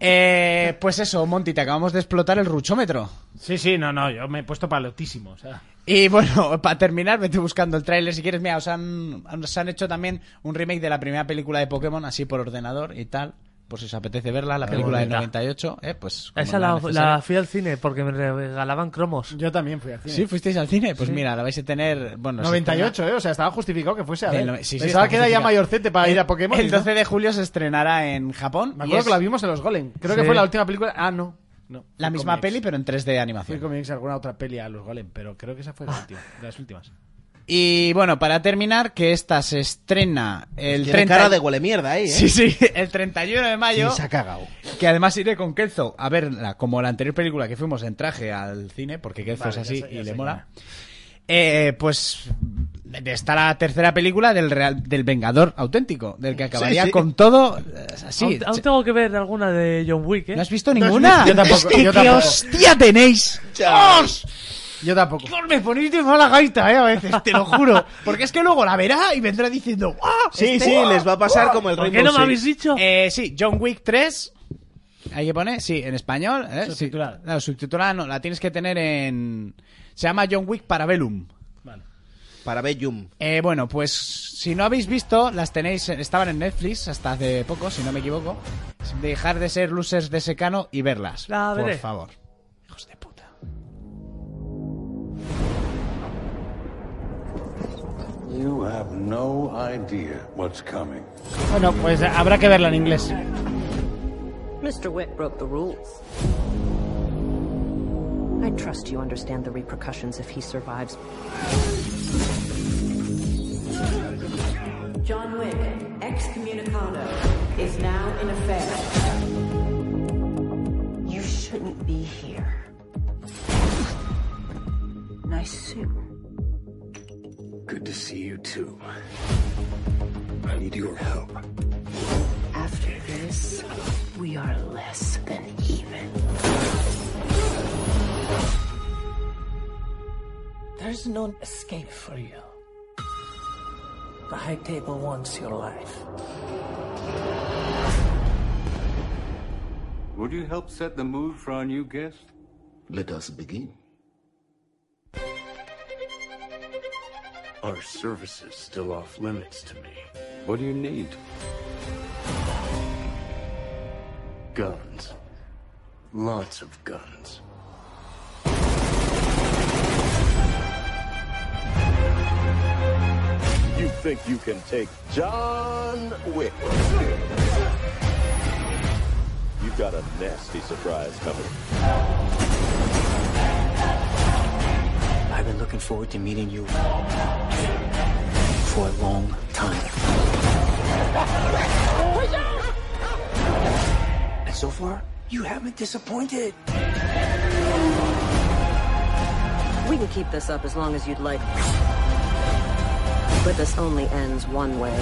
Speaker 5: Eh, pues eso, Monty, te acabamos de explotar el ruchómetro.
Speaker 2: Sí, sí, no, no, yo me he puesto palotísimo. O sea.
Speaker 5: Y bueno, *laughs* para terminar, vete buscando el tráiler si quieres. Mira, os han, os han hecho también un remake de la primera película de Pokémon, así por ordenador y tal. por si os apetece verla, la
Speaker 7: Qué
Speaker 5: película del
Speaker 7: bonita.
Speaker 5: 98, eh, pues... como
Speaker 7: Esa
Speaker 5: era
Speaker 7: la,
Speaker 5: necesario.
Speaker 7: la fui al cine porque me regalaban cromos.
Speaker 2: Yo también fui al cine.
Speaker 5: Sí, fuisteis al cine, pues mira, la vais a tener... Bueno, se
Speaker 2: 98, ¿eh? O sea, estaba justificado que fuese a
Speaker 5: El
Speaker 2: ver.
Speaker 5: no- sí, sí,
Speaker 2: Pensaba
Speaker 5: está
Speaker 2: que era ya
Speaker 5: justificado.
Speaker 2: mayorcete para ir a Pokémon.
Speaker 5: estrena- El
Speaker 2: ¿no?
Speaker 5: 12 de julio se estrenará en Japón.
Speaker 2: Me
Speaker 5: y
Speaker 2: acuerdo
Speaker 5: es
Speaker 2: que la vimos en los Golem. Creo que
Speaker 7: Sí.
Speaker 2: fue la última película. Ah, no. no.
Speaker 5: la
Speaker 2: Fui
Speaker 5: misma
Speaker 2: con mi ex.
Speaker 5: peli, pero en 3D
Speaker 2: Fui
Speaker 5: animación.
Speaker 2: con mi ex a alguna otra peli a los Golem, pero creo que esa fue la última, de las últimas.
Speaker 5: Y bueno, para terminar, que esta se estrena
Speaker 2: Pues
Speaker 5: el
Speaker 6: Tiene
Speaker 5: 30...
Speaker 6: cara de huele mierda ahí, ¿eh?
Speaker 5: Sí, sí, *laughs* el 31 de mayo.
Speaker 2: Sí, se ha cagado.
Speaker 5: Que además iré con Kelzo a verla, como la anterior película que fuimos en traje al cine, porque Kelzo
Speaker 2: Vale,
Speaker 5: es
Speaker 2: ya
Speaker 5: así
Speaker 2: sé, ya
Speaker 5: y le
Speaker 2: sé
Speaker 5: mola. Eh, pues está la tercera película del Real, del Vengador auténtico, del que acabaría
Speaker 6: sí.
Speaker 5: con todo eh, así.
Speaker 7: aún, aún tengo que ver alguna de John Wick, ¿eh?
Speaker 5: ¿No has visto ninguna?
Speaker 2: Yo tampoco,
Speaker 5: Es que
Speaker 2: yo
Speaker 5: qué
Speaker 2: tampoco.
Speaker 5: hostia tenéis. ¡Dios!
Speaker 2: Yo tampoco.
Speaker 5: Me ponéis de mala gaita, eh, a veces, te lo juro. Porque es que luego la verá y vendrá diciendo, ¡ah!
Speaker 6: Sí,
Speaker 5: este-
Speaker 6: sí, les va a pasar como el
Speaker 7: ¿Por
Speaker 6: Rainbow
Speaker 7: qué no me
Speaker 6: Six.
Speaker 7: habéis dicho?
Speaker 5: Eh, sí, John Wick 3. Ahí que pone, sí, en español. ¿eh? Sí.
Speaker 2: Subtitulada.
Speaker 5: No, subtitulada no, la tienes que tener en. Se llama John Wick Parabellum.
Speaker 6: Para Bellum.
Speaker 5: Eh, bueno, pues si no habéis visto, las tenéis, estaban en Netflix hasta hace poco, si no me equivoco. Dejar de ser losers de secano y verlas.
Speaker 7: La
Speaker 5: por
Speaker 7: veré.
Speaker 5: favor. Hijos de puta.
Speaker 10: You have no idea what's coming.
Speaker 2: Bueno, pues habrá que verla en inglés.
Speaker 11: Mr. Witt broke the rules. I trust you understand the repercussions if he survives. John Wick, excommunicado, is now in effect. You shouldn't be here. Nice suit.
Speaker 10: Good to see you too. I need your help.
Speaker 11: After this, we are less than even.
Speaker 10: There's no escape for you. The High Table wants your life.
Speaker 12: Would you help set the mood for our new guest?
Speaker 10: Let us begin. Our service is still off limits to me.
Speaker 12: What do you need?
Speaker 10: Guns. Lots of guns. You think you can take John Wick? You got a nasty surprise coming. I've been looking forward to meeting you for a long time. And so far, you haven't disappointed.
Speaker 11: We can keep this up as long as you'd like. But this only ends one way.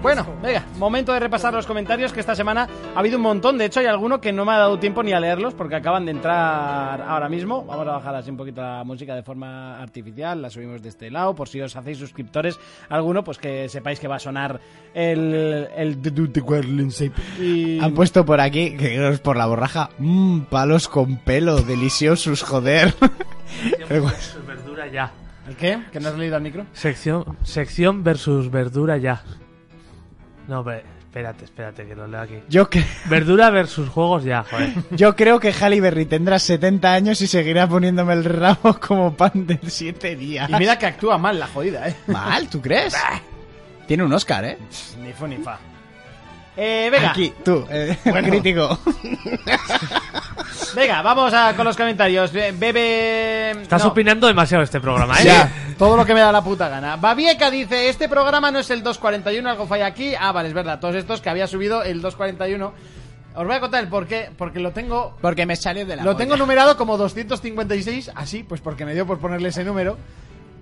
Speaker 8: Bueno, venga, momento de repasar los comentarios que esta semana ha habido un montón. De hecho, hay alguno que no me ha dado tiempo ni a leerlos porque acaban de entrar ahora mismo. Vamos a bajar así un poquito la música de forma artificial. La subimos de este lado. Por si os hacéis suscriptores alguno, pues que sepáis que va a sonar el. el. The Duty Warling Shape. Y.
Speaker 5: Han puesto por aquí, que creo que es por la borraja, mmm, palos con pelo, deliciosos, joder. *laughs*
Speaker 7: Sección versus Pues, verdura ya.
Speaker 2: ¿El qué? ¿Que no has leído al micro?
Speaker 7: Sección, sección versus verdura ya. No, ve- espérate, espérate, que lo leo aquí.
Speaker 5: Yo, cre-
Speaker 7: Verdura versus juegos ya, joder.
Speaker 5: yo creo que Halle Berry tendrá 70 años y seguirá poniéndome el ramo como pan de 7 días.
Speaker 2: Y mira que actúa mal la jodida, ¿eh?
Speaker 5: Mal, ¿tú crees? Ah. Tiene un Oscar, ¿eh?
Speaker 2: Ni fu ni fa. Eh, venga,
Speaker 5: Aquí, tú, *laughs* eh, crítico.
Speaker 2: venga, vamos a- con los comentarios. Eh, Bebe...
Speaker 7: Estás
Speaker 2: no.
Speaker 7: opinando demasiado este programa, ¿eh?
Speaker 2: Ya, *laughs* todo lo que me da la puta gana. Babieca dice, este programa no es el 241, algo falla aquí. Ah, vale, es verdad, todos estos que había subido el 241. Os voy a contar el porqué, porque lo tengo...
Speaker 5: Porque me salió de la
Speaker 2: Lo
Speaker 5: polla.
Speaker 2: tengo numerado como 256, así, pues porque me dio por ponerle ese número.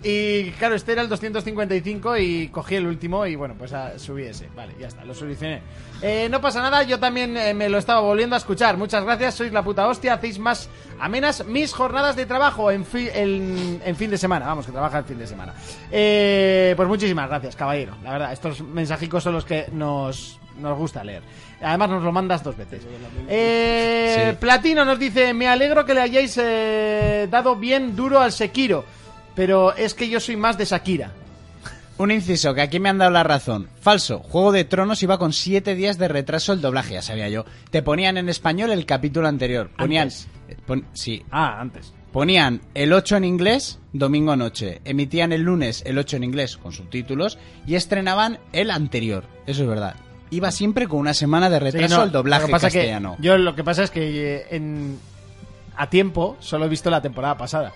Speaker 2: Y claro, este era el 255 y cogí el último y bueno, pues ah, subí ese. Vale, ya está, lo solucioné. Eh, no pasa nada, yo también eh, me lo estaba volviendo a escuchar. Muchas gracias, sois la puta hostia, hacéis más amenas mis jornadas de trabajo en, fi- en, en fin de semana. Vamos, que trabaja el fin de semana. Eh, pues muchísimas gracias, caballero. La verdad, estos mensajicos son los que nos, nos gusta leer. Además nos lo mandas dos veces. Eh, Platino nos dice, me alegro que le hayáis eh, dado bien duro al Sekiro, pero es que yo soy más de Shakira.
Speaker 5: Un inciso, que aquí me han dado la razón. Falso. Juego de Tronos iba con siete días de retraso el doblaje, ya sabía yo. Te ponían en español el capítulo anterior. Ponían. eh, pon- sí.
Speaker 2: Ah, antes.
Speaker 5: Ponían el 8 en inglés domingo noche. Emitían el lunes el 8 en inglés con subtítulos. Y estrenaban el anterior. Eso es verdad. Iba siempre con una semana de retraso
Speaker 2: Sí, no,
Speaker 5: el doblaje
Speaker 2: lo que pasa es que
Speaker 5: castellano.
Speaker 2: yo lo que pasa es que eh, en, a tiempo solo he visto la temporada pasada.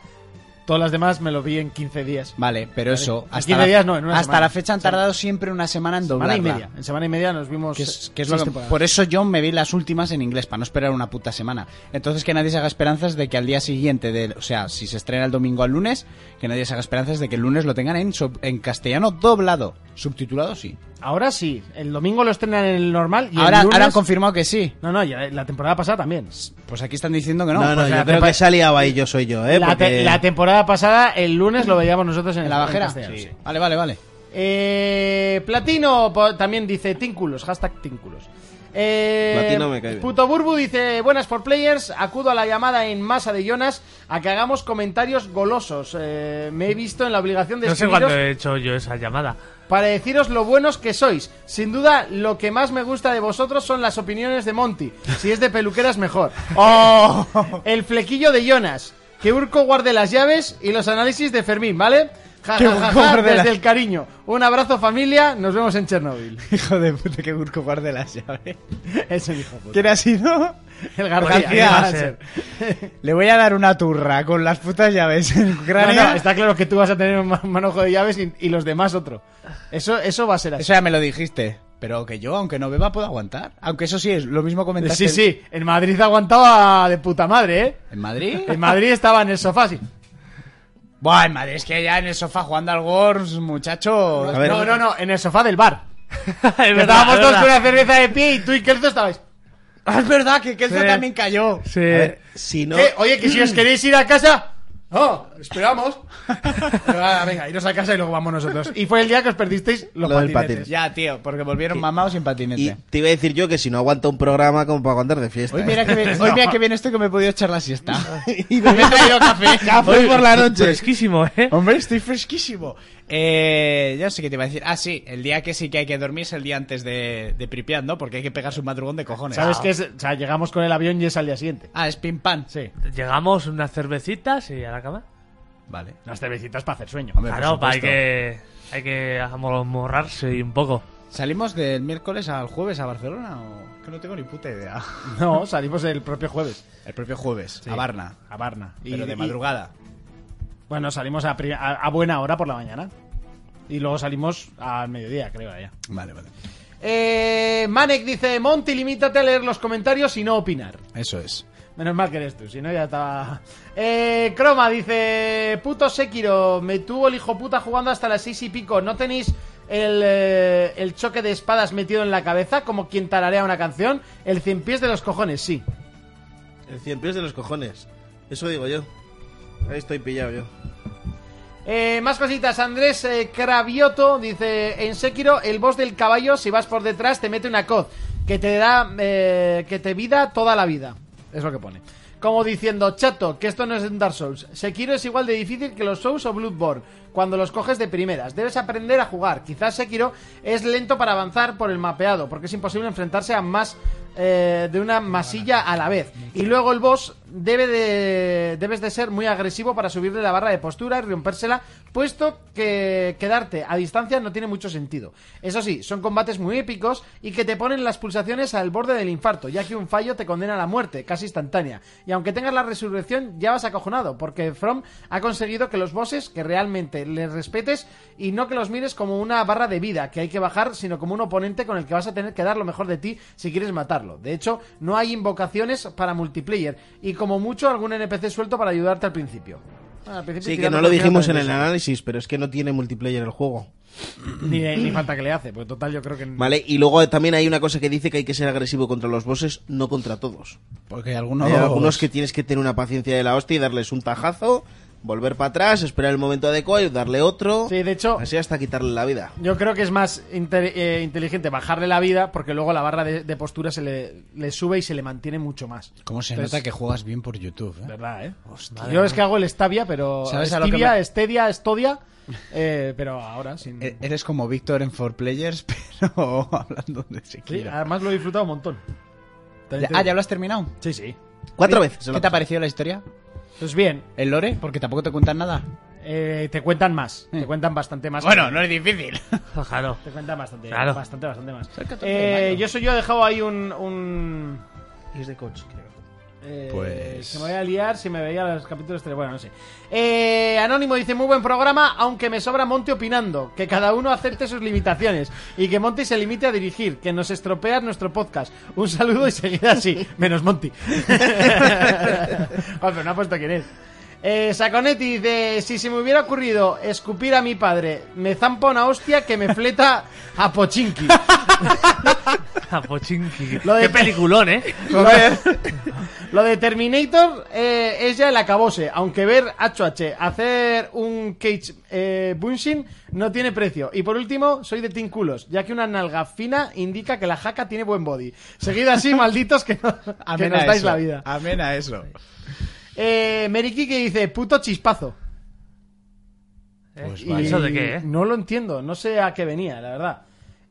Speaker 2: Todas las demás me lo vi en 15 días.
Speaker 5: Vale, pero
Speaker 2: Vale.
Speaker 5: eso.
Speaker 2: En
Speaker 5: Hasta,
Speaker 2: 15
Speaker 5: la,
Speaker 2: días no, en una
Speaker 5: hasta
Speaker 2: semana.
Speaker 5: la fecha han
Speaker 2: Sí.
Speaker 5: tardado siempre una semana en doblarla.
Speaker 2: Semana y media. En semana y media nos vimos.
Speaker 5: Que es- que es
Speaker 2: seis
Speaker 5: lo que-
Speaker 2: temporadas.
Speaker 5: por eso yo me vi las últimas en inglés, para no esperar una puta semana. Entonces que nadie se haga esperanzas de que al día siguiente, de, o sea, si se estrena el domingo al lunes, que nadie se haga esperanzas de que el lunes lo tengan en, sub- en castellano doblado. Subtitulado sí.
Speaker 2: Ahora sí, el domingo lo estrenan en el normal y
Speaker 5: Ahora,
Speaker 2: el lunes...
Speaker 5: ahora han confirmado que sí.
Speaker 2: No, no, ya, eh, la temporada pasada también.
Speaker 5: Pues aquí están diciendo que no.
Speaker 6: No, no,
Speaker 5: Pues
Speaker 6: yo
Speaker 5: la-
Speaker 6: creo que se ha liado ahí yo soy yo, ¿eh?
Speaker 2: La,
Speaker 6: Porque-
Speaker 2: te- la temporada pasada, el lunes lo veíamos nosotros en,
Speaker 5: ¿En la
Speaker 2: en
Speaker 5: bajera?
Speaker 2: castellano, sí.
Speaker 5: Vale, vale, vale.
Speaker 2: Eh, Platino po- también dice Tínculos, hashtag Tínculos. Eh,
Speaker 6: Platino me cae bien.
Speaker 2: Puto Burbu dice, buenas for players, acudo a la llamada en masa de Jonas a que hagamos comentarios golosos. Eh, me he visto en la obligación de
Speaker 7: No sé
Speaker 2: escribiros
Speaker 7: cuándo he hecho yo esa llamada. *laughs*
Speaker 2: para deciros lo buenos que sois. Sin duda, lo que más me gusta de vosotros son las opiniones de Monty. Si es de peluqueras, mejor. ¡Oh! El flequillo de Jonas. Que Urco guarde las llaves y los análisis de Fermín, ¿vale? Ja,
Speaker 5: Que
Speaker 2: ja, ja,
Speaker 5: Urco
Speaker 2: ja,
Speaker 5: guarde
Speaker 2: desde
Speaker 5: las-
Speaker 2: el cariño. Un abrazo, familia. Nos vemos en Chernóbil.
Speaker 5: *laughs* Hijo de puta, que burco guarde las llaves.
Speaker 2: Es el hijo puta.
Speaker 5: ¿Quién ha *laughs* sido?
Speaker 2: El García.
Speaker 5: García.
Speaker 2: va a ser.
Speaker 5: *laughs* Le voy a dar una turra con las putas llaves *laughs* en el
Speaker 2: No,
Speaker 5: cráneo.
Speaker 2: no, está claro que tú vas a tener un ma- manojo de llaves y, y los demás otro. Eso, eso va a ser así.
Speaker 5: Eso ya me lo dijiste. Pero que yo, aunque no beba, puedo aguantar. Aunque eso sí, es lo mismo comentaste.
Speaker 2: Sí, sí. En Madrid aguantaba de puta madre, ¿eh?
Speaker 5: *laughs* ¿En Madrid?
Speaker 2: En Madrid estaba en el sofá, sí.
Speaker 5: Buah, en Madrid es que ya en el sofá jugando al Wars, muchacho.
Speaker 6: A ver.
Speaker 2: No, no, no, en el sofá del bar.
Speaker 7: Es verdad,
Speaker 2: Estábamos
Speaker 7: es
Speaker 2: todos
Speaker 7: verdad.
Speaker 2: con una cerveza de pie y tú y Kelzo estabais.
Speaker 5: Ah, es verdad que Kelso
Speaker 7: Sí.
Speaker 5: también cayó.
Speaker 7: Sí.
Speaker 6: A ver, si no...
Speaker 2: ¿Qué? Oye, que si os queréis ir a casa. Oh, esperamos. Pero, ah, venga, iros a casa y luego vamos nosotros. Y fue el día que os perdisteis los
Speaker 6: Lo del
Speaker 2: patinetes.
Speaker 5: Ya, tío, porque volvieron mamados sin
Speaker 6: Y
Speaker 5: patinete.
Speaker 6: te iba a decir yo que si no aguanta un programa, como para aguantar de fiesta?
Speaker 5: Hoy
Speaker 6: eh?
Speaker 5: mira, que *laughs* bien, hoy mira que bien estoy que me he podido echar la siesta. *laughs*
Speaker 6: Y me he traído café. *laughs* Hoy por *laughs* la noche.
Speaker 7: Fresquísimo, ¿eh?
Speaker 5: Hombre, estoy fresquísimo. Eh, ya sé qué te iba a decir. Ah, sí, el día que sí que hay que dormir es el día antes de, de Pripyat, ¿no? Porque hay que pegarse un madrugón de cojones.
Speaker 2: ¿Sabes qué es? O sea, llegamos con el avión y es al día siguiente.
Speaker 5: Ah, es pim pam.
Speaker 2: Sí.
Speaker 7: Llegamos, unas cervecitas y a la cama.
Speaker 5: Vale.
Speaker 2: Las cervecitas para hacer sueño.
Speaker 5: Hombre, por
Speaker 7: Claro, pa- hay
Speaker 5: supuesto.
Speaker 7: que, hay que amorrarse un poco.
Speaker 5: ¿Salimos del miércoles al jueves a Barcelona o...? Que no tengo ni puta idea.
Speaker 2: No, salimos el propio jueves.
Speaker 5: El propio jueves, a Varna.
Speaker 2: A Varna. Y-
Speaker 5: Pero
Speaker 2: y-
Speaker 5: de madrugada.
Speaker 2: bueno, salimos a, pri- a- a buena hora por la mañana. Y luego salimos al mediodía, creo, allá.
Speaker 5: Vale, vale.
Speaker 2: Eh, Manek dice, Monty, limítate a leer los comentarios y no opinar.
Speaker 5: Eso es.
Speaker 2: Menos mal que eres tú, si no ya estaba... Eh, Croma dice, puto Sekiro, me tuvo el hijo puta jugando hasta las seis y pico. ¿No tenéis el, eh, el choque de espadas metido en la cabeza como quien tararea una canción? El cien pies de los cojones, sí.
Speaker 6: El cien pies de los cojones. Eso digo yo. Ahí estoy pillado yo.
Speaker 2: Eh, más cositas, Andrés eh, Cravioto dice, en Sekiro el boss del caballo, si vas por detrás, te mete una coz, que te da, eh, que te vida toda la vida. Es lo que pone. Como diciendo, chato, que esto no es un Dark Souls. Sekiro es igual de difícil que los Souls o Bloodborne, cuando los coges de primeras. Debes aprender a jugar. Quizás Sekiro es lento para avanzar por el mapeado, porque es imposible enfrentarse a más eh, de una masilla a la vez. Y luego el boss debe de, debes de ser muy agresivo para subirle la barra de postura y rompérsela, puesto que quedarte a distancia no tiene mucho sentido. Eso sí, son combates muy épicos y que te ponen las pulsaciones al borde del infarto, ya que un fallo te condena a la muerte, casi instantánea. Y aunque tengas la resurrección, ya vas acojonado, porque From ha conseguido que los bosses, que realmente les respetes y no que los mires como una barra de vida que hay que bajar, sino como un oponente con el que vas a tener que dar lo mejor de ti si quieres matarlo. De hecho, no hay invocaciones para multiplayer y como mucho algún NPC suelto para ayudarte al principio. Ah, al principio
Speaker 6: Sí, que
Speaker 2: tirando
Speaker 6: no lo
Speaker 2: con
Speaker 6: dijimos en
Speaker 2: tirando
Speaker 6: el
Speaker 2: de
Speaker 6: análisis, pero es que no tiene multiplayer el juego.
Speaker 2: eso. Ni, ni falta que le hace, porque total yo creo que...
Speaker 6: Vale, y luego también hay una cosa que dice que hay que ser agresivo contra los bosses, no contra todos.
Speaker 5: Porque algunos...
Speaker 6: Hay algunos que tienes que tener una paciencia de la hostia y darles un tajazo volver para atrás, esperar el momento adecuado, darle otro.
Speaker 2: Sí, de hecho.
Speaker 6: Así hasta quitarle la vida.
Speaker 2: Yo creo que es más inte- eh, inteligente bajarle la vida porque luego la barra de, de postura se le, le sube y se le mantiene mucho más.
Speaker 5: ¿Cómo se
Speaker 2: Entonces-
Speaker 5: nota que juegas bien por YouTube? ¿eh?
Speaker 2: ¿Verdad, eh?
Speaker 5: Hostia.
Speaker 2: Yo es que hago el Stavia, pero.
Speaker 5: ¿Sabes a lo que
Speaker 2: Stevia,
Speaker 5: me-
Speaker 2: Estedia, Estodia. eh, pero ahora sin.
Speaker 5: E- Eres como Víctor en 4Players, *laughs* pero hablando de
Speaker 2: Sí,
Speaker 5: Sekiro.
Speaker 2: además lo he disfrutado un montón. También
Speaker 5: Ya-
Speaker 2: te
Speaker 5: ah,
Speaker 2: digo.
Speaker 5: ¿ya lo has terminado?
Speaker 2: Sí, sí.
Speaker 6: Cuatro
Speaker 5: Oye,
Speaker 6: veces.
Speaker 5: ¿Qué te ha parecido la historia?
Speaker 2: Pues bien,
Speaker 5: ¿El lore? Porque tampoco te cuentan nada.
Speaker 2: eh, te cuentan más. Te cuentan bastante más.
Speaker 5: Bueno, no es difícil.
Speaker 7: *laughs* Claro.
Speaker 2: Te cuentan bastante,
Speaker 7: Claro.
Speaker 2: bastante, bastante más.
Speaker 5: el 14 de
Speaker 2: Eh,
Speaker 5: mayo.
Speaker 2: yo soy yo, he dejado ahí un. un
Speaker 6: Es de coach, creo.
Speaker 2: eh,
Speaker 5: Pues-
Speaker 2: Se me voy a liar si me veía los capítulos 3. Bueno, no sé. Eh, Anónimo dice: Muy buen programa, aunque me sobra Monte opinando. Que cada uno acepte sus limitaciones. Y que Monty se limite a dirigir. Que nos estropeas nuestro podcast. Un saludo y seguida así. Menos Monty. *laughs* Joder, pero no ha puesto quién es. Eh, Saconetti dice: Si se me hubiera ocurrido escupir a mi padre, me zampa una hostia que me fleta a Pochinki.
Speaker 7: A Pochinki.
Speaker 2: Lo de-
Speaker 7: Qué peliculón, ¿eh?
Speaker 2: *laughs* Lo de Terminator eh, es ya el acabose, aunque ver HH, hacer un cage eh, bunshing no tiene precio. Y por último, soy de Team Culos, ya que una nalga fina indica que la jaca tiene buen body. Seguid así, *laughs* malditos, que, no- que nos dais
Speaker 5: eso.
Speaker 2: la vida.
Speaker 5: Amena eso.
Speaker 2: Eh, Meriki que dice, puto chispazo.
Speaker 7: ¿Y eso de qué, eh?
Speaker 2: Pues No lo entiendo, no sé a qué venía, la verdad.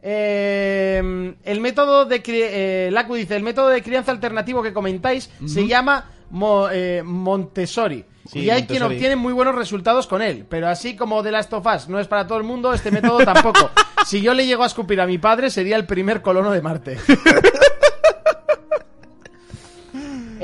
Speaker 2: Eh, el método de cri- eh, Laku dice, el método de crianza alternativo que comentáis se llama mo- eh, Montessori.
Speaker 6: Sí,
Speaker 2: y hay
Speaker 6: Montessori.
Speaker 2: quien obtiene muy buenos resultados con él, pero así como The Last of Us no es para todo el mundo, este método
Speaker 7: *laughs*
Speaker 2: tampoco. si yo le llego a escupir a mi padre, sería el primer colono de Marte.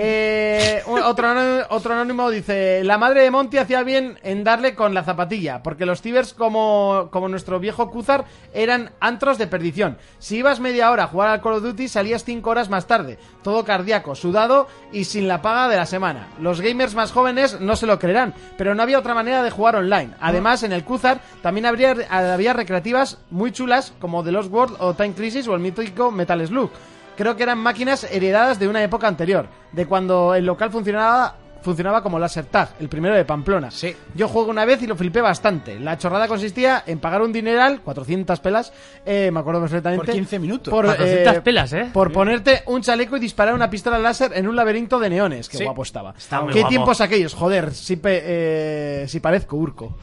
Speaker 2: Eh, un- otro, anó- otro anónimo dice: La madre de Monty hacía bien en darle con la zapatilla, porque los tibers, como, como nuestro viejo Cúzar, eran antros de perdición. Si ibas media hora a jugar al Call of Duty, salías 5 horas más tarde, todo cardíaco, sudado y sin la paga de la semana. Los gamers más jóvenes no se lo creerán, pero no había otra manera de jugar online. Además, en el Cúzar también habría, había recreativas muy chulas, como The Lost World o Time Crisis o el mítico Metal Slug. Creo que eran máquinas heredadas de una época anterior, de cuando el local funcionaba funcionaba como Laser Tag, el primero de Pamplona.
Speaker 5: Sí.
Speaker 2: Yo jugué una vez y lo flipé bastante. La chorrada consistía en pagar un dineral, 400 pelas, eh, me acuerdo perfectamente.
Speaker 5: Por 15 minutos.
Speaker 2: Por,
Speaker 7: 400
Speaker 2: eh,
Speaker 7: pelas, ¿eh?
Speaker 2: Por ponerte un chaleco y disparar una pistola láser en un laberinto de neones. Qué
Speaker 5: Sí.
Speaker 2: guapo estaba.
Speaker 7: Está muy
Speaker 2: Qué
Speaker 7: guapo.
Speaker 2: tiempos aquellos, joder, si, pe- eh, si parezco urco.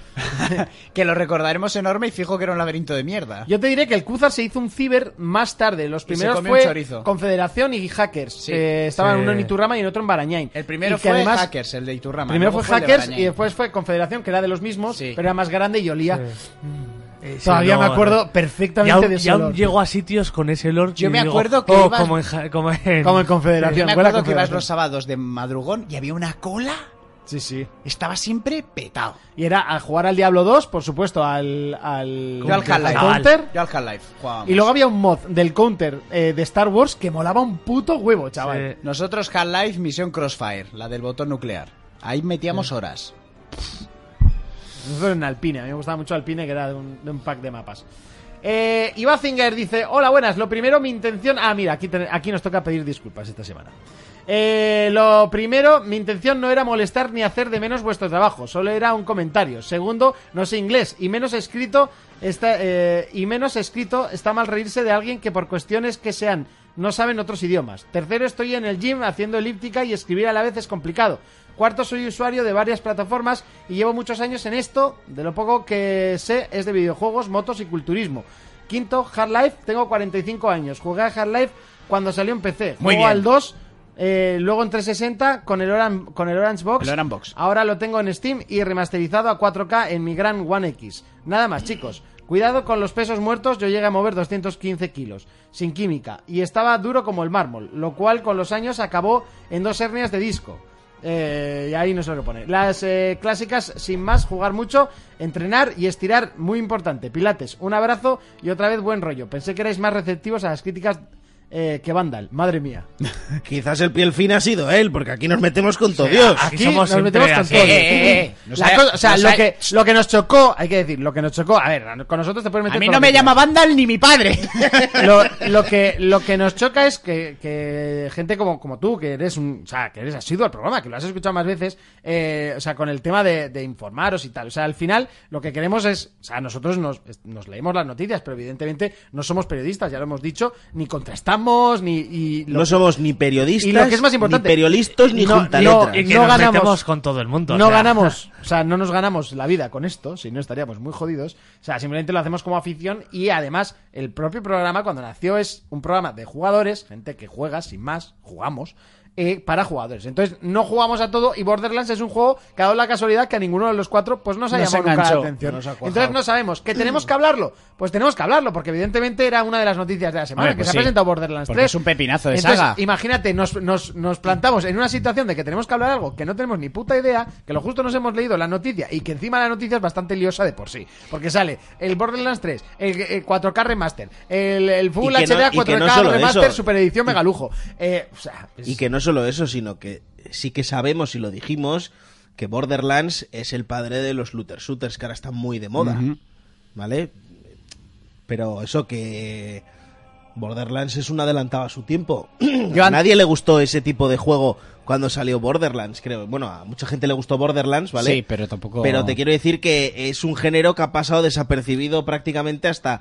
Speaker 5: que lo recordaremos enorme y fijo que era un laberinto de mierda.
Speaker 2: Yo te diré que el Cúzar se hizo un ciber más tarde. Los
Speaker 5: se
Speaker 2: primeros
Speaker 5: comió un
Speaker 2: fue
Speaker 5: chorizo.
Speaker 2: Confederación y Hackers.
Speaker 5: Sí.
Speaker 2: Eh, estaban
Speaker 7: Sí.
Speaker 2: uno en Iturrama y en otro en Barañain.
Speaker 5: El primero
Speaker 2: Y que
Speaker 5: fue
Speaker 2: además-
Speaker 5: Hackers, el de Iturrama.
Speaker 2: Primero
Speaker 5: luego
Speaker 2: fue
Speaker 5: el de
Speaker 2: Hackers
Speaker 5: Braña.
Speaker 2: y después fue Confederación, que era de los mismos,
Speaker 5: Sí.
Speaker 2: pero era más grande y olía.
Speaker 7: Ese
Speaker 2: Mm. Todavía me
Speaker 7: olor.
Speaker 2: acuerdo
Speaker 7: eh. Y
Speaker 2: perfectamente
Speaker 7: aún,
Speaker 2: de
Speaker 7: y
Speaker 2: ese
Speaker 7: aún
Speaker 2: olor.
Speaker 7: llego a sitios con ese olor.
Speaker 5: Yo
Speaker 7: y
Speaker 5: me
Speaker 7: digo,
Speaker 5: acuerdo que
Speaker 7: "Oh,
Speaker 5: ibas-
Speaker 7: como en, ja- como en-
Speaker 2: *laughs* Como en
Speaker 7: *laughs*
Speaker 2: Confederación.
Speaker 5: Yo me
Speaker 2: huele a
Speaker 5: acuerdo que ibas
Speaker 2: Confederación.
Speaker 5: los sábados de madrugón y había una cola.
Speaker 2: Sí, sí.
Speaker 5: Estaba siempre petado.
Speaker 2: Y era a jugar al Diablo 2, por supuesto, al. al
Speaker 5: Yo al Half-Life.
Speaker 2: Counter.
Speaker 5: Yo al Half-Life. jugábamos.
Speaker 2: Y luego había un mod del Counter eh, de Star Wars que molaba un puto huevo, chaval.
Speaker 7: Sí.
Speaker 5: Nosotros Half-Life Misión Crossfire, la del botón nuclear. Ahí metíamos horas.
Speaker 2: Nosotros en Alpine, a mí me gustaba mucho Alpine, que era de un, de un pack de mapas. Eh, Ibazinger dice: Hola, buenas. Lo primero, mi intención. Ah, mira, aquí, ten- aquí nos toca pedir disculpas esta semana. Eh, lo primero, mi intención no era molestar ni hacer de menos vuestro trabajo, solo era un comentario. Segundo, no sé inglés y menos escrito está, eh, y menos escrito está mal reírse de alguien que por cuestiones que sean no saben otros idiomas. Tercero, estoy en el gym haciendo elíptica y escribir a la vez es complicado. Cuarto, soy usuario de varias plataformas y llevo muchos años en esto. De lo poco que sé es de videojuegos, motos y culturismo. Quinto, Hard Life, tengo 45 años. Jugué a Hard Life cuando salió en PC.
Speaker 5: Muy
Speaker 2: Juego
Speaker 5: bien.
Speaker 2: al 2, eh, luego en 360 con el, Oran- con el Orange Box.
Speaker 5: El Orange Box.
Speaker 2: Ahora lo tengo en Steam y remasterizado a 4K en mi gran One X. Nada más, chicos. Cuidado con los pesos muertos, yo llegué a mover 215 kilos, sin química, y estaba duro como el mármol, lo cual con los años acabó en dos hernias de disco. Eh, y ahí no sé lo que pone. Las eh, clásicas, sin más, jugar mucho, entrenar y estirar, muy importante. Pilates, un abrazo y otra vez buen rollo. Pensé que erais más receptivos a las críticas eh, que Vandal. Madre mía.
Speaker 6: Quizás el piel fin ha sido él, porque aquí nos metemos con todo Dios.
Speaker 2: Aquí nos metemos con todo.
Speaker 5: Eh, Nos
Speaker 2: La
Speaker 5: ha-
Speaker 2: cosa- o sea,
Speaker 5: nos
Speaker 2: lo
Speaker 5: ha-
Speaker 2: que, lo que nos chocó, hay que decir, lo que nos chocó, a ver, con nosotros te puedes meter
Speaker 5: A mí
Speaker 2: con
Speaker 5: no
Speaker 2: lo que
Speaker 5: me llama Vandal ni mi padre.
Speaker 2: lo, lo que, lo que nos choca es que, que gente como, como tú, que eres un, o sea, que eres asiduo al programa, que lo has escuchado más veces, eh, o sea, con el tema de, de informaros y tal. O sea, al final lo que queremos es, o sea, nosotros nos, nos leemos las noticias, pero evidentemente no somos periodistas, ya lo hemos dicho, ni contrastamos, ni... y lo-
Speaker 6: *laughs* No somos ni periodistas,
Speaker 2: y lo que es más importante,
Speaker 6: ni periodistas, ni
Speaker 2: no-
Speaker 6: junta
Speaker 2: no-
Speaker 6: letras.
Speaker 2: Y que no nos ganamos. metemos
Speaker 7: con todo el mundo.
Speaker 2: No *laughs* ganamos, o sea, no nos ganamos la vida con esto, si no estaríamos muy jodidos. O sea, simplemente lo hacemos como afición y además el propio programa cuando nació es un programa de jugadores, gente que juega, sin más, jugamos. eh, para jugadores. Entonces, no jugamos a todo y Borderlands es un juego que ha dado la casualidad que a ninguno de los cuatro pues no se ha
Speaker 9: Nos
Speaker 2: llamado nunca la
Speaker 9: enganchó,
Speaker 2: atención.
Speaker 9: nos ha cuajado.
Speaker 2: Entonces, no sabemos. ¿Que tenemos que hablarlo? Pues tenemos que hablarlo, porque evidentemente era una de las noticias de la semana,
Speaker 5: Hombre,
Speaker 2: que
Speaker 5: pues
Speaker 2: se
Speaker 5: sí.
Speaker 2: ha presentado Borderlands
Speaker 5: Porque
Speaker 2: 3.
Speaker 5: es un pepinazo de
Speaker 2: Entonces,
Speaker 5: saga.
Speaker 2: Imagínate, nos, nos, nos plantamos en una situación de que tenemos que hablar algo que no tenemos ni puta idea, que lo justo nos hemos leído la noticia y que encima la noticia es bastante liosa de por sí. Porque sale el Borderlands 3, el, el 4K Remaster, el, el Full
Speaker 6: Y que no-
Speaker 2: HD
Speaker 6: y que
Speaker 2: 4K
Speaker 6: no solo
Speaker 2: Remaster
Speaker 6: eso.
Speaker 2: Super Edición Megalujo. Eh, o sea, es-
Speaker 6: Y que no solo eso, sino que sí que sabemos y lo dijimos que Borderlands es el padre de los looter shooters que ahora están muy de moda. ¿Vale? Pero eso que Borderlands es un adelantado a su tiempo. a nadie le gustó ese tipo de juego cuando salió Borderlands, creo. Bueno, a mucha gente le gustó Borderlands, ¿vale?
Speaker 5: Sí, pero tampoco.
Speaker 6: Pero te quiero decir que es un género que ha pasado desapercibido prácticamente hasta.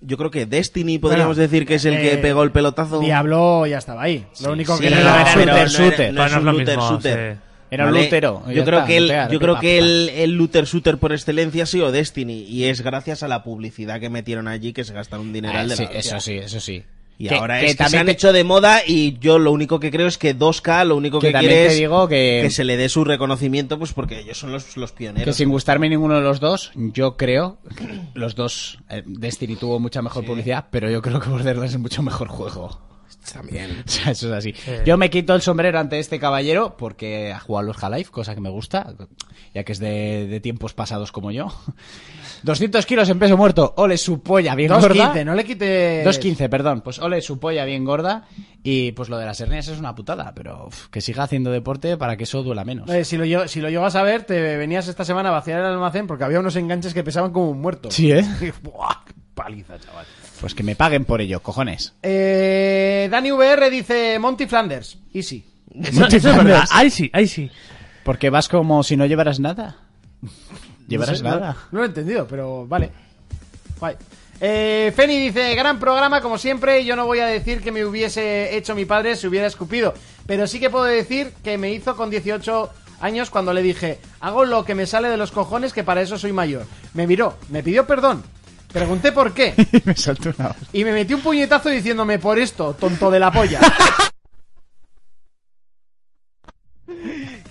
Speaker 6: Yo creo que Destiny podríamos
Speaker 2: Bueno,
Speaker 6: decir que es el que
Speaker 2: eh,
Speaker 6: pegó el pelotazo.
Speaker 2: Diablo ya estaba ahí. Lo único
Speaker 6: Sí,
Speaker 2: que
Speaker 6: no,
Speaker 2: era
Speaker 5: era
Speaker 6: pero
Speaker 5: looter
Speaker 6: no
Speaker 5: shooter.
Speaker 6: no es
Speaker 7: Bueno,
Speaker 6: un
Speaker 7: no es lo
Speaker 6: looter
Speaker 7: mismo,
Speaker 6: shooter.
Speaker 7: sí.
Speaker 5: Era un lutero, Eh, y
Speaker 6: Yo
Speaker 5: ya
Speaker 6: creo
Speaker 5: está,
Speaker 6: que, el,
Speaker 5: lootear,
Speaker 6: yo
Speaker 5: pi,
Speaker 6: creo
Speaker 5: pa,
Speaker 6: que
Speaker 5: pa.
Speaker 6: el, el looter shooter por excelencia ha sido Destiny. Y es gracias a la publicidad que metieron allí que se gastaron un
Speaker 5: Ah,
Speaker 6: dineral de la
Speaker 5: sí,
Speaker 6: hostia.
Speaker 5: eso sí, eso sí.
Speaker 6: Y
Speaker 5: Que-
Speaker 6: ahora
Speaker 5: que
Speaker 6: es que se
Speaker 5: también
Speaker 6: han
Speaker 5: te-
Speaker 6: hecho de moda. Y yo lo único que creo es que 2K lo único
Speaker 5: Que
Speaker 6: que,
Speaker 5: también
Speaker 6: quiere
Speaker 5: te
Speaker 6: es
Speaker 5: digo que-
Speaker 6: se le dé su reconocimiento. Pues porque ellos son los, los
Speaker 5: Que
Speaker 6: pioneros.
Speaker 5: sin gustarme ninguno de los dos, yo creo, los dos, eh, Destiny tuvo mucha mejor publicidad, pero yo creo que Borderlands es mucho mejor juego.
Speaker 6: También.
Speaker 5: *laughs* O sea, eso es así. Yo me quito el sombrero ante este caballero porque ha jugado al Half-Life, cosa que me gusta, ya que es de, de tiempos pasados como yo. *laughs* 200 kilos en peso muerto, ole su polla bien gorda.
Speaker 2: 2.15, no le quite.
Speaker 5: 2.15, perdón. Pues ole su polla bien gorda. Y pues lo de las hernias es una putada, pero uf, que siga haciendo deporte para que eso duela menos.
Speaker 2: Eh, si, lo, lle- si lo llegas a ver, te venías esta semana a vaciar el almacén porque había unos enganches que pesaban como un muerto.
Speaker 5: Sí, ¿eh?
Speaker 2: *laughs* Buah, qué paliza, chaval.
Speaker 5: Pues que me paguen por ello, cojones.
Speaker 2: Eh, Dani VR dice Monty Flanders. Easy. *laughs*
Speaker 7: Eso, eso es verdad. Ahí sí, ahí sí.
Speaker 5: Porque vas como si no llevaras nada. Llevarás
Speaker 2: No sé,
Speaker 5: nada.
Speaker 2: No, no lo he entendido, pero vale. Guay. Eh, Feni dice, gran programa como siempre, yo no voy a decir que me hubiese hecho mi padre si hubiera escupido, pero sí que puedo decir que me hizo con 18 años cuando le dije, hago lo que me sale de los cojones que para eso soy mayor. Me miró, me pidió perdón, pregunté por qué
Speaker 5: *laughs* Y me saltó una hostia.
Speaker 2: y me metió un puñetazo diciéndome por esto, tonto de la polla.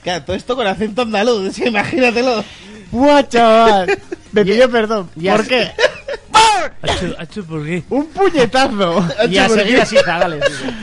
Speaker 6: Claro, todo esto con acento andaluz. Imagínatelo.
Speaker 5: ¡Buah, *laughs* chaval! Me pidió perdón. ¿Por qué?
Speaker 7: Achu, achu, ¿por qué?
Speaker 5: ¡Un *laughs* puñetazo!
Speaker 2: *laughs* y a seguir así, zagales. dice.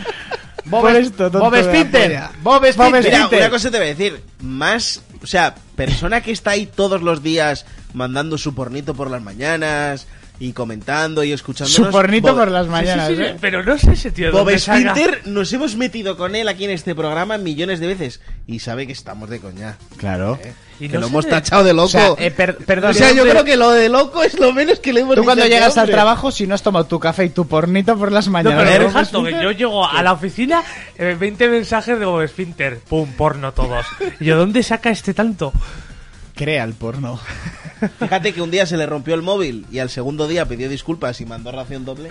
Speaker 2: Bob,
Speaker 5: Por esto, tonto
Speaker 2: Bob
Speaker 5: de la
Speaker 2: Splinter,
Speaker 5: polla.
Speaker 2: Bob Splinter.
Speaker 6: Mira, una cosa te voy a decir. Más, o sea, persona que está ahí todos los días mandando su pornito por las mañanas y comentando y escuchándonos.
Speaker 5: Su pornito
Speaker 6: Bob-
Speaker 5: por las mañanas,
Speaker 7: Sí, sí, sí,
Speaker 5: ¿eh?
Speaker 7: Pero no sé ese tío. de
Speaker 6: Bob
Speaker 7: dónde saca.
Speaker 6: Spinter, nos hemos metido con él aquí en este programa millones de veces y sabe que estamos de coña.
Speaker 5: Claro.
Speaker 7: Y
Speaker 6: que
Speaker 7: no
Speaker 6: lo
Speaker 7: sé
Speaker 6: hemos
Speaker 7: de-
Speaker 6: tachado de loco.
Speaker 5: O sea, eh, per- perdón.
Speaker 6: O sea, yo
Speaker 5: hombre,
Speaker 6: creo que lo de loco es lo menos que le hemos
Speaker 5: Tú
Speaker 6: dicho a
Speaker 5: cuando
Speaker 6: este
Speaker 5: llegas al
Speaker 6: hombre.
Speaker 5: trabajo, si no has tomado tu café y tu pornito por las
Speaker 7: No,
Speaker 5: mañanas.
Speaker 7: pero
Speaker 5: ¿eh?
Speaker 7: es harto, que yo llego a la oficina, eh, 20 mensajes de Bob Spinter, pum, porno todos. Y yo, ¿dónde saca este tanto?
Speaker 5: Crea el porno. *laughs*
Speaker 6: Fíjate que un día se le rompió el móvil y al segundo día pidió disculpas y mandó ración doble.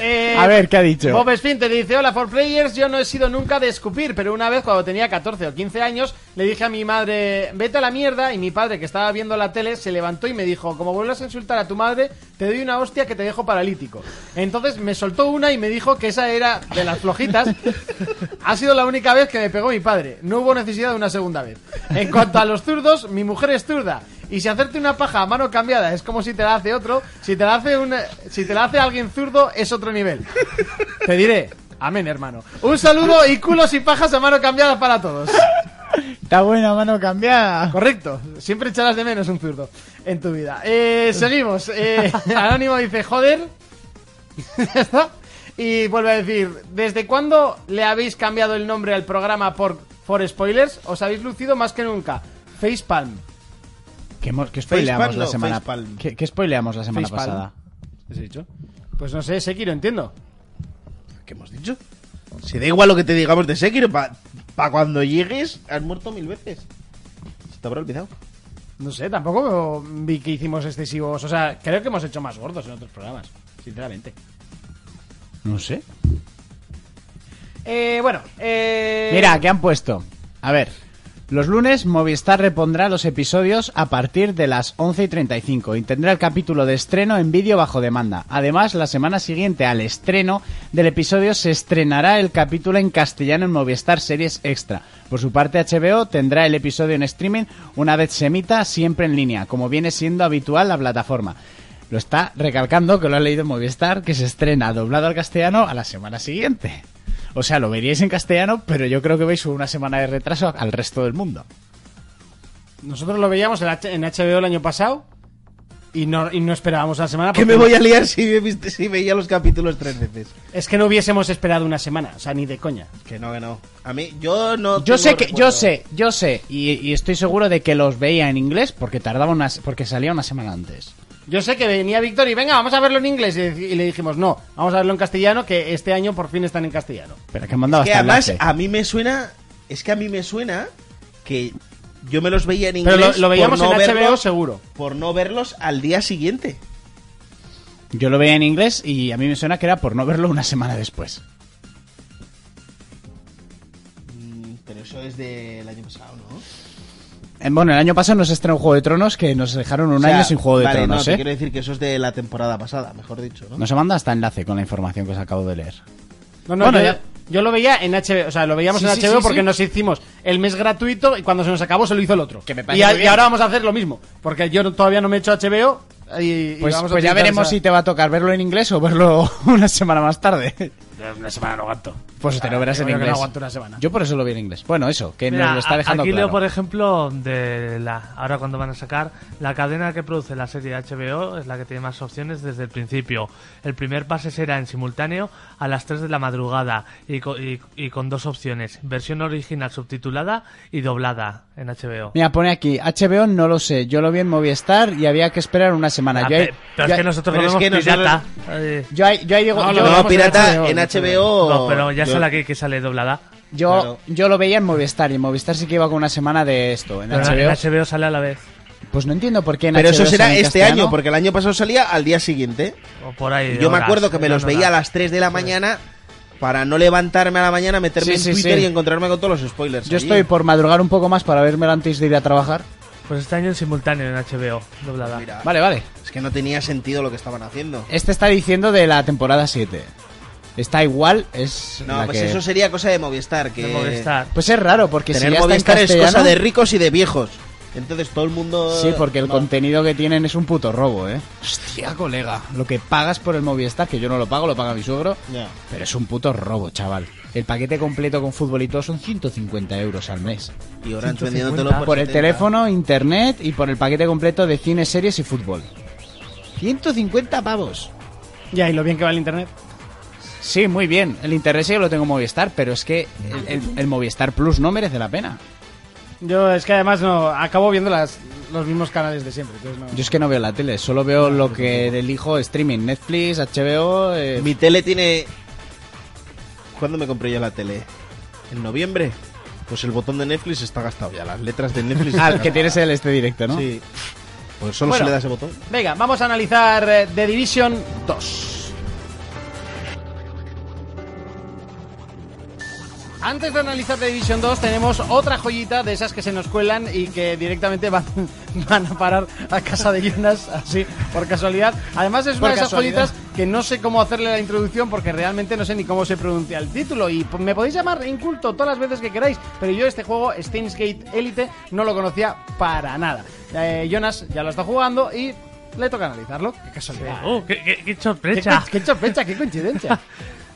Speaker 2: Eh,
Speaker 5: A ver, ¿qué ha dicho?
Speaker 2: Bob Spinter dice, hola for players, yo no he sido nunca de escupir, pero una vez cuando tenía 14 o 15 años le dije a mi madre, vete a la mierda, y mi padre que estaba viendo la tele se levantó y me dijo, como vuelvas a insultar a tu madre, te doy una hostia que te dejo paralítico. Entonces me soltó una y me dijo que esa era de las flojitas. ha sido la única vez que me pegó mi padre, no hubo necesidad de una segunda vez. En cuanto a los zurdos, mi mujer es zurda. Y si hacerte una paja a mano cambiada es como si te la hace otro, si te la hace un, si te la hace alguien zurdo es otro nivel. *laughs* Te diré. Amén, hermano. Un saludo y culos y pajas a mano cambiada para todos.
Speaker 5: Está buena mano cambiada.
Speaker 2: Correcto. Siempre echarás *laughs* de menos un zurdo en tu vida. Eh, seguimos. Eh, Anónimo dice, joder. *laughs* Ya está. y vuelve a decir, ¿desde cuándo le habéis cambiado el nombre al programa por For Spoilers? Os habéis lucido más que nunca. Facepalm.
Speaker 5: ¿Qué, hemos- qué spoileamos
Speaker 2: Facepalm,
Speaker 5: la
Speaker 2: no,
Speaker 5: semana
Speaker 2: facepalm.
Speaker 5: ¿Qué, qué spoileamos la semana
Speaker 2: Facepalm.
Speaker 5: pasada?
Speaker 2: ¿Has dicho? Pues no sé, Sekiro, entiendo.
Speaker 6: ¿Qué hemos dicho? Si da igual lo que te digamos de Sekiro, para cuando llegues, has muerto mil veces. Se te habrá olvidado.
Speaker 2: No sé, tampoco vi que hicimos excesivos. O sea, creo que hemos hecho más gordos en otros programas, sinceramente.
Speaker 5: No sé.
Speaker 2: Eh, bueno, eh...
Speaker 5: Mira, ¿qué han puesto? A ver. Los lunes Movistar repondrá los episodios a partir de las 11 y 35 y tendrá el capítulo de estreno en vídeo bajo demanda. Además, la semana siguiente al estreno del episodio se estrenará el capítulo en castellano en Movistar Series Extra. Por su parte, HBO tendrá el episodio en streaming una vez se emita siempre en línea, como viene siendo habitual la plataforma. Lo está recalcando que lo ha leído en Movistar, que se estrena doblado al castellano a la semana siguiente. O sea, lo veríais en castellano, pero yo creo que veis una semana de retraso al resto del mundo.
Speaker 2: Nosotros lo veíamos en H- en HBO el año pasado y no, y no esperábamos la semana.
Speaker 6: Que
Speaker 2: porque
Speaker 6: me voy a liar si, me viste- si veía los capítulos tres veces.
Speaker 2: Es que no hubiésemos esperado una semana, o sea, ni de coña.
Speaker 6: Que no, que no. A mí, yo no.
Speaker 5: Yo
Speaker 6: tengo
Speaker 5: sé que, yo
Speaker 6: recuerdo.
Speaker 5: sé, yo sé, y, y estoy seguro de que los veía en inglés porque tardaba una, se- porque salía una semana antes.
Speaker 2: Yo sé que venía Víctor y venga, vamos a verlo en inglés. Y, dec- y le dijimos, no, vamos a verlo en castellano, que este año por fin están en castellano.
Speaker 5: Pero que han mandado
Speaker 6: Que
Speaker 5: hasta
Speaker 6: además,
Speaker 5: enlace.
Speaker 6: a mí me suena. Es que a mí me suena que yo me los veía en
Speaker 2: Pero
Speaker 6: inglés.
Speaker 2: lo,
Speaker 6: por
Speaker 2: lo veíamos
Speaker 6: no
Speaker 2: en HBO
Speaker 6: verlos-
Speaker 2: seguro.
Speaker 6: Por no verlos al día siguiente.
Speaker 5: Yo lo veía en inglés y a mí me suena que era por no verlo una semana después.
Speaker 6: Mm, Pero eso es del año pasado, ¿no?
Speaker 5: Eh, Bueno, el año pasado nos estrenó Juego de Tronos, que nos dejaron un
Speaker 6: O sea,
Speaker 5: año sin Juego de
Speaker 6: vale,
Speaker 5: Tronos,
Speaker 6: no, te
Speaker 5: ¿eh?
Speaker 6: quiero decir que eso es de la temporada pasada, mejor dicho, ¿no?
Speaker 5: Nos manda hasta enlace con la información que os acabo de leer.
Speaker 2: No, no,
Speaker 5: Bueno,
Speaker 2: yo,
Speaker 5: ya-
Speaker 2: yo lo veía en HBO, o sea, lo veíamos
Speaker 5: Sí,
Speaker 2: en
Speaker 5: sí,
Speaker 2: HBO
Speaker 5: sí,
Speaker 2: porque
Speaker 5: sí.
Speaker 2: nos hicimos el mes gratuito y cuando se nos acabó se lo hizo el otro.
Speaker 5: parece
Speaker 2: y, a-
Speaker 5: muy
Speaker 2: y
Speaker 5: bien.
Speaker 2: ahora vamos a hacer lo mismo, porque yo no- todavía no me he hecho HBO. Y, y
Speaker 5: Pues,
Speaker 2: vamos a
Speaker 5: pues ya
Speaker 2: utilizar
Speaker 5: veremos
Speaker 2: esa-
Speaker 5: si te va a tocar verlo en inglés o verlo *laughs* una semana más tarde.
Speaker 2: Una semana no aguanto.
Speaker 5: Pues te lo verás
Speaker 2: yo
Speaker 5: en
Speaker 2: creo que no
Speaker 5: inglés.
Speaker 2: aguanto una semana.
Speaker 5: Yo por eso lo vi en inglés. Bueno, eso, que
Speaker 7: Mira,
Speaker 5: nos lo está
Speaker 7: a-
Speaker 5: dejando
Speaker 7: aquí leo,
Speaker 5: claro.
Speaker 7: por ejemplo, de la ahora cuando van a sacar la cadena que produce la serie HBO es la que tiene más opciones desde el principio. El primer pase será en simultáneo a las 3 de la madrugada y, co- y- y con dos opciones, versión original subtitulada y doblada en HBO.
Speaker 5: Mira, pone aquí, HBO no lo sé, yo lo vi en Movistar y había que esperar una semana.
Speaker 7: Ah,
Speaker 5: yo, ahí,
Speaker 7: pe- pero
Speaker 5: yo
Speaker 7: es que
Speaker 5: ahí-
Speaker 7: nosotros
Speaker 6: pero
Speaker 7: lo
Speaker 6: es
Speaker 7: vemos
Speaker 6: que nosotros-
Speaker 7: pirata. Eh,
Speaker 5: yo ahí- yo ahí digo,
Speaker 6: No,
Speaker 5: yo,
Speaker 6: no,
Speaker 5: vemos
Speaker 6: pirata
Speaker 5: en HBO.
Speaker 6: en HBO.
Speaker 7: no, pero ya
Speaker 6: yo-
Speaker 7: sale aquí que sale doblada.
Speaker 5: Yo,
Speaker 6: claro.
Speaker 5: yo lo veía en Movistar y en Movistar sí que iba con una semana de esto. En
Speaker 7: Pero
Speaker 5: HBO,
Speaker 7: en HBO sale a la vez.
Speaker 5: pues no entiendo por qué en
Speaker 6: Pero eso
Speaker 5: HBO
Speaker 6: será
Speaker 5: sale en
Speaker 6: este
Speaker 5: castellano.
Speaker 6: año, porque el año pasado salía al día siguiente.
Speaker 7: O por ahí.
Speaker 6: Yo me
Speaker 7: horas,
Speaker 6: acuerdo que me
Speaker 7: eran
Speaker 6: los veía a
Speaker 7: horas.
Speaker 6: las 3 de la mañana para no levantarme a la mañana, meterme
Speaker 5: Sí,
Speaker 6: en
Speaker 5: sí,
Speaker 6: Twitter
Speaker 5: sí.
Speaker 6: y encontrarme con todos los spoilers.
Speaker 5: Yo
Speaker 6: allí.
Speaker 5: estoy por madrugar un poco más para verme antes de ir a trabajar.
Speaker 7: Pues este año en simultáneo en HBO, doblada.
Speaker 6: Mira,
Speaker 5: Vale, vale.
Speaker 6: Es que no tenía sentido lo que estaban haciendo.
Speaker 5: Este está diciendo de la temporada 7. Está igual, es...
Speaker 6: No,
Speaker 5: la
Speaker 6: pues
Speaker 5: que-
Speaker 6: eso sería cosa de Movistar. Que
Speaker 7: De Movistar.
Speaker 5: Pues es raro, porque si
Speaker 6: Tener
Speaker 5: ya está en
Speaker 6: Movistar es cosa
Speaker 5: castellano-
Speaker 6: de ricos y de viejos. Entonces todo el mundo.
Speaker 5: Sí, porque el
Speaker 6: No.
Speaker 5: contenido que tienen es un puto robo, ¿eh? Hostia, colega. Lo que pagas por el Movistar, que yo no lo pago, lo paga mi suegro.
Speaker 6: Ya.
Speaker 5: Pero es un puto robo, chaval. El paquete completo con fútbol y todo son 150 euros al mes.
Speaker 6: Y ahora vendiéndotelo
Speaker 5: Por,
Speaker 6: por,
Speaker 5: el
Speaker 6: 70.
Speaker 5: teléfono, internet y por el paquete completo de cine, series y fútbol. 150 pavos.
Speaker 2: Ya, y lo bien que va el internet.
Speaker 5: Sí, muy bien. El internet sí que lo tengo en Movistar, pero es que el, el- el Movistar Plus no merece la pena.
Speaker 2: Yo es que además no acabo viendo las, los mismos canales de siempre. entonces no-
Speaker 5: Yo es que no veo la tele, solo veo lo que elijo streaming, Netflix, HBO... eh,
Speaker 6: Mi tele tiene. ¿Cuándo me compré yo la tele? ¿En noviembre? Pues el botón de Netflix está gastado ya. Las letras de Netflix. *laughs*
Speaker 5: Ah,
Speaker 6: están
Speaker 5: el *laughs* que
Speaker 6: gastadas.
Speaker 5: tienes el este directo, ¿no?
Speaker 6: Sí. Pues solo
Speaker 2: Bueno.
Speaker 6: se le da ese botón.
Speaker 2: Venga, vamos a analizar eh, The Division 2. Antes de analizar The Division 2 tenemos otra joyita de esas que se nos cuelan y que directamente van, *laughs* van a parar a casa de Jonas, así, por casualidad. Además es
Speaker 5: Por
Speaker 2: una de esas
Speaker 5: casualidad.
Speaker 2: joyitas que no sé cómo hacerle la introducción porque realmente no sé ni cómo se pronuncia el título y p- me podéis llamar inculto todas las veces que queráis, pero yo este juego, Steins Gate Elite, no lo conocía para nada. Eh, Jonas ya lo está jugando y le toca analizarlo. Qué casualidad.
Speaker 7: Oh, qué, qué- qué
Speaker 2: Qué,
Speaker 7: sorpresa.
Speaker 2: co- qué sorpresa,
Speaker 9: *laughs*
Speaker 2: qué coincidencia.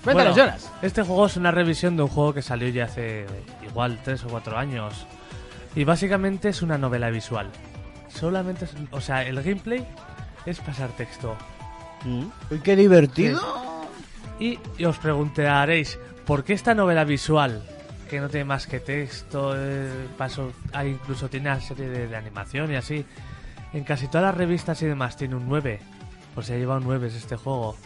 Speaker 2: Cuéntanos,
Speaker 7: Bueno,
Speaker 2: Jonas.
Speaker 7: Este juego es una revisión de un juego que salió ya hace eh, igual tres o cuatro años. Y básicamente es una novela visual. Solamente, es- o sea, el gameplay es pasar texto.
Speaker 2: Mm.
Speaker 5: Uy, qué divertido.
Speaker 7: Y os preguntaréis, ¿por qué esta novela visual, que no tiene más que texto, eh, paso, ah, incluso tiene una serie de, de animación y así, en casi todas las revistas y demás tiene un 9? Pues se ha llevado 9 este juego.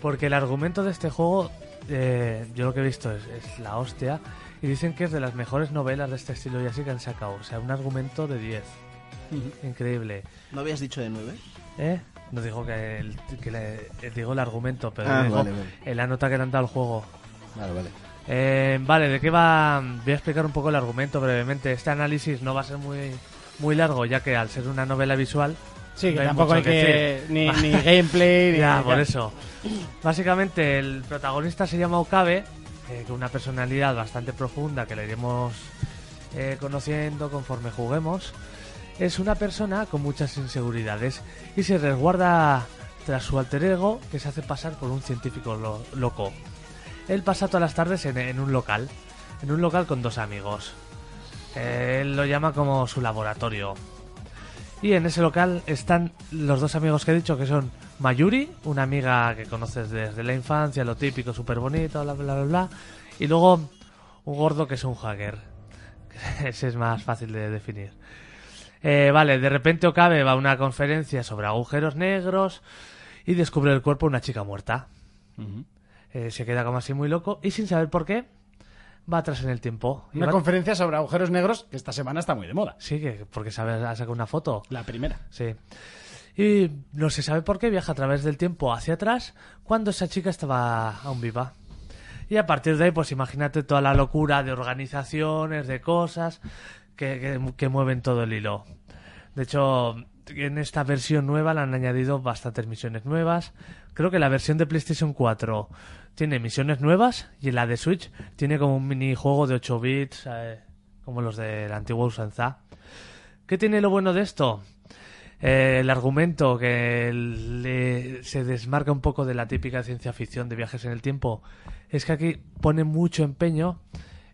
Speaker 7: Porque el argumento de este juego, eh, yo lo que he visto es, es la hostia. Y dicen que es de las mejores novelas de este estilo y así que han sacado. O sea, un argumento de 10. Increíble.
Speaker 6: ¿No habías dicho de 9?
Speaker 7: ¿Eh? No digo que, el, que le- eh, digo el argumento, pero
Speaker 6: Ah,
Speaker 7: digo
Speaker 6: vale, vale.
Speaker 7: en la nota que le han dado al juego.
Speaker 6: Vale, vale.
Speaker 7: Eh, vale, ¿de qué va? Voy a explicar un poco el argumento brevemente. Este análisis no va a ser muy, muy largo, ya que al ser una novela visual.
Speaker 9: Sí, que
Speaker 7: no
Speaker 9: tampoco
Speaker 7: mucho
Speaker 9: hay que- *laughs*
Speaker 7: decir. *laughs*
Speaker 9: ni- ni gameplay, ni-
Speaker 7: ya, por eso. Básicamente, el protagonista se llama Okabe, eh, con una personalidad bastante profunda que le iremos eh, conociendo conforme juguemos. Es una persona con muchas inseguridades y se resguarda tras su alter ego que se hace pasar por un científico lo- loco. Él pasa todas las tardes en, en un local, en un local con dos amigos. Eh, Él lo llama como su laboratorio. Y en ese local están los dos amigos que he dicho, que son Mayuri, una amiga que conoces desde la infancia, lo típico, súper bonito, bla, bla, bla, bla. Y luego un gordo que es un hacker. *laughs* Ese es más fácil de definir. Eh, vale, de repente Okabe va a una conferencia sobre agujeros negros y descubre el cuerpo de una chica muerta. Eh, se queda como así muy loco y sin saber por qué va atrás en el tiempo. Y
Speaker 9: Una
Speaker 7: va-
Speaker 9: conferencia sobre agujeros negros que esta semana está muy de moda.
Speaker 7: Sí, que porque sabe, ha sacado una foto.
Speaker 9: La primera.
Speaker 7: Sí. Y no se sabe por qué viaja a través del tiempo hacia atrás cuando esa chica estaba aún viva. Y a partir de ahí, pues imagínate toda la locura de organizaciones, de cosas que, que- que mueven todo el hilo. De hecho, en esta versión nueva le han añadido bastantes misiones nuevas. Creo que la versión de PlayStation 4 tiene misiones nuevas y la de Switch tiene como un minijuego de 8 bits, eh, como los de la antigua usanza. ¿Qué tiene lo bueno de esto? Eh, el argumento que le- se desmarca un poco de la típica ciencia ficción de viajes en el tiempo es que aquí pone mucho empeño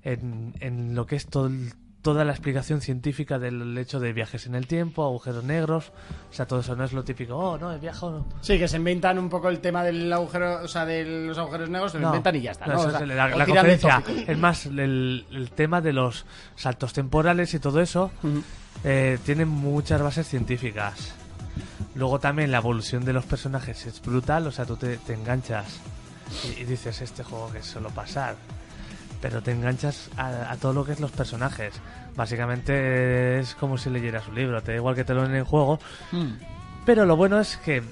Speaker 7: en, en lo que es todo el- toda la explicación científica del hecho de viajes en el tiempo, agujeros negros, o sea, todo eso no es lo típico, oh, no, he viajado...
Speaker 9: Sí, que se inventan un poco el tema del agujero, o sea, de los agujeros negros, se lo
Speaker 7: No,
Speaker 9: inventan y ya está.
Speaker 7: no,
Speaker 9: ¿no?
Speaker 7: eso
Speaker 9: O sea,
Speaker 7: es la,
Speaker 9: o
Speaker 7: la
Speaker 9: tiran de
Speaker 7: conferencia. *laughs*
Speaker 9: tópico.
Speaker 7: Es más, el, el tema de los saltos temporales y todo eso eh, tiene muchas bases científicas. Luego también la evolución de los personajes es brutal, o sea, tú te, te enganchas y, y dices, este juego que es solo pasar. Pero te enganchas a, a todo lo que es los personajes. Básicamente es como si leyeras un libro, te da igual que te lo den en el juego.
Speaker 9: Mm.
Speaker 7: Pero lo bueno es que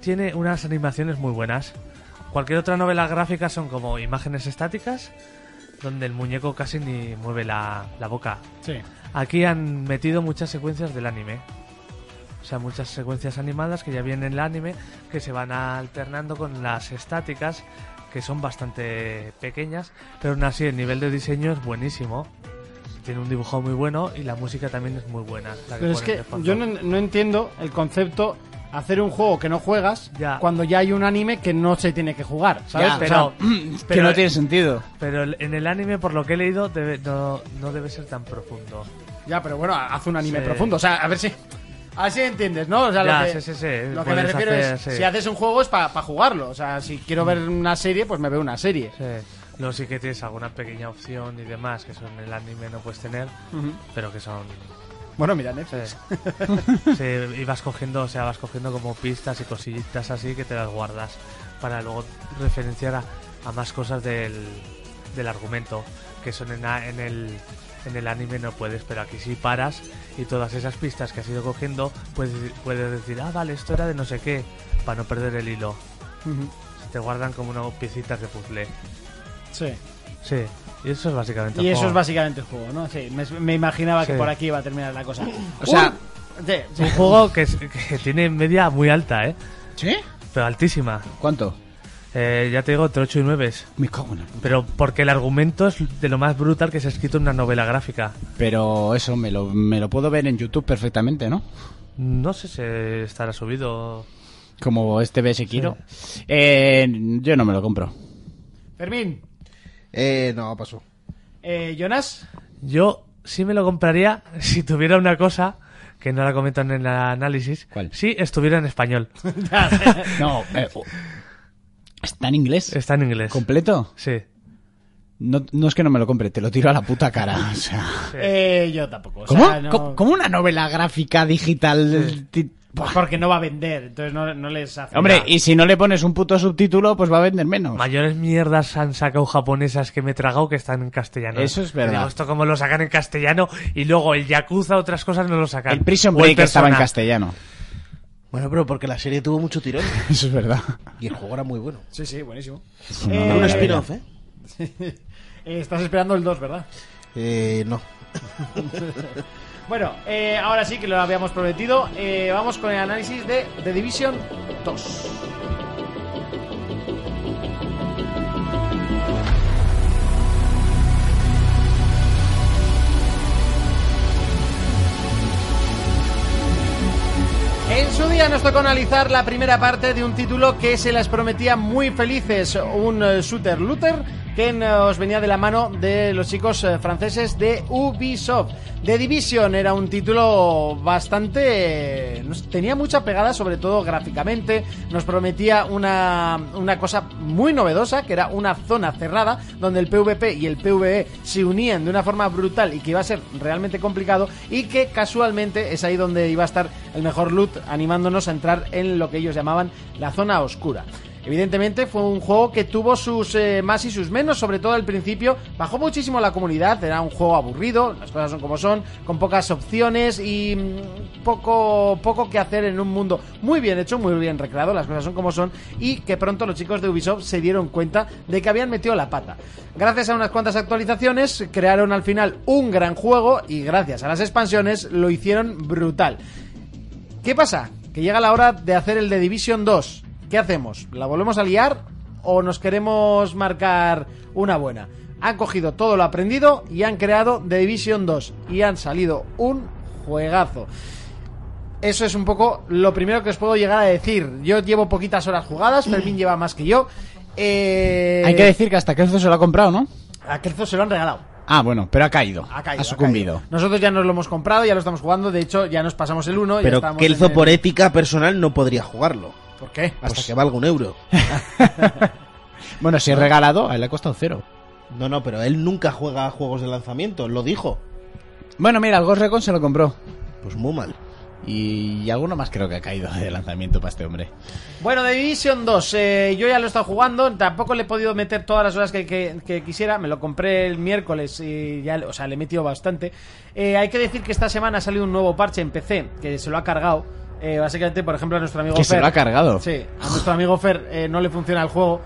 Speaker 7: tiene unas animaciones muy buenas. Cualquier otra novela gráfica son como imágenes estáticas, donde el muñeco casi ni mueve la, la boca.
Speaker 9: Sí.
Speaker 7: Aquí han metido muchas secuencias del anime. O sea, muchas secuencias animadas que ya vienen en el anime, que se van alternando con las estáticas, que son bastante pequeñas, pero aún así el nivel de diseño es buenísimo. Tiene un dibujo muy bueno y la música también es muy buena. la
Speaker 9: Pero es
Speaker 7: ponen
Speaker 9: que
Speaker 7: de fondo.
Speaker 9: yo no, no entiendo el concepto hacer un juego que no juegas cuando ya hay un anime que no se tiene que jugar, ¿sabes?
Speaker 7: Ya,
Speaker 9: O
Speaker 7: pero-
Speaker 9: sea, *clears throat*
Speaker 7: pero- eh,
Speaker 5: sentido.
Speaker 7: Pero el- en el anime, por lo que he leído, debe- no, no debe ser tan profundo.
Speaker 9: Ya, pero bueno, haz un anime
Speaker 7: Sí.
Speaker 9: profundo, o sea, a ver si así entiendes, ¿no? O sea,
Speaker 7: Ya,
Speaker 9: lo que,
Speaker 7: sí, sí, sí,
Speaker 9: lo que me
Speaker 7: puedes
Speaker 9: refiero
Speaker 7: hacer,
Speaker 9: es
Speaker 7: sí. Mm.
Speaker 9: si haces un juego es para jugarlo, o sea, si quiero ver una serie, pues me veo una serie.
Speaker 7: Sí. No, sí que tienes alguna pequeña opción y demás que son el anime no puedes tener,
Speaker 9: Ujú.
Speaker 7: pero que son.
Speaker 9: Bueno, mira Netflix.
Speaker 7: Sí, *laughs* y vas cogiendo, o sea, vas cogiendo como pistas y cosillitas así que te las guardas para luego referenciar a, a más cosas del, del argumento que son en, a- en el. En el anime no puedes, pero aquí sí paras y todas esas pistas que has ido cogiendo puedes, puedes decir, ah, vale, esto era de no sé qué, para no perder el hilo. Se te guardan como unas piecitas de puzzle.
Speaker 9: Sí.
Speaker 7: Sí, y eso es básicamente
Speaker 9: Y
Speaker 7: el
Speaker 9: eso es
Speaker 7: juego.
Speaker 9: básicamente el juego, ¿no? Sí, me, me imaginaba que
Speaker 7: Sí.
Speaker 9: por aquí iba a terminar la cosa.
Speaker 7: O sea,
Speaker 9: Uy, sí, sí.
Speaker 7: Un juego que, es- que tiene media muy alta, ¿eh?
Speaker 5: ¿Sí?
Speaker 7: Pero altísima.
Speaker 5: ¿Cuánto?
Speaker 7: Eh, ya te digo, entre 8 y 9.
Speaker 5: Me cago en la
Speaker 7: Pero porque el argumento es de lo más brutal que se ha escrito en una novela gráfica.
Speaker 5: Pero eso me lo, me lo puedo ver en YouTube perfectamente, ¿no?
Speaker 7: No sé si estará subido.
Speaker 5: Como este BS Kiro. Eh, yo no me lo compro.
Speaker 9: Fermín,
Speaker 6: Eh, no, pasó.
Speaker 9: eh, Jonas,
Speaker 7: Yo sí me lo compraría *laughs* si tuviera una cosa que no la comentan en
Speaker 5: *laughs*
Speaker 7: el análisis. Si estuviera en español.
Speaker 9: Ya sé.
Speaker 5: No, eh, oh. ¿Está en inglés?
Speaker 7: Está en inglés.
Speaker 5: ¿Completo?
Speaker 7: Sí.
Speaker 5: No, no es que no me lo compre, te lo tiro a la puta cara. O sea.
Speaker 2: Eh, yo tampoco. o
Speaker 5: ¿Cómo?
Speaker 2: sea, no-
Speaker 5: ¿Cómo- cómo una novela gráfica digital? ti-
Speaker 2: Pues porque no va a vender, entonces no, no les hace.
Speaker 5: Mm. Hombre, y si no le pones un puto subtítulo, pues va a vender menos.
Speaker 7: Mayores mierdas han sacado japonesas que me he tragado que están en castellano.
Speaker 5: Eso es
Speaker 7: Pero
Speaker 5: verdad.
Speaker 7: digo, Esto como lo sacan en castellano y luego el Yakuza, otras cosas no lo sacan.
Speaker 5: El Prison
Speaker 7: O el
Speaker 5: Break estaba en
Speaker 7: Persona.
Speaker 5: castellano.
Speaker 6: Bueno, pero porque la serie tuvo mucho tirón *laughs*
Speaker 5: Eso es verdad.
Speaker 6: y el juego era muy bueno.
Speaker 2: Sí, sí, buenísimo.
Speaker 5: no,
Speaker 2: Eh,
Speaker 5: no,
Speaker 6: Un
Speaker 5: no.
Speaker 6: spin-off, ¿eh?
Speaker 2: Eh, Estás esperando el 2, ¿verdad?
Speaker 6: Eh, no.
Speaker 2: Bueno, eh, ahora sí que lo habíamos prometido. eh, vamos con el análisis de The Division 2. En su día nos tocó analizar la primera parte de un título que se las prometía muy felices, un eh, shooter looter que nos venía de la mano de los chicos eh, franceses de Ubisoft. The Division era un título bastante... eh, no sé, tenía mucha pegada, sobre todo gráficamente. Nos prometía una, una cosa muy novedosa, que era una zona cerrada, donde el PvP y el PvE se unían de una forma brutal y que iba a ser realmente complicado y que casualmente es ahí donde iba a estar el mejor loot animándonos a entrar en lo que ellos llamaban la zona oscura. Evidentemente fue un juego que tuvo sus eh, más y sus menos, sobre todo al principio. Bajó muchísimo la comunidad, era un juego aburrido, las cosas son como son, con pocas opciones y mm, poco, poco que hacer en un mundo muy bien hecho, muy bien recreado, las cosas son como son, y que pronto los chicos de Ubisoft se dieron cuenta de que habían metido la pata. Gracias a unas cuantas actualizaciones, crearon al final un gran juego y gracias a las expansiones lo hicieron brutal. ¿Qué pasa? Que llega la hora de hacer el de Division 2. ¿Qué hacemos? ¿La volvemos a liar o nos queremos marcar una buena? Han cogido todo lo aprendido y han creado The Division 2 y han salido un juegazo. Eso es un poco lo primero que os puedo llegar a decir. Yo llevo poquitas horas jugadas, Fermín lleva más que yo. Eh,
Speaker 5: Hay que decir que hasta Kelso se lo ha comprado, ¿no?
Speaker 2: A Kelzo se lo han regalado.
Speaker 5: Ah, bueno, pero ha caído.
Speaker 2: Ha caído.
Speaker 5: sucumbido.
Speaker 2: caído. Nosotros ya nos lo hemos comprado, ya lo estamos jugando. De hecho, ya nos pasamos el 1.
Speaker 6: Pero
Speaker 2: ya
Speaker 6: Kelzo
Speaker 2: por
Speaker 6: por ética personal no podría jugarlo. Pues
Speaker 2: ¿Por qué?
Speaker 6: Hasta que valga un euro.
Speaker 5: Bueno, si es regalado, a él le ha costado cero.
Speaker 6: *laughs* No, no, pero él nunca juega a juegos de lanzamiento, lo dijo.
Speaker 5: Bueno, mira, el Ghost Recon se lo compró.
Speaker 6: Pues muy mal.
Speaker 5: Y, y alguno más creo que ha caído de lanzamiento para este hombre.
Speaker 2: Bueno, The Division 2, eh, yo ya lo he estado jugando, tampoco le he podido meter todas las horas que, que- que quisiera, me lo compré el miércoles y ya, o sea, le he metido bastante. Eh, hay que decir que esta semana ha salido un nuevo parche en PC, que se lo ha cargado, eh, básicamente, por ejemplo, a nuestro amigo
Speaker 5: Que se
Speaker 2: Fer.
Speaker 5: lo ha cargado.
Speaker 2: Sí, a nuestro amigo Fer eh, no le funciona el juego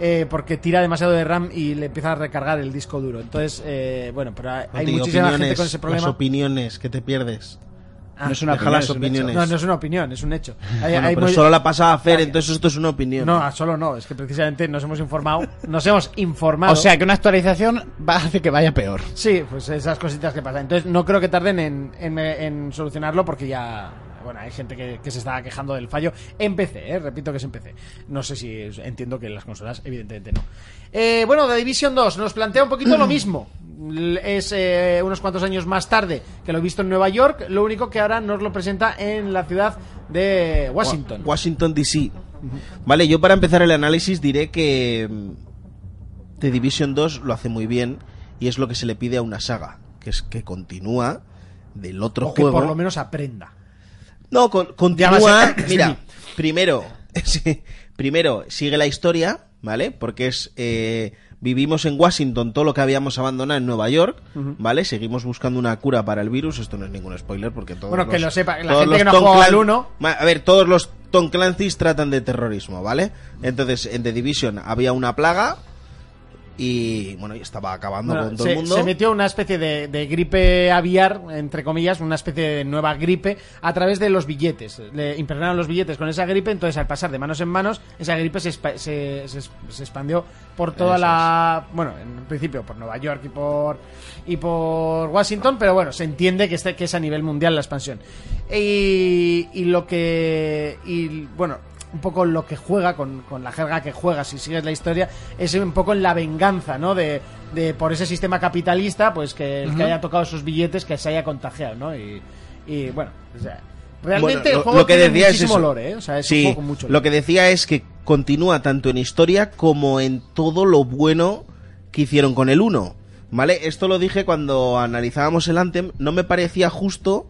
Speaker 2: eh, porque tira demasiado de RAM y le empieza a recargar el disco duro. Entonces, eh, bueno, pero hay, hay
Speaker 6: Contigo,
Speaker 2: muchísima gente
Speaker 6: opiniones,
Speaker 2: con ese
Speaker 6: Las
Speaker 2: problema.
Speaker 6: opiniones que te pierdes.
Speaker 2: Ah,
Speaker 5: No es una
Speaker 6: Deja
Speaker 5: opinión,
Speaker 6: las
Speaker 5: es un
Speaker 6: opiniones.
Speaker 2: no, no es una opinión, es un
Speaker 6: *laughs*
Speaker 2: hecho. Hay-
Speaker 6: Bueno,
Speaker 2: hay
Speaker 6: pero
Speaker 2: muy-
Speaker 6: solo la pasa a Fer, entonces esto es una opinión.
Speaker 2: No, solo no, es que precisamente nos hemos informado, nos hemos informado.
Speaker 5: O sea que una actualización va a hacer que vaya peor.
Speaker 2: sí, pues esas cositas que pasan. Entonces no creo que tarden en, en- en solucionarlo porque ya, bueno, hay gente que, que se está quejando del fallo en PC, eh, repito que es en PC. No sé si es- entiendo que en las consolas, evidentemente no. Eh, bueno, The Division 2 nos plantea un poquito lo mismo. L- Es eh, unos cuantos años más tarde que lo he visto en Nueva York, lo único que ahora nos lo presenta en la ciudad de Washington.
Speaker 6: Wa- Washington DC. Vale, yo para empezar el análisis diré que mm, The Division 2 lo hace muy bien y es lo que se le pide a una saga, que es que continúa del otro
Speaker 2: o que
Speaker 6: juego.
Speaker 2: por lo menos aprenda.
Speaker 6: No, con-
Speaker 2: va
Speaker 6: continúa.
Speaker 2: a
Speaker 6: *coughs*
Speaker 2: ser- *coughs*
Speaker 6: Mira,
Speaker 2: *laughs*
Speaker 6: primero, sí, primero sigue la historia, ¿vale? Porque es eh, vivimos en Washington todo lo que habíamos abandonado en Nueva York, ¿vale? Seguimos buscando una cura para el virus. Esto no es ningún spoiler porque todos
Speaker 2: Bueno,
Speaker 6: los,
Speaker 2: que lo sepa, la
Speaker 6: todos
Speaker 2: gente
Speaker 6: los
Speaker 2: que no ha
Speaker 6: Tom
Speaker 2: jugado al
Speaker 6: Clan-
Speaker 2: uno.
Speaker 6: Ma- A ver, todos los Tom Clancy's tratan de terrorismo, ¿vale? Entonces, en The Division había una plaga y bueno, y estaba acabando
Speaker 2: Bueno,
Speaker 6: con todo
Speaker 2: se,
Speaker 6: el mundo.
Speaker 2: se metió una especie de, de gripe aviar, entre comillas, una especie de nueva gripe a través de los billetes. Le impregnaron los billetes con esa gripe, entonces al pasar de manos en manos, esa gripe se, espa- se- se- se expandió por toda
Speaker 6: Eso
Speaker 2: la... Bueno, en principio por Nueva York y por, y por Washington, pero bueno, se entiende que, este, que es a nivel mundial la expansión. Y, y lo que... Y bueno, un poco lo que juega, con, con la jerga que juega, si sigues la historia, es un poco en la venganza, ¿no? De, de por ese sistema capitalista, pues que el que haya tocado sus billetes, que se haya contagiado, ¿no? Y, y bueno, o sea, realmente
Speaker 6: Bueno,
Speaker 2: el juego tiene
Speaker 6: decía es
Speaker 2: muchísimo
Speaker 6: eso.
Speaker 2: lore, ¿eh? O sea, es
Speaker 6: Sí,
Speaker 2: un juego con mucho
Speaker 6: lo que decía es que continúa tanto en historia como en todo lo bueno que hicieron con el 1. ¿Vale? Esto lo dije cuando analizábamos el Anthem. No me parecía justo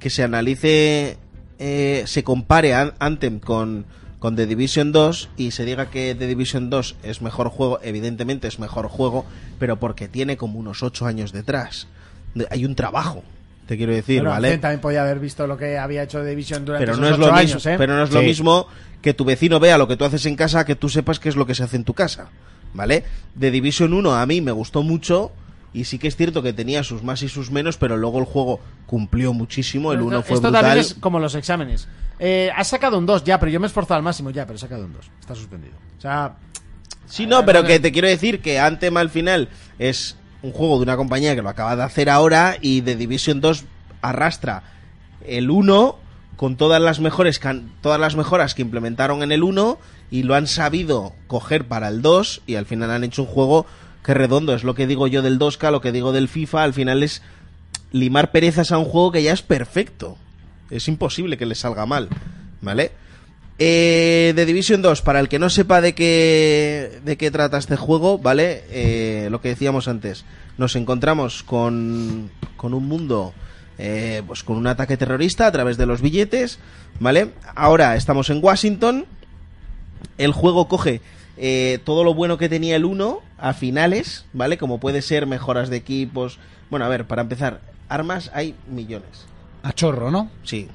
Speaker 6: que se analice, eh, se compare a Anthem con, con The Division 2 y se diga que The Division 2 es mejor juego. Evidentemente es mejor juego, pero porque tiene como unos 8 años detrás. De- Hay un trabajo, te quiero decir,
Speaker 2: Pero
Speaker 6: ¿vale?
Speaker 2: Anthem también podía haber visto lo que había hecho Division durante
Speaker 6: pero
Speaker 2: esos
Speaker 6: no es
Speaker 2: ocho
Speaker 6: lo mismo,
Speaker 2: años, ¿eh?
Speaker 6: pero no es lo mismo que tu vecino vea lo que tú haces en casa que tú sepas qué es lo que se hace en tu casa, ¿vale? De Division 1 a mí me gustó mucho y sí que es cierto que tenía sus más y sus menos, pero luego el juego cumplió muchísimo, el
Speaker 2: Pero
Speaker 6: 1
Speaker 2: esto-
Speaker 6: fue
Speaker 2: Esto
Speaker 6: brutal.
Speaker 2: también es como los exámenes. Eh, has sacado un 2 ya, pero yo me he esforzado al máximo ya, pero he sacado un 2. Está suspendido. O sea,
Speaker 6: Sí, no, pero que te quiero decir que Anthem al final es un juego de una compañía que lo acaba de hacer ahora y The Division 2 arrastra el 1 con todas las mejores can- todas las mejoras que implementaron en el 1 y lo han sabido coger para el 2 y al final han hecho un juego que redondo, es lo que digo yo del 2K, lo que digo del FIFA, al final es limar perezas a un juego que ya es perfecto. Es imposible que le salga mal, ¿vale? Eh, The Division 2, para el que no sepa de qué, de qué trata este juego, ¿vale? Eh, lo que decíamos antes, nos encontramos con, con un mundo, eh, pues con un ataque terrorista a través de los billetes, ¿vale? Ahora estamos en Washington, el juego coge eh, todo lo bueno que tenía el 1 a finales, ¿vale? Como puede ser mejoras de equipos. Bueno, a ver, para empezar, armas hay millones.
Speaker 5: A chorro, ¿no?
Speaker 6: Sí,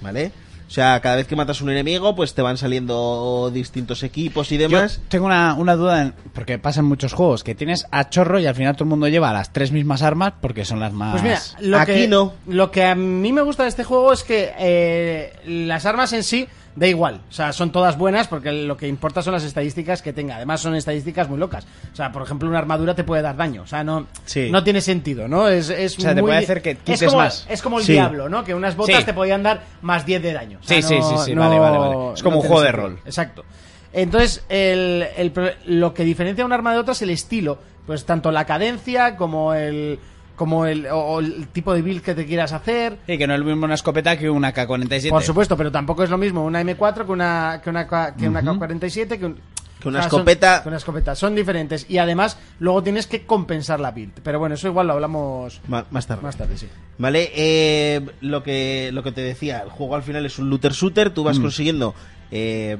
Speaker 6: ¿vale? O sea, cada vez que matas un enemigo, pues te van saliendo distintos equipos y demás.
Speaker 5: Yo tengo una, una duda, en- porque pasa en muchos juegos, que tienes a chorro y al final todo el mundo lleva las tres mismas armas porque son las más...
Speaker 2: Pues mira, lo
Speaker 6: Aquí
Speaker 2: que,
Speaker 6: no.
Speaker 2: Lo que a mí me gusta de este juego es que eh, las armas en sí da igual. O sea, son todas buenas porque lo que importa son las estadísticas que tenga. Además, son estadísticas muy locas. O sea, por ejemplo, una armadura te puede dar daño. O sea, no,
Speaker 5: Sí.
Speaker 2: no tiene sentido, ¿no? Es, es
Speaker 5: O sea, te
Speaker 2: muy-
Speaker 5: puede hacer que
Speaker 2: es
Speaker 5: quites
Speaker 2: como-
Speaker 5: más.
Speaker 2: Es como el
Speaker 5: Sí.
Speaker 2: diablo, ¿no? Que unas botas
Speaker 5: Sí.
Speaker 2: te podían dar más 10 de daño. O sea,
Speaker 5: Sí, sí,
Speaker 2: no-
Speaker 5: sí, sí,
Speaker 2: no-
Speaker 5: vale, vale, vale. Es como
Speaker 2: no
Speaker 5: un
Speaker 2: tiene
Speaker 5: juego de
Speaker 2: sentido.
Speaker 5: rol.
Speaker 2: Exacto. Entonces, el- el pro- lo que diferencia una arma de otra es el estilo. Pues tanto la cadencia como el como el, o- o el tipo de build que te quieras hacer.
Speaker 5: Y que no es lo mismo una escopeta que una K-47.
Speaker 2: Por supuesto, pero tampoco es lo mismo una M4 que una, que una, K- que una K47. Que, un-
Speaker 6: Que una
Speaker 2: o sea, son-
Speaker 6: escopeta.
Speaker 2: que una escopeta. Son diferentes. Y además, luego tienes que compensar la build. Pero bueno, eso igual lo hablamos
Speaker 6: Ma- más tarde.
Speaker 2: más tarde, sí.
Speaker 6: ¿Vale? Eh, lo, que, lo que te decía, el juego al final es un looter shooter, tú vas consiguiendo eh,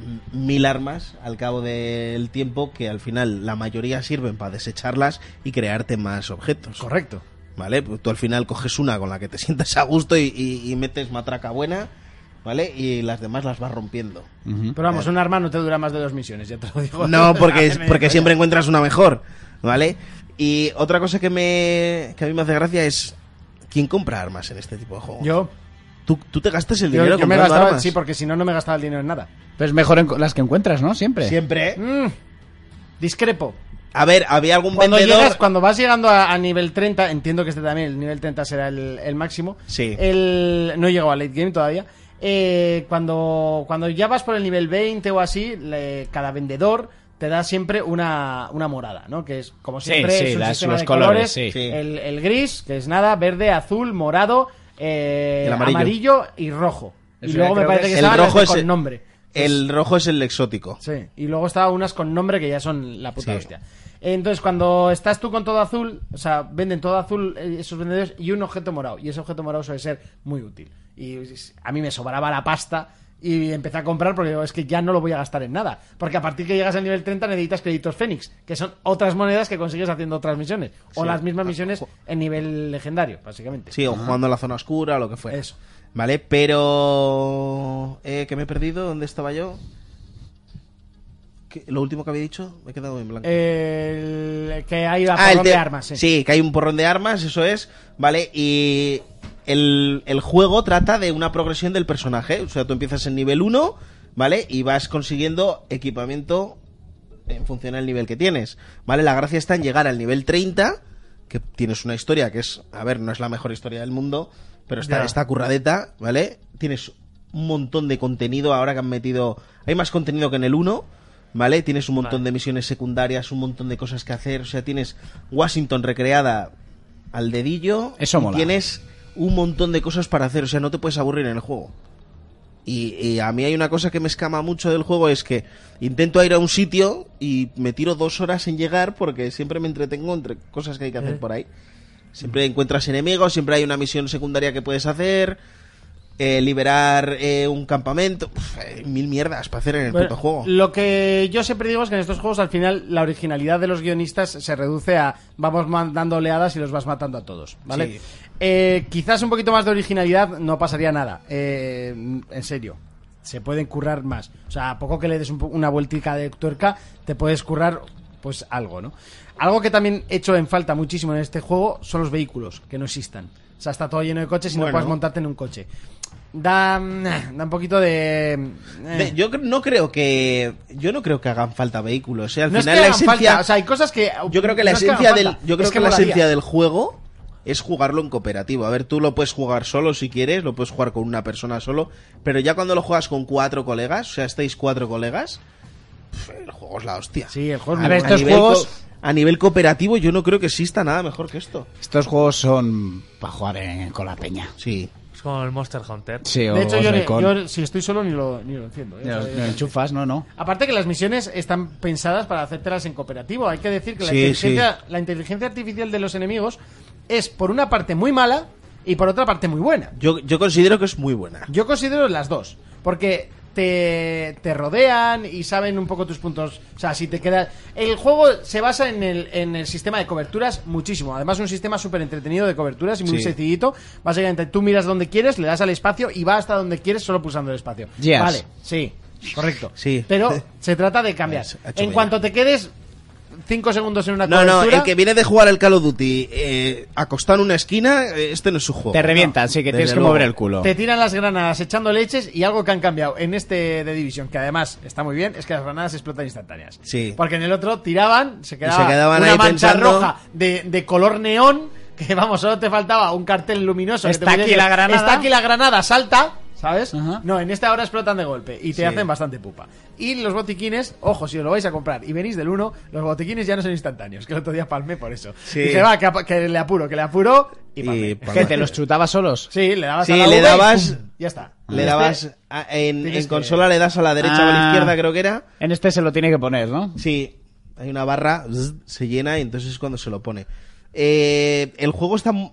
Speaker 6: m- mil armas al cabo del tiempo que al final la mayoría sirven para desecharlas y crearte más objetos.
Speaker 2: Correcto.
Speaker 6: ¿Vale? Pues tú al final coges una con la que te *laughs* sientas a gusto y, y- y metes matraca buena, ¿vale? Y las demás las vas rompiendo.
Speaker 2: Pero vamos, un arma no te dura más de dos misiones, ya te lo digo.
Speaker 6: No, porque,
Speaker 2: Me-
Speaker 6: porque siempre encuentras una mejor, ¿vale? Y otra cosa que, me, que a mí me hace gracia es... ¿Quién compra armas en este tipo de juegos?
Speaker 2: *laughs* Yo,
Speaker 6: ¿Tú, tú te gastas el
Speaker 2: yo,
Speaker 6: dinero
Speaker 2: yo me
Speaker 6: comprando
Speaker 2: gastaba,
Speaker 6: armas?
Speaker 2: sí, porque si no, no me gastaba el dinero en nada.
Speaker 5: Pero es mejor en- las que encuentras, ¿no? Siempre.
Speaker 6: Siempre.
Speaker 2: Mm, discrepo.
Speaker 6: A ver, había algún
Speaker 2: Cuando,
Speaker 6: vendedor...
Speaker 2: llegas, cuando vas llegando a, a nivel 30, entiendo que este también, el nivel 30 será el, el máximo.
Speaker 6: Sí.
Speaker 2: El, no he llegado a late game todavía. Eh, cuando, cuando ya vas por el nivel 20 o así, le- cada vendedor te da siempre una, una morada, ¿no? Que es como
Speaker 5: Sí,
Speaker 2: siempre
Speaker 5: sí,
Speaker 2: es un
Speaker 5: las-
Speaker 2: sistema
Speaker 5: los
Speaker 2: de
Speaker 5: colores,
Speaker 2: colores.
Speaker 5: sí. Sí.
Speaker 2: El, el gris, que es nada, verde, azul, morado, eh,
Speaker 6: El amarillo.
Speaker 2: amarillo. y rojo.
Speaker 5: Es
Speaker 2: Y luego me
Speaker 5: verdad, creo
Speaker 2: parece
Speaker 5: que
Speaker 2: que,
Speaker 6: el
Speaker 2: estaban las
Speaker 6: rojo
Speaker 2: de
Speaker 6: es
Speaker 2: con
Speaker 6: el-
Speaker 2: nombre.
Speaker 5: Pues,
Speaker 6: El rojo es el exótico.
Speaker 2: Sí, y luego estaban unas con nombre que ya son la puta
Speaker 6: Sí.
Speaker 2: hostia. Entonces, cuando estás tú con todo azul, o sea, venden todo azul eh, esos vendedores y un objeto morado. Y ese objeto morado suele ser muy útil. Y es- a mí me sobraba la pasta y empecé a comprar porque digo, es que ya no lo voy a gastar en nada. Porque a partir que llegas al nivel 30 necesitas créditos Fénix, que son otras monedas que consigues haciendo otras misiones.
Speaker 6: Sí.
Speaker 2: O
Speaker 6: Ah,
Speaker 2: las mismas misiones en nivel legendario, básicamente.
Speaker 6: Sí, o jugando a la zona oscura o lo que fuera.
Speaker 2: Eso.
Speaker 6: ¿Vale? Pero... Eh, que me he perdido, ¿dónde estaba yo? ¿Qué- ¿Lo último que había dicho? Me he quedado en blanco.
Speaker 2: Eh, El- que hay a
Speaker 6: Ah, el
Speaker 2: porrón de
Speaker 6: te-
Speaker 2: armas, sí.
Speaker 6: que hay un porrón de armas, eso es, ¿vale? Y el, el juego trata de una progresión del personaje. O sea, tú empiezas en nivel 1, ¿vale? Y vas consiguiendo equipamiento en función del nivel que tienes, ¿vale? La gracia está en llegar al nivel 30, que tienes una historia que es, a ver, no es la mejor historia del mundo, pero está,
Speaker 7: Ya.
Speaker 6: está curradeta, ¿vale? Tienes un montón de contenido ahora que han metido... Hay más contenido que en el 1, ¿vale? Tienes un montón de misiones secundarias, un montón de cosas que hacer, o sea, tienes Washington recreada al dedillo
Speaker 5: Eso
Speaker 6: y
Speaker 5: mola.
Speaker 6: tienes un montón de cosas para hacer, o sea, no te puedes aburrir en el juego. Y, y a mí hay una cosa que me escama mucho del juego, es que intento ir a un sitio y me tiro dos horas en llegar porque siempre me entretengo entre cosas que hay que
Speaker 2: Eh.
Speaker 6: hacer por ahí. Siempre encuentras enemigos, siempre hay una misión secundaria que puedes hacer, eh, liberar eh, un campamento, Uf, eh, mil mierdas para hacer en el
Speaker 2: Bueno,
Speaker 6: puto juego.
Speaker 2: Pues, Lo que yo siempre digo es que en estos juegos al final la originalidad de los guionistas se reduce a vamos mandando oleadas y los vas matando a todos, ¿vale?
Speaker 6: Sí.
Speaker 2: Eh, quizás un poquito más de originalidad no pasaría nada, eh, en serio. Se pueden currar más. O sea, a poco que le des un po- una vueltica de tuerca, te puedes currar pues algo, ¿no? Algo que también he hecho en falta muchísimo en este juego son los vehículos, que no existan. O sea, está todo lleno de coches y no
Speaker 6: Bueno.
Speaker 2: puedes montarte en un coche. Da, mm, da un poquito de... eh.
Speaker 6: Ve, Yo cre- no creo que yo no creo que hagan falta vehículos. ¿eh? Al
Speaker 2: No es
Speaker 6: final
Speaker 2: que
Speaker 6: la
Speaker 2: hagan
Speaker 6: esencia,
Speaker 2: falta, o sea, hay cosas que uh,
Speaker 6: yo creo que la
Speaker 2: no es hagan
Speaker 6: esencia del
Speaker 2: falta,
Speaker 6: yo creo
Speaker 2: es
Speaker 6: que, la
Speaker 2: molaría.
Speaker 6: esencia del juego es jugarlo en cooperativo. A ver, tú lo puedes jugar solo si quieres, lo puedes jugar con una persona solo, pero ya cuando lo juegas con cuatro colegas, o sea, estáis cuatro colegas, pf, el juego es la hostia.
Speaker 2: Sí, el juego
Speaker 5: A ver, estos juegos-
Speaker 6: co- a nivel cooperativo yo no creo que exista nada mejor que esto.
Speaker 5: Estos juegos son para jugar en- con la peña.
Speaker 6: Sí.
Speaker 7: Es como el Monster Hunter.
Speaker 5: Sí, o
Speaker 2: De hecho,
Speaker 5: os
Speaker 2: yo, ni-
Speaker 5: recon-
Speaker 2: yo si estoy solo ni lo, ni lo enciendo. ¿eh?
Speaker 5: Lo-
Speaker 2: O sea,
Speaker 5: lo
Speaker 2: yo-
Speaker 5: enchufas, no, no.
Speaker 2: Aparte que las misiones están pensadas para hacértelas en cooperativo. Hay que decir que la,
Speaker 6: Sí,
Speaker 2: inteligencia, la inteligencia artificial de los enemigos es por una parte muy mala y por otra parte muy buena.
Speaker 6: Yo, yo considero que es muy buena.
Speaker 2: Yo considero las dos. Porque te, te rodean y saben un poco tus puntos. O sea, si te quedas. El juego se basa en el, en el sistema de coberturas muchísimo. Además, un sistema súper entretenido de coberturas y muy
Speaker 6: Sí.
Speaker 2: sencillito. Básicamente, tú miras donde quieres, le das al espacio y va hasta donde quieres solo pulsando el espacio.
Speaker 5: Yes.
Speaker 2: Vale, sí, correcto.
Speaker 6: Sí. *laughs*
Speaker 2: Pero se trata de cambiar.
Speaker 6: Yes, ha hecho
Speaker 2: En
Speaker 6: bien.
Speaker 2: cuanto te quedes. 5 segundos en una
Speaker 6: No, no,
Speaker 2: cobertura.
Speaker 6: el que viene de jugar al Call of Duty eh, acostado en una esquina, eh, este no es su juego.
Speaker 5: Te revientan, sí, que
Speaker 6: Desde
Speaker 5: tienes que
Speaker 6: luego.
Speaker 5: mover el culo.
Speaker 2: Te tiran las granadas echando leches y algo que han cambiado en este de Division, que además está muy bien, es que las granadas explotan instantáneas.
Speaker 6: Sí.
Speaker 2: Porque en el otro tiraban, se quedaba
Speaker 6: se quedaban
Speaker 2: una
Speaker 6: ahí
Speaker 2: mancha
Speaker 6: pensando.
Speaker 2: roja de, de color neón, que vamos, solo te faltaba un cartel luminoso. que
Speaker 5: Está
Speaker 2: te pudiera
Speaker 5: aquí
Speaker 2: decir,
Speaker 5: la granada.
Speaker 2: Está aquí la granada, salta. ¿Sabes?
Speaker 5: Ajá.
Speaker 2: No, en esta hora explotan de golpe y te
Speaker 6: Sí.
Speaker 2: hacen bastante pupa. Y los botiquines, ojo, si os lo vais a comprar y venís del 1, los botiquines ya no son instantáneos, que el otro día palmé por eso.
Speaker 6: Sí.
Speaker 2: Dije, va, que, ap- que le apuro, que le apuro y palmé.
Speaker 6: Y pa'
Speaker 5: ¿Qué,
Speaker 6: la-
Speaker 5: te los chutabas solos?
Speaker 2: Sí, le dabas
Speaker 6: Sí,
Speaker 2: a la
Speaker 6: le
Speaker 2: V y
Speaker 6: dabas-
Speaker 2: ¡pum! ya está.
Speaker 6: Le
Speaker 2: Este-
Speaker 6: dabas a- en,
Speaker 2: tienes
Speaker 6: en
Speaker 2: que-
Speaker 6: consola le das a la derecha o a la
Speaker 5: Ah.
Speaker 6: izquierda, creo que era.
Speaker 5: En este se lo tiene que poner, ¿no?
Speaker 6: Sí, hay una barra, zzz, se llena y entonces es cuando se lo pone. Eh, el juego está mu-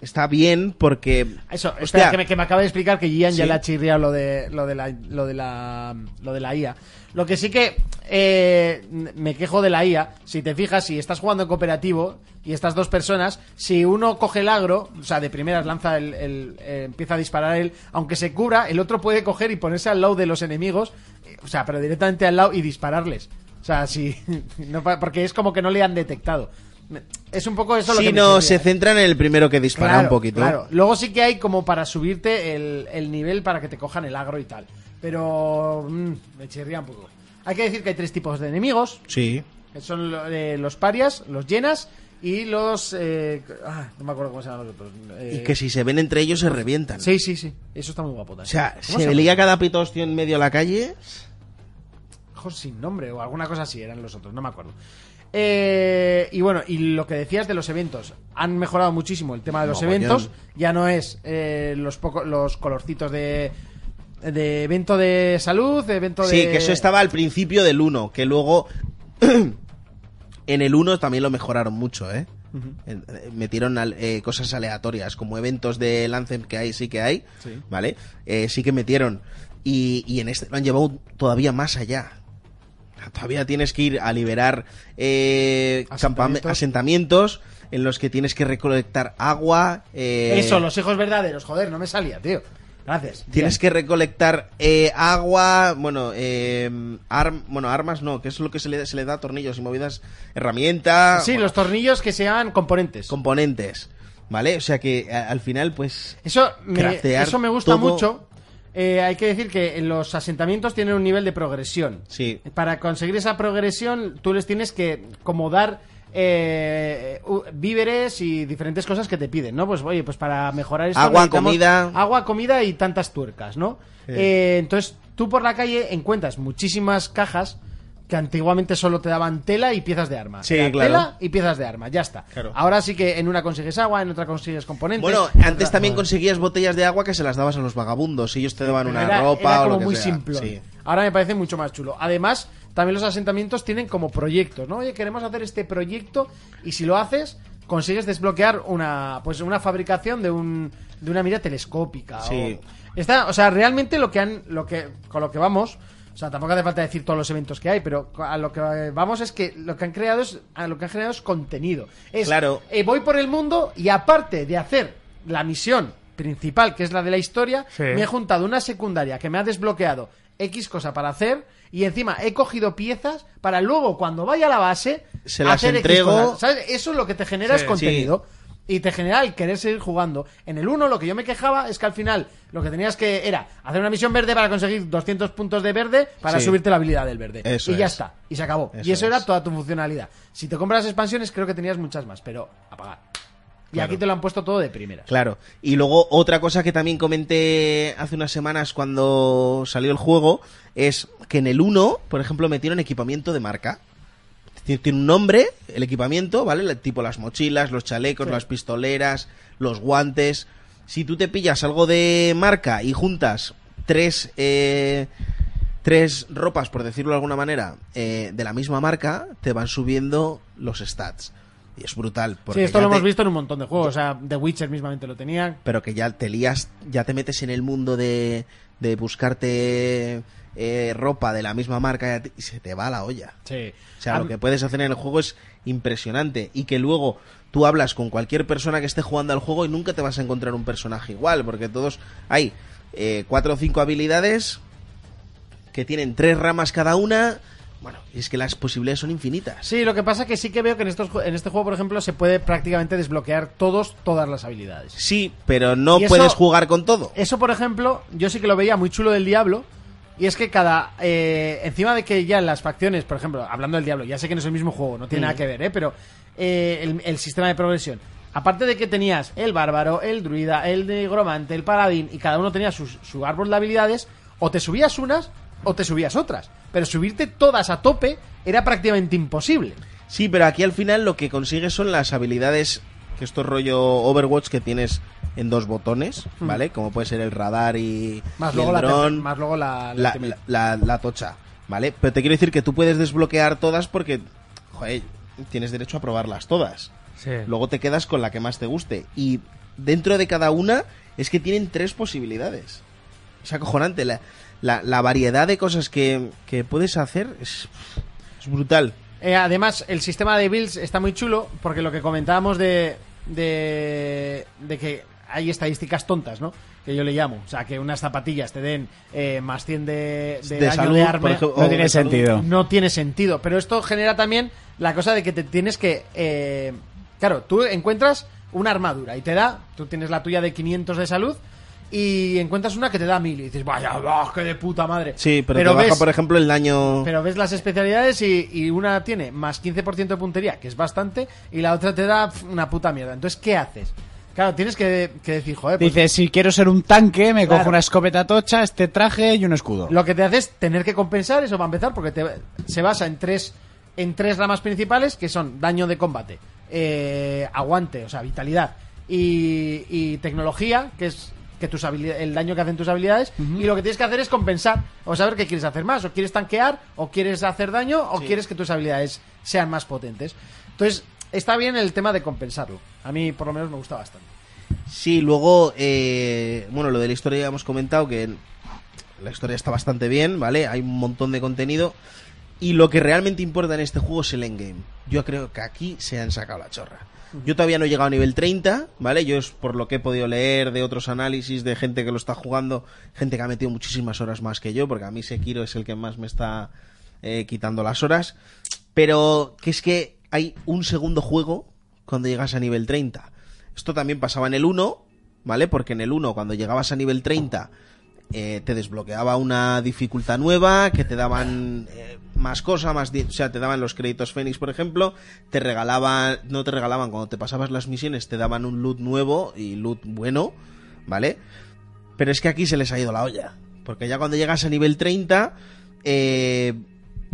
Speaker 6: está bien porque
Speaker 2: Eso, espera,
Speaker 6: Hostia.
Speaker 2: que, me, que me acaba de explicar que Gian ya
Speaker 6: Sí.
Speaker 2: le ha chirriado lo de, lo, de la, lo, de la, lo de la IA. Lo que sí que eh, me quejo de la IA, si te fijas, si estás jugando en cooperativo y estas dos personas, si uno coge el agro, o sea, de primeras lanza el, el- eh, empieza a disparar él, aunque se cubra, el otro puede coger y ponerse al lado de los enemigos, eh, o sea, pero directamente al lado y dispararles. O sea, si, *laughs* no, pa- porque es como que no le han detectado. Me- Es un poco eso lo
Speaker 6: si
Speaker 2: que me
Speaker 6: no se
Speaker 2: chirría.
Speaker 6: centran en el primero que dispara
Speaker 2: Claro,
Speaker 6: un poquito.
Speaker 2: claro. Luego sí que hay como para subirte el, el nivel para que te cojan el agro y tal. Pero mm, me chirría un poco. Hay que decir que hay tres tipos de enemigos.
Speaker 6: Sí.
Speaker 2: Que son lo- eh, los parias, los llenas y los... eh, ah, no me acuerdo cómo se llaman los otros. Eh,
Speaker 6: Y que si se ven entre ellos se revientan.
Speaker 2: Sí, sí, sí. Eso está muy guapo.
Speaker 6: O sea,
Speaker 2: ¿Cómo
Speaker 6: se
Speaker 2: llama?
Speaker 6: veía cada pitostio en medio de la calle.
Speaker 2: Hijos sin nombre o alguna cosa así eran los otros, no me acuerdo. Eh, y bueno, y lo que decías de los eventos, han mejorado muchísimo el tema de los
Speaker 6: Mogollón.
Speaker 2: eventos. Ya no es eh, los poco- los colorcitos de, de evento de salud, de evento de.
Speaker 6: Sí, que eso estaba al principio del 1, que luego *clears throat* en el 1 también lo mejoraron mucho, ¿eh? En- eh, Metieron al- eh, cosas aleatorias, como eventos de Lancem que hay, sí que hay,
Speaker 2: Sí.
Speaker 6: ¿vale? Eh, sí que metieron. Y, y en este lo han llevado todavía más allá. Todavía tienes que ir a liberar eh,
Speaker 2: Asentamientos.
Speaker 6: campame- asentamientos en los que tienes que recolectar agua. eh,
Speaker 2: Eso, los hijos verdaderos, joder, no me salía, tío. Gracias.
Speaker 6: Tienes
Speaker 2: Bien.
Speaker 6: que recolectar eh, agua, bueno, eh, arm- bueno, armas no, que es lo que se le, se le da tornillos y movidas, herramientas,
Speaker 2: Sí, los tornillos que se llaman componentes.
Speaker 6: componentes, ¿vale? O sea que a- al final, pues...
Speaker 2: Eso me,
Speaker 6: Craftear
Speaker 2: eso me gusta
Speaker 6: todo.
Speaker 2: mucho. Eh, hay que decir que en los asentamientos tienen un nivel de progresión.
Speaker 6: Sí.
Speaker 2: Para conseguir esa progresión, tú les tienes que como dar eh, u- víveres y diferentes cosas que te piden, ¿no? Pues oye, pues para mejorar esto
Speaker 6: Agua,
Speaker 2: necesitamos
Speaker 6: comida.
Speaker 2: agua, comida y tantas tuercas, ¿no?
Speaker 6: Sí.
Speaker 2: Eh, entonces tú por la calle encuentras muchísimas cajas que antiguamente solo te daban tela y piezas de arma.
Speaker 6: Sí,
Speaker 2: Era
Speaker 6: claro.
Speaker 2: Tela y piezas de arma, ya está.
Speaker 6: Claro.
Speaker 2: Ahora sí que en una consigues agua, en otra consigues componentes.
Speaker 6: Bueno,
Speaker 2: En
Speaker 6: antes
Speaker 2: otra-
Speaker 6: también conseguías botellas de agua que se las dabas a los vagabundos y ellos te daban una
Speaker 2: Era-
Speaker 6: ropa
Speaker 2: era
Speaker 6: o lo
Speaker 2: como
Speaker 6: que
Speaker 2: muy
Speaker 6: sea.
Speaker 2: simplón.
Speaker 6: Sí.
Speaker 2: Ahora me parece mucho más chulo. Además, también los asentamientos tienen como proyectos, ¿no? Oye, queremos hacer este proyecto y si lo haces, consigues desbloquear una pues una fabricación de un de una mira telescópica
Speaker 6: Sí.
Speaker 2: o, está, o sea, realmente lo que han lo que con lo que vamos o sea, tampoco hace falta decir todos los eventos que hay, pero a lo que eh, vamos es que lo que han creado es a lo que han generado es contenido. Es,
Speaker 6: Claro.
Speaker 2: eh, voy por el mundo y aparte de hacer la misión principal, que es la de la historia,
Speaker 7: Sí.
Speaker 2: me he juntado una secundaria que me ha desbloqueado X cosa para hacer y encima he cogido piezas para luego cuando vaya a la base
Speaker 6: Se las
Speaker 2: hacer X
Speaker 6: entrego.
Speaker 2: cosas. ¿Sabes? Eso es lo que te genera es
Speaker 6: Sí,
Speaker 2: contenido. Y te genera el querer seguir jugando. En el 1 lo que yo me quejaba es que al final lo que tenías que era hacer una misión verde para conseguir 200 puntos de verde para
Speaker 6: Sí.
Speaker 2: subirte la habilidad del verde.
Speaker 6: Eso
Speaker 2: y ya
Speaker 6: es.
Speaker 2: está. Y se acabó. y
Speaker 6: Eso
Speaker 2: eso era
Speaker 6: es.
Speaker 2: toda tu funcionalidad. Si te compras expansiones creo que tenías muchas más, pero apagar. Y
Speaker 6: Claro.
Speaker 2: aquí te lo han puesto todo de primera.
Speaker 6: Claro. Y luego otra cosa que también comenté hace unas semanas cuando salió el juego es que en el 1, por ejemplo, metieron equipamiento de marca. Ti- Tiene un nombre, el equipamiento, ¿vale? Le- Tipo las mochilas, los chalecos, las pistoleras, los guantes. Si tú te pillas algo de marca y juntas tres, eh, tres ropas, por decirlo de alguna manera, eh, de la misma marca, te van subiendo los stats. Y es brutal. Porque
Speaker 2: Sí, esto lo
Speaker 6: ya
Speaker 2: hemos
Speaker 6: te-
Speaker 2: visto en un montón de juegos. O sea, The Witcher mismamente lo tenían.
Speaker 6: pero que ya te lías, ya te metes en el mundo de, de buscarte eh, ropa de la misma marca ya te- y se te va la olla.
Speaker 2: Sí.
Speaker 6: O sea,
Speaker 2: A
Speaker 6: lo
Speaker 2: mí-
Speaker 6: que puedes hacer en el juego es impresionante y que luego tú hablas con cualquier persona que esté jugando al juego y nunca te vas a encontrar un personaje igual, porque todos hay eh, cuatro o cinco habilidades que tienen tres ramas cada una. Bueno, y es que las posibilidades son infinitas.
Speaker 2: Sí, lo que pasa que sí que veo que en, estos, ju- en este juego, por ejemplo, se puede prácticamente desbloquear todos, todas las habilidades.
Speaker 6: Sí, pero no
Speaker 2: Y eso-
Speaker 6: puedes jugar con todo.
Speaker 2: Eso, por ejemplo, yo sí que lo veía muy chulo del Diablo. Y es que cada. eh, encima de que ya en las facciones, por ejemplo, hablando del Diablo, ya sé que no es el mismo juego, no tiene
Speaker 6: Mm.
Speaker 2: nada que ver, ¿eh? Pero eh, el, el sistema de progresión. Aparte de que tenías el bárbaro, el druida, el negromante, el paladín, y cada uno tenía sus- su árbol de habilidades, o te subías unas o te subías otras. Pero subirte todas a tope era prácticamente imposible.
Speaker 6: Sí, pero aquí al final lo que consigues son las habilidades, que esto es rollo Overwatch que tienes en dos botones, ¿vale? Como puede ser el radar y,
Speaker 2: Hmm. Más
Speaker 6: y
Speaker 2: luego,
Speaker 6: el
Speaker 2: la,
Speaker 6: dron,
Speaker 2: más luego la, la
Speaker 6: la,
Speaker 2: ultimate.
Speaker 6: la- la- la tocha, ¿vale? Pero te quiero decir que tú puedes desbloquear todas porque, joder, tienes derecho a probarlas todas.
Speaker 7: Sí.
Speaker 6: Luego te quedas con la que más te guste. Y dentro de cada una es que tienen tres posibilidades. Es acojonante. La, la- la variedad de cosas que, que puedes hacer es, es brutal.
Speaker 2: Eh, además, el sistema de builds está muy chulo porque lo que comentábamos de, de, de que hay estadísticas tontas, ¿no? Que yo le llamo. O sea, que unas zapatillas te den eh, más 100 de, de, daño
Speaker 6: salud,
Speaker 2: de
Speaker 6: por
Speaker 2: arma.
Speaker 6: ejemplo,
Speaker 5: No
Speaker 6: o
Speaker 5: tiene
Speaker 6: de salud.
Speaker 5: sentido.
Speaker 2: No tiene sentido. Pero esto genera también la cosa de que te tienes que. eh, claro, tú encuentras una armadura y te da. Tú tienes la tuya de 500 de salud. Y encuentras una que te da mil y dices, vaya, ah, qué de puta madre.
Speaker 6: Sí, pero, te baja,
Speaker 2: ves-
Speaker 6: por ejemplo, el daño.
Speaker 2: pero ves las especialidades y, y una tiene más 15% de puntería, que es bastante, y la otra te da pf, una puta mierda. Entonces, ¿qué haces? Claro, tienes que, que decir, joder, pues,
Speaker 5: Dices, si quiero ser un tanque, me
Speaker 2: Claro.
Speaker 5: cojo una escopeta tocha, este traje y un escudo.
Speaker 2: lo que te hace es tener que compensar, eso va a empezar, porque te- se basa en tres, en tres ramas principales, que son daño de combate, eh, aguante, o sea, vitalidad, y, y tecnología, que es que tus habilidades, el daño que hacen tus habilidades, y lo que tienes que hacer es compensar, o saber qué quieres hacer más, o quieres tanquear, o quieres hacer daño, o quieres que tus habilidades sean más potentes. Entonces, está bien el tema de compensarlo. A mí, por lo menos, me gusta bastante.
Speaker 6: Sí, luego, eh, bueno, lo de la historia ya hemos comentado que la historia está bastante bien, ¿vale? Hay un montón de contenido. Y lo que realmente importa en este juego es el endgame. Yo creo que aquí se han sacado la chorra. Yo todavía no he llegado a nivel 30, ¿vale? Yo es por lo que he podido leer de otros análisis de gente que lo está jugando, gente que ha metido muchísimas horas más que yo, porque a mí Sekiro es el que más me está eh, quitando las horas. Pero que es que hay un segundo juego cuando llegas a nivel 30. Esto también pasaba en el 1, ¿vale? Porque en el 1, cuando llegabas a nivel 30, eh, te desbloqueaba una dificultad nueva, que te daban eh, más cosas, más di- o sea, te daban los créditos Fénix, por ejemplo, te regalaban, no te regalaban, cuando te pasabas las misiones, te daban un loot nuevo y loot bueno, ¿vale? Pero es que aquí se les ha ido la olla. Porque ya cuando llegas a nivel 30, eh,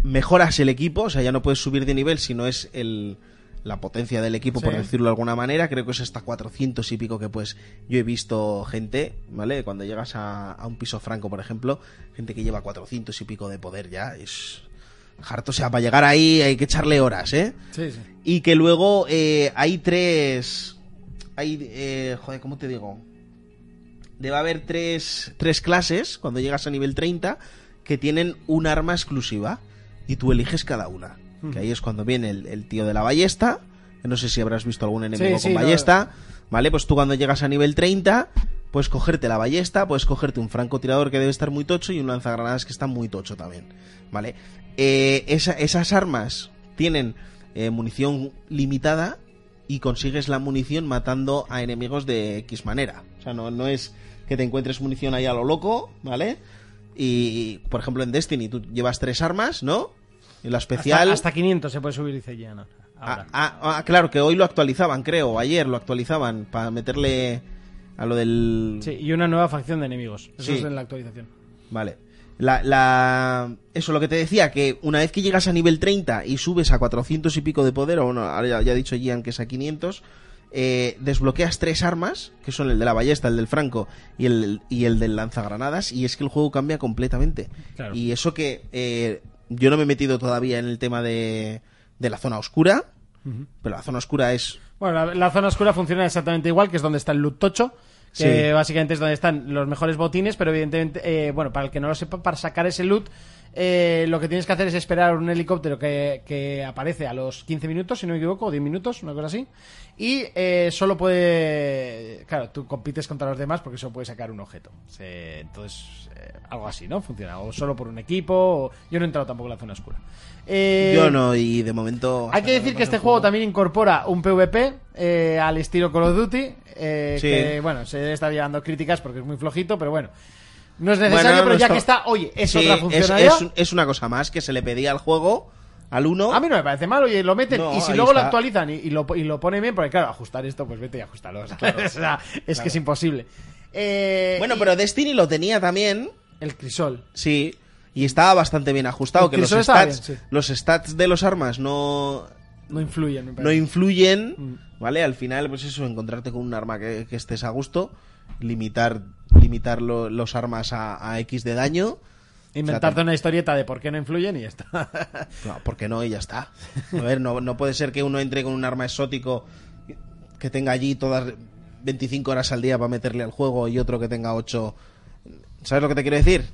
Speaker 6: mejoras el equipo, o sea, ya no puedes subir de nivel si no es el, la potencia del equipo, por decirlo de alguna manera. Creo que es hasta 400 y pico que pues yo he visto gente, ¿vale? Cuando llegas a, a un piso franco, por ejemplo, gente que lleva 400 y pico de poder ya, es harto. O sea, para llegar ahí hay que echarle horas, ¿eh?
Speaker 5: Sí, sí.
Speaker 6: Y que luego eh, hay tres... Hay... eh, joder, ¿cómo te digo? Debe haber tres, tres clases cuando llegas a nivel 30 que tienen un arma exclusiva y tú eliges cada una. Que ahí es cuando viene el, el tío de la ballesta. que No sé si habrás visto algún enemigo
Speaker 5: Sí,
Speaker 6: con
Speaker 5: sí, lo-
Speaker 6: ballesta. ¿Vale? Pues tú cuando llegas a nivel 30, puedes cogerte la ballesta, puedes cogerte un francotirador que debe estar muy tocho y un lanzagranadas que está muy tocho también. ¿Vale? Eh, esa- esas armas tienen eh, munición limitada y consigues la munición matando a enemigos de X manera. O sea, no, no es que te encuentres munición ahí a lo loco, ¿vale? Y, por ejemplo, en Destiny tú llevas tres armas, ¿no? Y la especial...
Speaker 5: Hasta, hasta 500 se puede subir, dice Gianna. Ahora.
Speaker 6: Ah, ah, ah, claro, que hoy lo actualizaban, creo. Ayer lo actualizaban para meterle a lo del...
Speaker 5: Sí, y una nueva facción de enemigos. Eso
Speaker 6: Sí.
Speaker 5: es en la actualización.
Speaker 6: Vale. La, la... Eso, lo que te decía, que una vez que llegas a nivel 30 y subes a 400 y pico de poder, o bueno, ahora ya, ya ha dicho Gian que es a 500, eh, desbloqueas tres armas, que son el de la ballesta, el del franco y el, y el del lanzagranadas, y es que el juego cambia completamente.
Speaker 5: Claro.
Speaker 6: Y eso que eh, yo no me he metido todavía en el tema de, de la zona oscura, pero la zona oscura es
Speaker 5: Bueno, la, la zona oscura funciona exactamente igual, que es donde está el loot tocho, que
Speaker 6: Sí.
Speaker 5: básicamente es donde están los mejores botines, pero evidentemente, eh, bueno, para el que no lo sepa, para sacar ese loot, eh, lo que tienes que hacer es esperar un helicóptero que, que aparece a los 15 minutos, si no me equivoco, o 10 minutos, una cosa así, y eh, solo puede... Claro, tú compites contra los demás porque solo puedes sacar un objeto. Se- entonces, eh, algo así, ¿no? Funciona, o solo por un equipo, o- yo no he entrado tampoco en la zona oscura. Eh,
Speaker 6: Yo no, y de momento.
Speaker 5: Hay que decir que este juego también incorpora un PvP eh, al estilo Call of Duty. eh,
Speaker 6: Sí.
Speaker 5: Que bueno, se está llevando críticas porque es muy flojito, pero bueno. No es necesario,
Speaker 6: Bueno,
Speaker 5: pero
Speaker 6: no
Speaker 5: ya
Speaker 6: está-
Speaker 5: que está, oye, es
Speaker 6: Sí,
Speaker 5: otra
Speaker 6: es,
Speaker 5: funcionalidad.
Speaker 6: es- es una cosa más que se le pedía al juego, al 1.
Speaker 5: A mí no me parece mal, oye, lo meten
Speaker 6: No,
Speaker 5: y si
Speaker 6: ahí
Speaker 5: luego lo
Speaker 6: está.
Speaker 5: actualizan y, y lo, y lo ponen bien, porque claro, ajustar esto, pues vete y ajustalo. ¿sabes? *laughs* O sea, es que es imposible. Eh,
Speaker 6: Bueno,
Speaker 5: y
Speaker 6: pero Destiny lo tenía también,
Speaker 5: El crisol.
Speaker 6: sí, y estaba bastante bien ajustado.
Speaker 5: El
Speaker 6: Que los
Speaker 5: crisol estaba
Speaker 6: stats,
Speaker 5: bien, sí.
Speaker 6: los stats de los armas no,
Speaker 5: No influye, me
Speaker 6: no
Speaker 5: parece.
Speaker 6: influyen,
Speaker 5: Mm.
Speaker 6: ¿vale? Al final, pues eso, encontrarte con un arma que, que estés a gusto, limitar, limitar lo- los armas a, a X de daño.
Speaker 5: Inventarte una historieta de por qué no influyen y ya está.
Speaker 6: No, porque no, y ya está. A ver, no, no puede ser que uno entre con un arma exótico que tenga allí todas 25 horas al día para meterle al juego y otro que tenga 8. ¿Sabes lo que te quiero decir?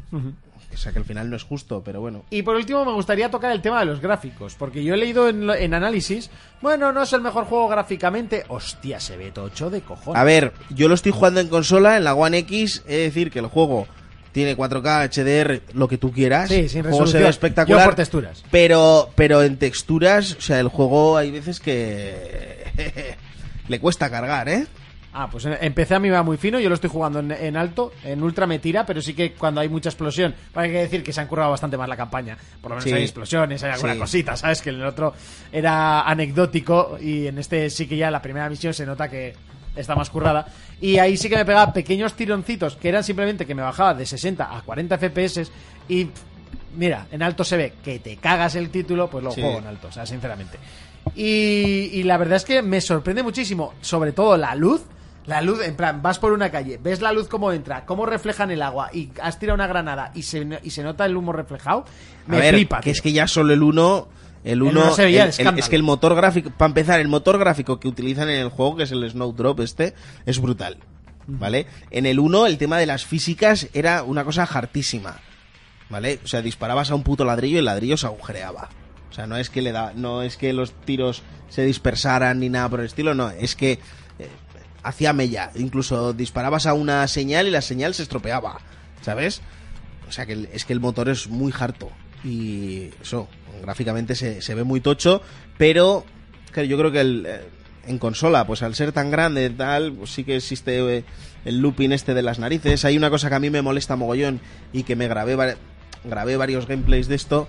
Speaker 6: O sea, que al final no es justo, pero bueno.
Speaker 5: Y por último me gustaría tocar el tema de los gráficos, porque yo he leído en, lo- en análisis, bueno, no es el mejor juego gráficamente, hostia, se ve tocho de cojones.
Speaker 6: A ver, yo lo estoy jugando en consola, en la One X, es decir, que el juego tiene 4K, HDR, lo que tú quieras.
Speaker 5: Sí, sin
Speaker 6: El juego se
Speaker 5: resolución.
Speaker 6: ve espectacular.
Speaker 5: Yo por texturas.
Speaker 6: Pero, pero en texturas, o sea, el juego hay veces que... *laughs* le cuesta cargar, ¿eh?
Speaker 5: Ah, pues en- empecé a mí va muy fino, yo lo estoy jugando en, en alto, en ultra me tira, pero sí que cuando hay mucha explosión, hay que decir que se han currado bastante más la campaña. Por lo menos
Speaker 6: Sí.
Speaker 5: hay explosiones, hay alguna
Speaker 6: Sí.
Speaker 5: cosita, ¿sabes? Que en el otro era anecdótico y en este sí que ya la primera misión se nota que está más currada. Y ahí sí que me pegaba pequeños tironcitos que eran simplemente que me bajaba de 60 a 40 FPS y... pff, Mira, en alto se ve que te cagas el título, pues lo
Speaker 6: Sí.
Speaker 5: juego en alto, o sea, sinceramente. Y, y la verdad es que me sorprende muchísimo, sobre todo la luz. La luz, en plan, vas por una calle, ves la luz cómo entra, cómo reflejan el agua y has tirado una granada y se, y se nota el humo reflejado.
Speaker 6: A
Speaker 5: Me
Speaker 6: ver,
Speaker 5: flipa.
Speaker 6: que
Speaker 5: tío.
Speaker 6: es que ya solo el 1 el
Speaker 5: uno
Speaker 6: 1
Speaker 5: se veía de escándalo.
Speaker 6: es que el motor gráfico para empezar el motor gráfico que utilizan en el juego que es el Snowdrop este es brutal vale en el 1 el tema de las físicas era una cosa hartísima vale o sea disparabas a un puto ladrillo y el ladrillo se agujereaba o sea no es que le da no es que los tiros se dispersaran ni nada por el estilo no es que eh, hacía mella incluso disparabas a una señal y la señal se estropeaba sabes o sea que el- es que el motor es muy harto. Y eso, gráficamente se, se ve muy tocho. Pero claro, yo creo que el, eh, en consola, pues al ser tan grande y tal, pues sí que existe eh, el looping este de las narices. Hay una cosa que a mí me molesta mogollón y que me grabé, va- grabé varios gameplays de esto.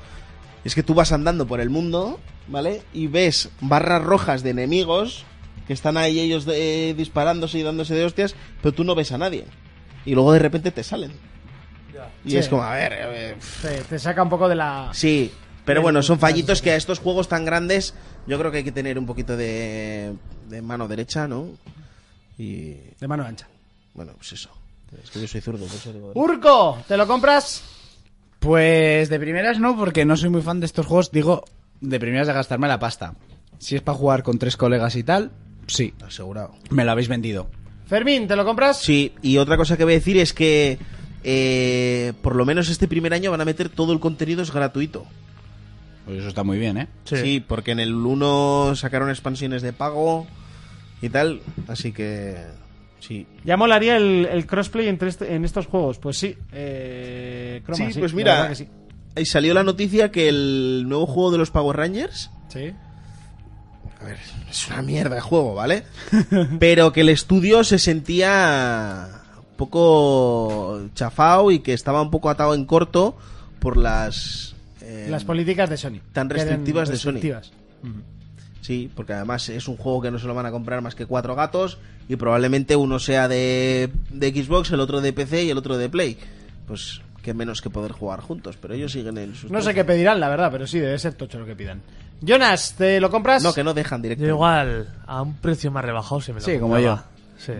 Speaker 6: Es que tú vas andando por el mundo, ¿vale? Y ves barras rojas de enemigos que están ahí ellos eh, disparándose y dándose de hostias, pero tú no ves a nadie. Y luego de repente te salen. Y
Speaker 5: Sí.
Speaker 6: es como, a ver, a ver,
Speaker 5: Te, te saca un poco de la...
Speaker 6: Sí, Pero bueno, son fallitos que a estos juegos tan grandes yo creo que hay que tener un poquito de, de mano derecha, ¿no? Y
Speaker 9: De mano ancha.
Speaker 6: bueno, pues eso. Es que yo soy zurdo, por eso digo-
Speaker 9: Urco, ¿te lo compras?
Speaker 5: Pues de primeras no, porque no soy muy fan de estos juegos. Digo, de primeras de gastarme la pasta. Si es para jugar con tres colegas y tal, sí,
Speaker 6: asegurado.
Speaker 5: me lo habéis vendido.
Speaker 9: Fermín, ¿te lo compras?
Speaker 6: Sí, y otra cosa que voy a decir es que eh, por lo menos este primer año van a meter todo el contenido es gratuito.
Speaker 5: Pues eso está muy bien, ¿eh?
Speaker 6: Sí. porque en el 1 sacaron expansiones de pago y tal, así que sí.
Speaker 2: Ya molaría el, el crossplay entre este- en estos juegos. Pues sí. Eh, Chroma,
Speaker 6: Sí, pues
Speaker 2: la
Speaker 6: mira.
Speaker 2: verdad que sí.
Speaker 6: Ahí salió la noticia que el nuevo juego de los Power Rangers
Speaker 2: Sí.
Speaker 6: Eh, A ver, es una mierda de juego,
Speaker 2: *laughs*
Speaker 6: ¿vale? Pero que el estudio se sentía un poco chafao y que estaba un poco atado en corto por las... eh,
Speaker 2: Las políticas de Sony.
Speaker 6: Tan
Speaker 2: Que eran
Speaker 6: restrictivas de Sony.
Speaker 2: restrictivas.
Speaker 6: sí, porque además es un juego que no se lo van a comprar más que cuatro gatos y probablemente uno sea de, de Xbox, el otro de PC y el otro de Play. Pues que menos que poder jugar juntos, pero ellos siguen en sus...
Speaker 2: Pues No sé qué pedirán, la verdad, pero sí, debe ser tocho lo que pidan. Jonas, ¿te lo compras?
Speaker 6: No, que no dejan
Speaker 7: Yo
Speaker 6: directamente.
Speaker 7: igual a un precio más rebajado si me lo
Speaker 5: Sí, como
Speaker 7: compraba. Sí.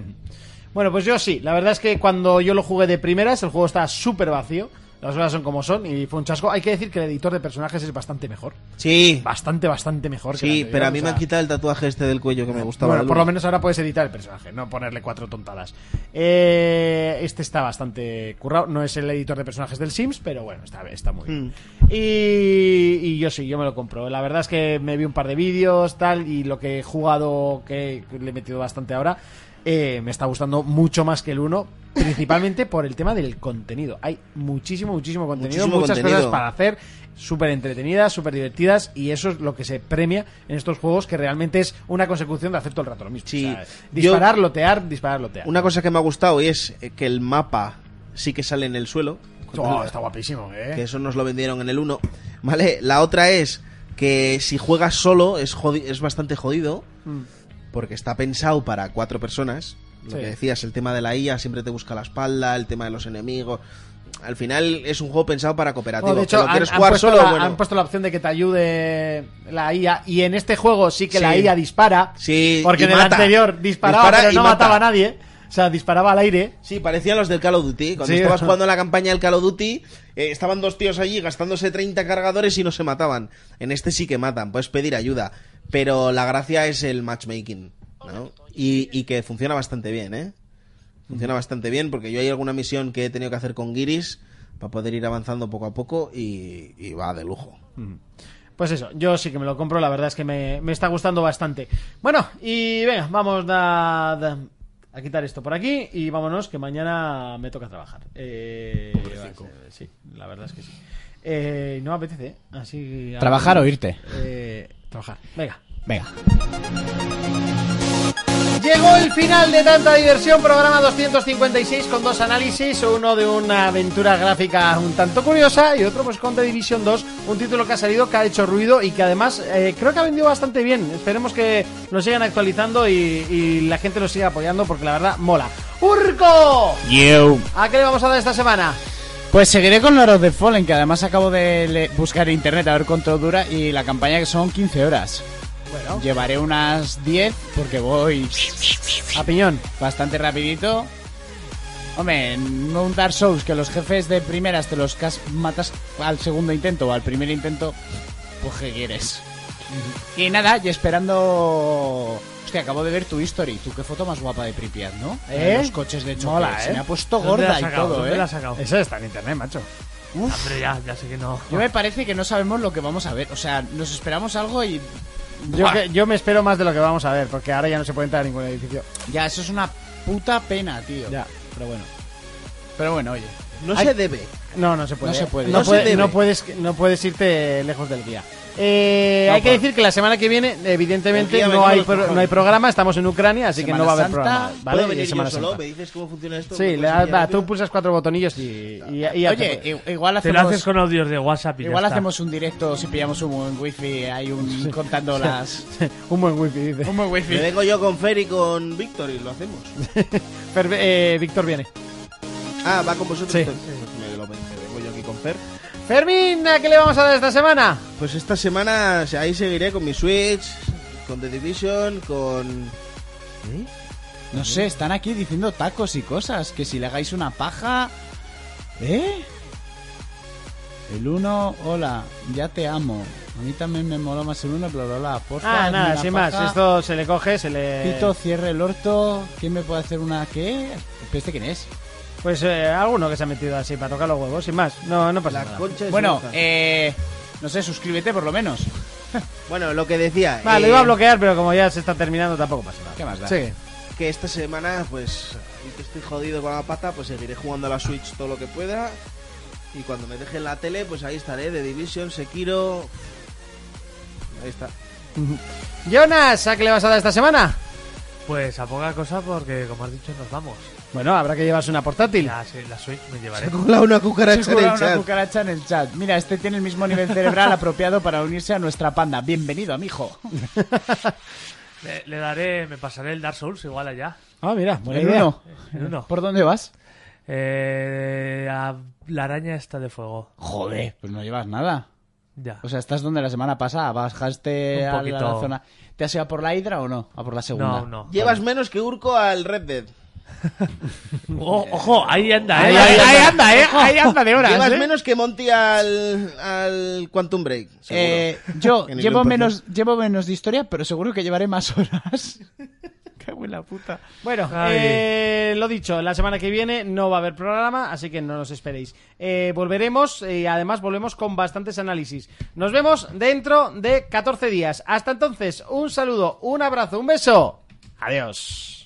Speaker 2: Bueno, pues yo sí. La verdad es que cuando yo lo jugué de primeras, el juego está súper vacío. Las horas son como son y fue un chasco. Hay que decir que el editor de personajes es bastante mejor.
Speaker 6: Sí,
Speaker 2: Bastante, bastante mejor. que el
Speaker 6: sí,
Speaker 2: anterior,
Speaker 6: pero a
Speaker 2: o
Speaker 6: mí me
Speaker 2: sea-
Speaker 6: han quitado el tatuaje este del cuello que me gustaba.
Speaker 2: Bueno,
Speaker 6: del
Speaker 2: por
Speaker 6: uno.
Speaker 2: lo menos ahora puedes editar el personaje, no ponerle cuatro tontadas. Eh, este está bastante currado. No es el editor de personajes del Sims, pero bueno, está, está muy bien.
Speaker 6: Hmm.
Speaker 2: Y, y yo sí, yo me lo compro. La verdad es que me vi un par de vídeos, tal, y lo que he jugado, que le he metido bastante ahora, eh, me está gustando mucho más que el uno Principalmente por el tema del contenido. Hay muchísimo, muchísimo contenido,
Speaker 6: Muchísimo
Speaker 2: muchas
Speaker 6: contenido.
Speaker 2: cosas para hacer, súper entretenidas, súper divertidas, y eso es lo que se premia en estos juegos, que realmente es una consecución de hacer todo el rato lo mismo.
Speaker 6: Sí.
Speaker 2: O sea,
Speaker 6: Yo-
Speaker 2: disparar, lotear, disparar, lotear.
Speaker 6: Una cosa que me ha gustado y es eh, que el mapa sí que sale en el suelo.
Speaker 2: Oh, está guapísimo, eh.
Speaker 6: Que eso nos lo vendieron en el 1. ¿Vale? La otra es que si juegas solo es, jodi- es bastante jodido. Porque está pensado para cuatro personas. Lo
Speaker 2: Mm. Sí.
Speaker 6: que decías, el tema de la IA siempre te busca la espalda, el tema de los enemigos. Al final es un juego pensado para cooperativo.
Speaker 2: Bueno, Oh, de
Speaker 6: Que
Speaker 2: hecho,
Speaker 6: lo
Speaker 2: han,
Speaker 6: quieres
Speaker 2: han
Speaker 6: jugar
Speaker 2: puesto
Speaker 6: solo,
Speaker 2: la,
Speaker 6: bueno.
Speaker 2: han puesto la opción de que te ayude la IA, y en este juego sí que la
Speaker 6: Sí.
Speaker 2: IA dispara,
Speaker 6: Sí,
Speaker 2: porque
Speaker 6: y
Speaker 2: en el
Speaker 6: mata.
Speaker 2: anterior disparaba,
Speaker 6: Dispara
Speaker 2: pero
Speaker 6: y
Speaker 2: no
Speaker 6: mata.
Speaker 2: mataba a nadie. O sea, disparaba al aire.
Speaker 6: Sí, parecían los del Call of Duty. Cuando
Speaker 2: Sí. *laughs*
Speaker 6: estabas jugando la campaña del Call of Duty, eh, estaban dos tíos allí gastándose 30 cargadores y no se mataban. En este sí que matan, puedes pedir ayuda. Pero la gracia es el matchmaking, ¿no? Y, y que funciona bastante bien, ¿eh? Funciona bastante bien porque yo hay alguna misión que he tenido que hacer con Giris para poder ir avanzando poco a poco y, y va de lujo.
Speaker 2: Pues eso, yo sí que me lo compro, la verdad es que me, me está gustando bastante. Bueno, y venga, vamos a, a quitar esto por aquí y vámonos, que mañana me toca trabajar. Eh, va a ser- sí, la verdad es que sí. Eh, no me apetece, ¿eh? así...
Speaker 5: ¿Trabajar o irte?
Speaker 2: Eh, trabajar, venga.
Speaker 5: Venga.
Speaker 2: Llegó el final de tanta diversión, programa 256 con dos análisis, uno de una aventura gráfica un tanto curiosa y otro pues con The Division 2, un título que ha salido, que ha hecho ruido y que además eh, creo que ha vendido bastante bien. Esperemos que lo sigan actualizando y, y la gente lo siga apoyando porque la verdad mola. ¡Urco! ¿A qué le vamos a dar esta semana?
Speaker 5: Pues seguiré con Lord of the Fallen, que además acabo de le- buscar en internet a ver cuánto dura y la campaña que son 15 horas.
Speaker 2: Bueno,
Speaker 5: Llevaré unas 10 porque voy
Speaker 2: a piñón.
Speaker 5: bastante rapidito. Hombre, en un Dark Souls que los jefes de primeras te los cas- matas al segundo intento o al primer intento, pues ¿qué quieres? Y nada, y esperando... Hostia, acabo de ver tu history. Tú qué foto más guapa de Pripyat, ¿no?
Speaker 2: ¿Eh?
Speaker 5: Los coches de choque.
Speaker 2: Mola,
Speaker 5: Se
Speaker 2: ¿eh?
Speaker 5: me ha puesto
Speaker 7: ¿Dónde la
Speaker 5: gorda
Speaker 7: has
Speaker 5: y
Speaker 7: sacado?
Speaker 5: todo,
Speaker 7: ¿Dónde
Speaker 5: ¿eh?
Speaker 7: la has sacado?
Speaker 2: Eso está en internet, macho.
Speaker 5: Uf.
Speaker 7: Hombre, Ah, ya, ya sé que no.
Speaker 5: Yo me parece que no sabemos lo que vamos a ver. O sea, nos esperamos algo y.
Speaker 2: Yo,
Speaker 5: Buah,
Speaker 2: que- yo me espero más de lo que vamos a ver porque ahora ya no se puede entrar a ningún edificio.
Speaker 5: Ya, eso es una puta pena, tío.
Speaker 2: Ya.
Speaker 5: Pero bueno. Pero bueno, oye.
Speaker 6: No
Speaker 2: Ay.
Speaker 6: se debe.
Speaker 2: No, no se puede.
Speaker 5: No se puede.
Speaker 2: No,
Speaker 6: No se
Speaker 2: puede-
Speaker 6: debe.
Speaker 2: no puedes, no puedes irte lejos del guía. Eh, hay que decir que la semana que viene,
Speaker 6: El
Speaker 2: evidentemente,
Speaker 6: guía
Speaker 2: no
Speaker 6: venga
Speaker 2: hay,
Speaker 6: los
Speaker 2: pro-
Speaker 6: cojones.
Speaker 2: no hay programa. Estamos en Ucrania, así que
Speaker 5: Semana
Speaker 2: no va a haber
Speaker 5: Santa, pues,
Speaker 2: programa. ¿vale?
Speaker 6: ¿Puedo venir
Speaker 2: Y
Speaker 6: yo
Speaker 2: Semana
Speaker 6: solo?
Speaker 2: Santa.
Speaker 6: ¿Me dices cómo funciona esto? ¿Me
Speaker 2: Sí, le
Speaker 6: puedes
Speaker 2: das-
Speaker 6: enseñar
Speaker 2: va, tú
Speaker 6: rápido?
Speaker 2: pulsas cuatro botonillos y, y- y ya te
Speaker 5: Oye,
Speaker 2: puedes.
Speaker 5: i- igual
Speaker 7: Te
Speaker 5: hacemos.
Speaker 7: lo haces con audios de WhatsApp y ya
Speaker 5: Igual
Speaker 7: está.
Speaker 5: hacemos un directo si pillamos un buen wifi. Hay un. contando las.
Speaker 8: *laughs*
Speaker 2: un buen wifi, dice.
Speaker 5: Un buen wifi.
Speaker 6: Me vengo yo con Fer y con Víctor y lo hacemos.
Speaker 2: Ferve- eh, Víctor viene.
Speaker 6: Ah, va con vosotros.
Speaker 2: Sí.
Speaker 6: Entonces, pues me lo me vengo yo aquí con Fer.
Speaker 8: Fermín, ¿a qué le vamos a dar esta semana?
Speaker 6: Pues esta semana o sea, ahí seguiré con mi Switch, con The Division, con... ¿Eh?
Speaker 5: No sé, están aquí diciendo tacos y cosas. Que si le hagáis una paja. ¿Eh? El 1, hola, ya te amo. A mí también me mola más el 1, bla, bla, bla. Porfa,
Speaker 8: Ah,
Speaker 5: hazme
Speaker 8: nada,
Speaker 5: una
Speaker 8: sin
Speaker 5: paja.
Speaker 8: más. Esto eh. se le coge, se le.
Speaker 5: Pito, cierre el orto. ¿Quién me puede hacer una qué? ¿Pero ¿Este quién es?
Speaker 8: Pues eh, alguno que se ha metido así para tocar los huevos, sin más. No, no pasa nada.
Speaker 6: Concha es
Speaker 5: Bueno,
Speaker 6: loca.
Speaker 5: eh. No sé, suscríbete por lo menos.
Speaker 6: bueno, lo que decía...
Speaker 8: Vale, lo
Speaker 6: eh,
Speaker 8: iba a bloquear, pero como ya se está terminando, tampoco pasa nada.
Speaker 5: ¿Qué más da?
Speaker 8: Sí.
Speaker 6: que esta semana, pues, ahí que estoy jodido con la pata, pues seguiré jugando a la Switch todo lo que pueda. Y cuando me dejen la tele, pues ahí estaré, The Division, Sekiro... Ahí está.
Speaker 8: Jonas, ¿a qué le vas a dar esta semana?
Speaker 7: Pues a poca cosa porque, como has dicho, nos vamos.
Speaker 8: Bueno, habrá que llevarse una portátil.
Speaker 7: La, la Switch me llevaré.
Speaker 6: Hola, una cucaracha
Speaker 5: Se cuela una cucaracha en el chat. Mira, este tiene el mismo nivel
Speaker 8: *laughs*
Speaker 5: cerebral apropiado para unirse a nuestra panda. Bienvenido, amigo.
Speaker 7: Le, le daré, me pasaré el Dark Souls igual allá.
Speaker 8: Ah, mira, buena
Speaker 5: El
Speaker 8: idea.
Speaker 5: uno. *laughs*
Speaker 7: El uno.
Speaker 5: ¿Por dónde vas?
Speaker 7: Eh, a la araña está de fuego.
Speaker 5: Joder, pues no llevas nada.
Speaker 7: Ya.
Speaker 5: O sea, estás donde la semana pasada, bajaste
Speaker 7: Un
Speaker 5: a la,
Speaker 7: poquito.
Speaker 5: zona. ¿Te has ido a por la hidra o no? A por la segunda. *laughs*
Speaker 7: no, no.
Speaker 6: Llevas menos que Urco al Red Dead.
Speaker 7: O- ojo, ahí anda,
Speaker 5: Ahí,
Speaker 7: eh.
Speaker 5: ahí, ahí anda, eh. Ahí anda de horas.
Speaker 6: Llevas
Speaker 5: eh.
Speaker 6: menos que Monty al, al Quantum Break. seguro.
Speaker 5: Eh,
Speaker 7: *laughs*
Speaker 5: yo
Speaker 6: En el
Speaker 5: llevo
Speaker 6: grupo,
Speaker 5: menos, llevo menos de historia, pero seguro que llevaré más
Speaker 8: *laughs*
Speaker 5: horas. Cago en la puta.
Speaker 8: Bueno,
Speaker 7: Ay.
Speaker 8: eh, lo dicho, la semana que viene no va a haber programa, así que no nos esperéis. Eh, volveremos y además volvemos con bastantes análisis. Nos vemos dentro de 14 días. Hasta entonces, un saludo, un abrazo, un beso. Adiós.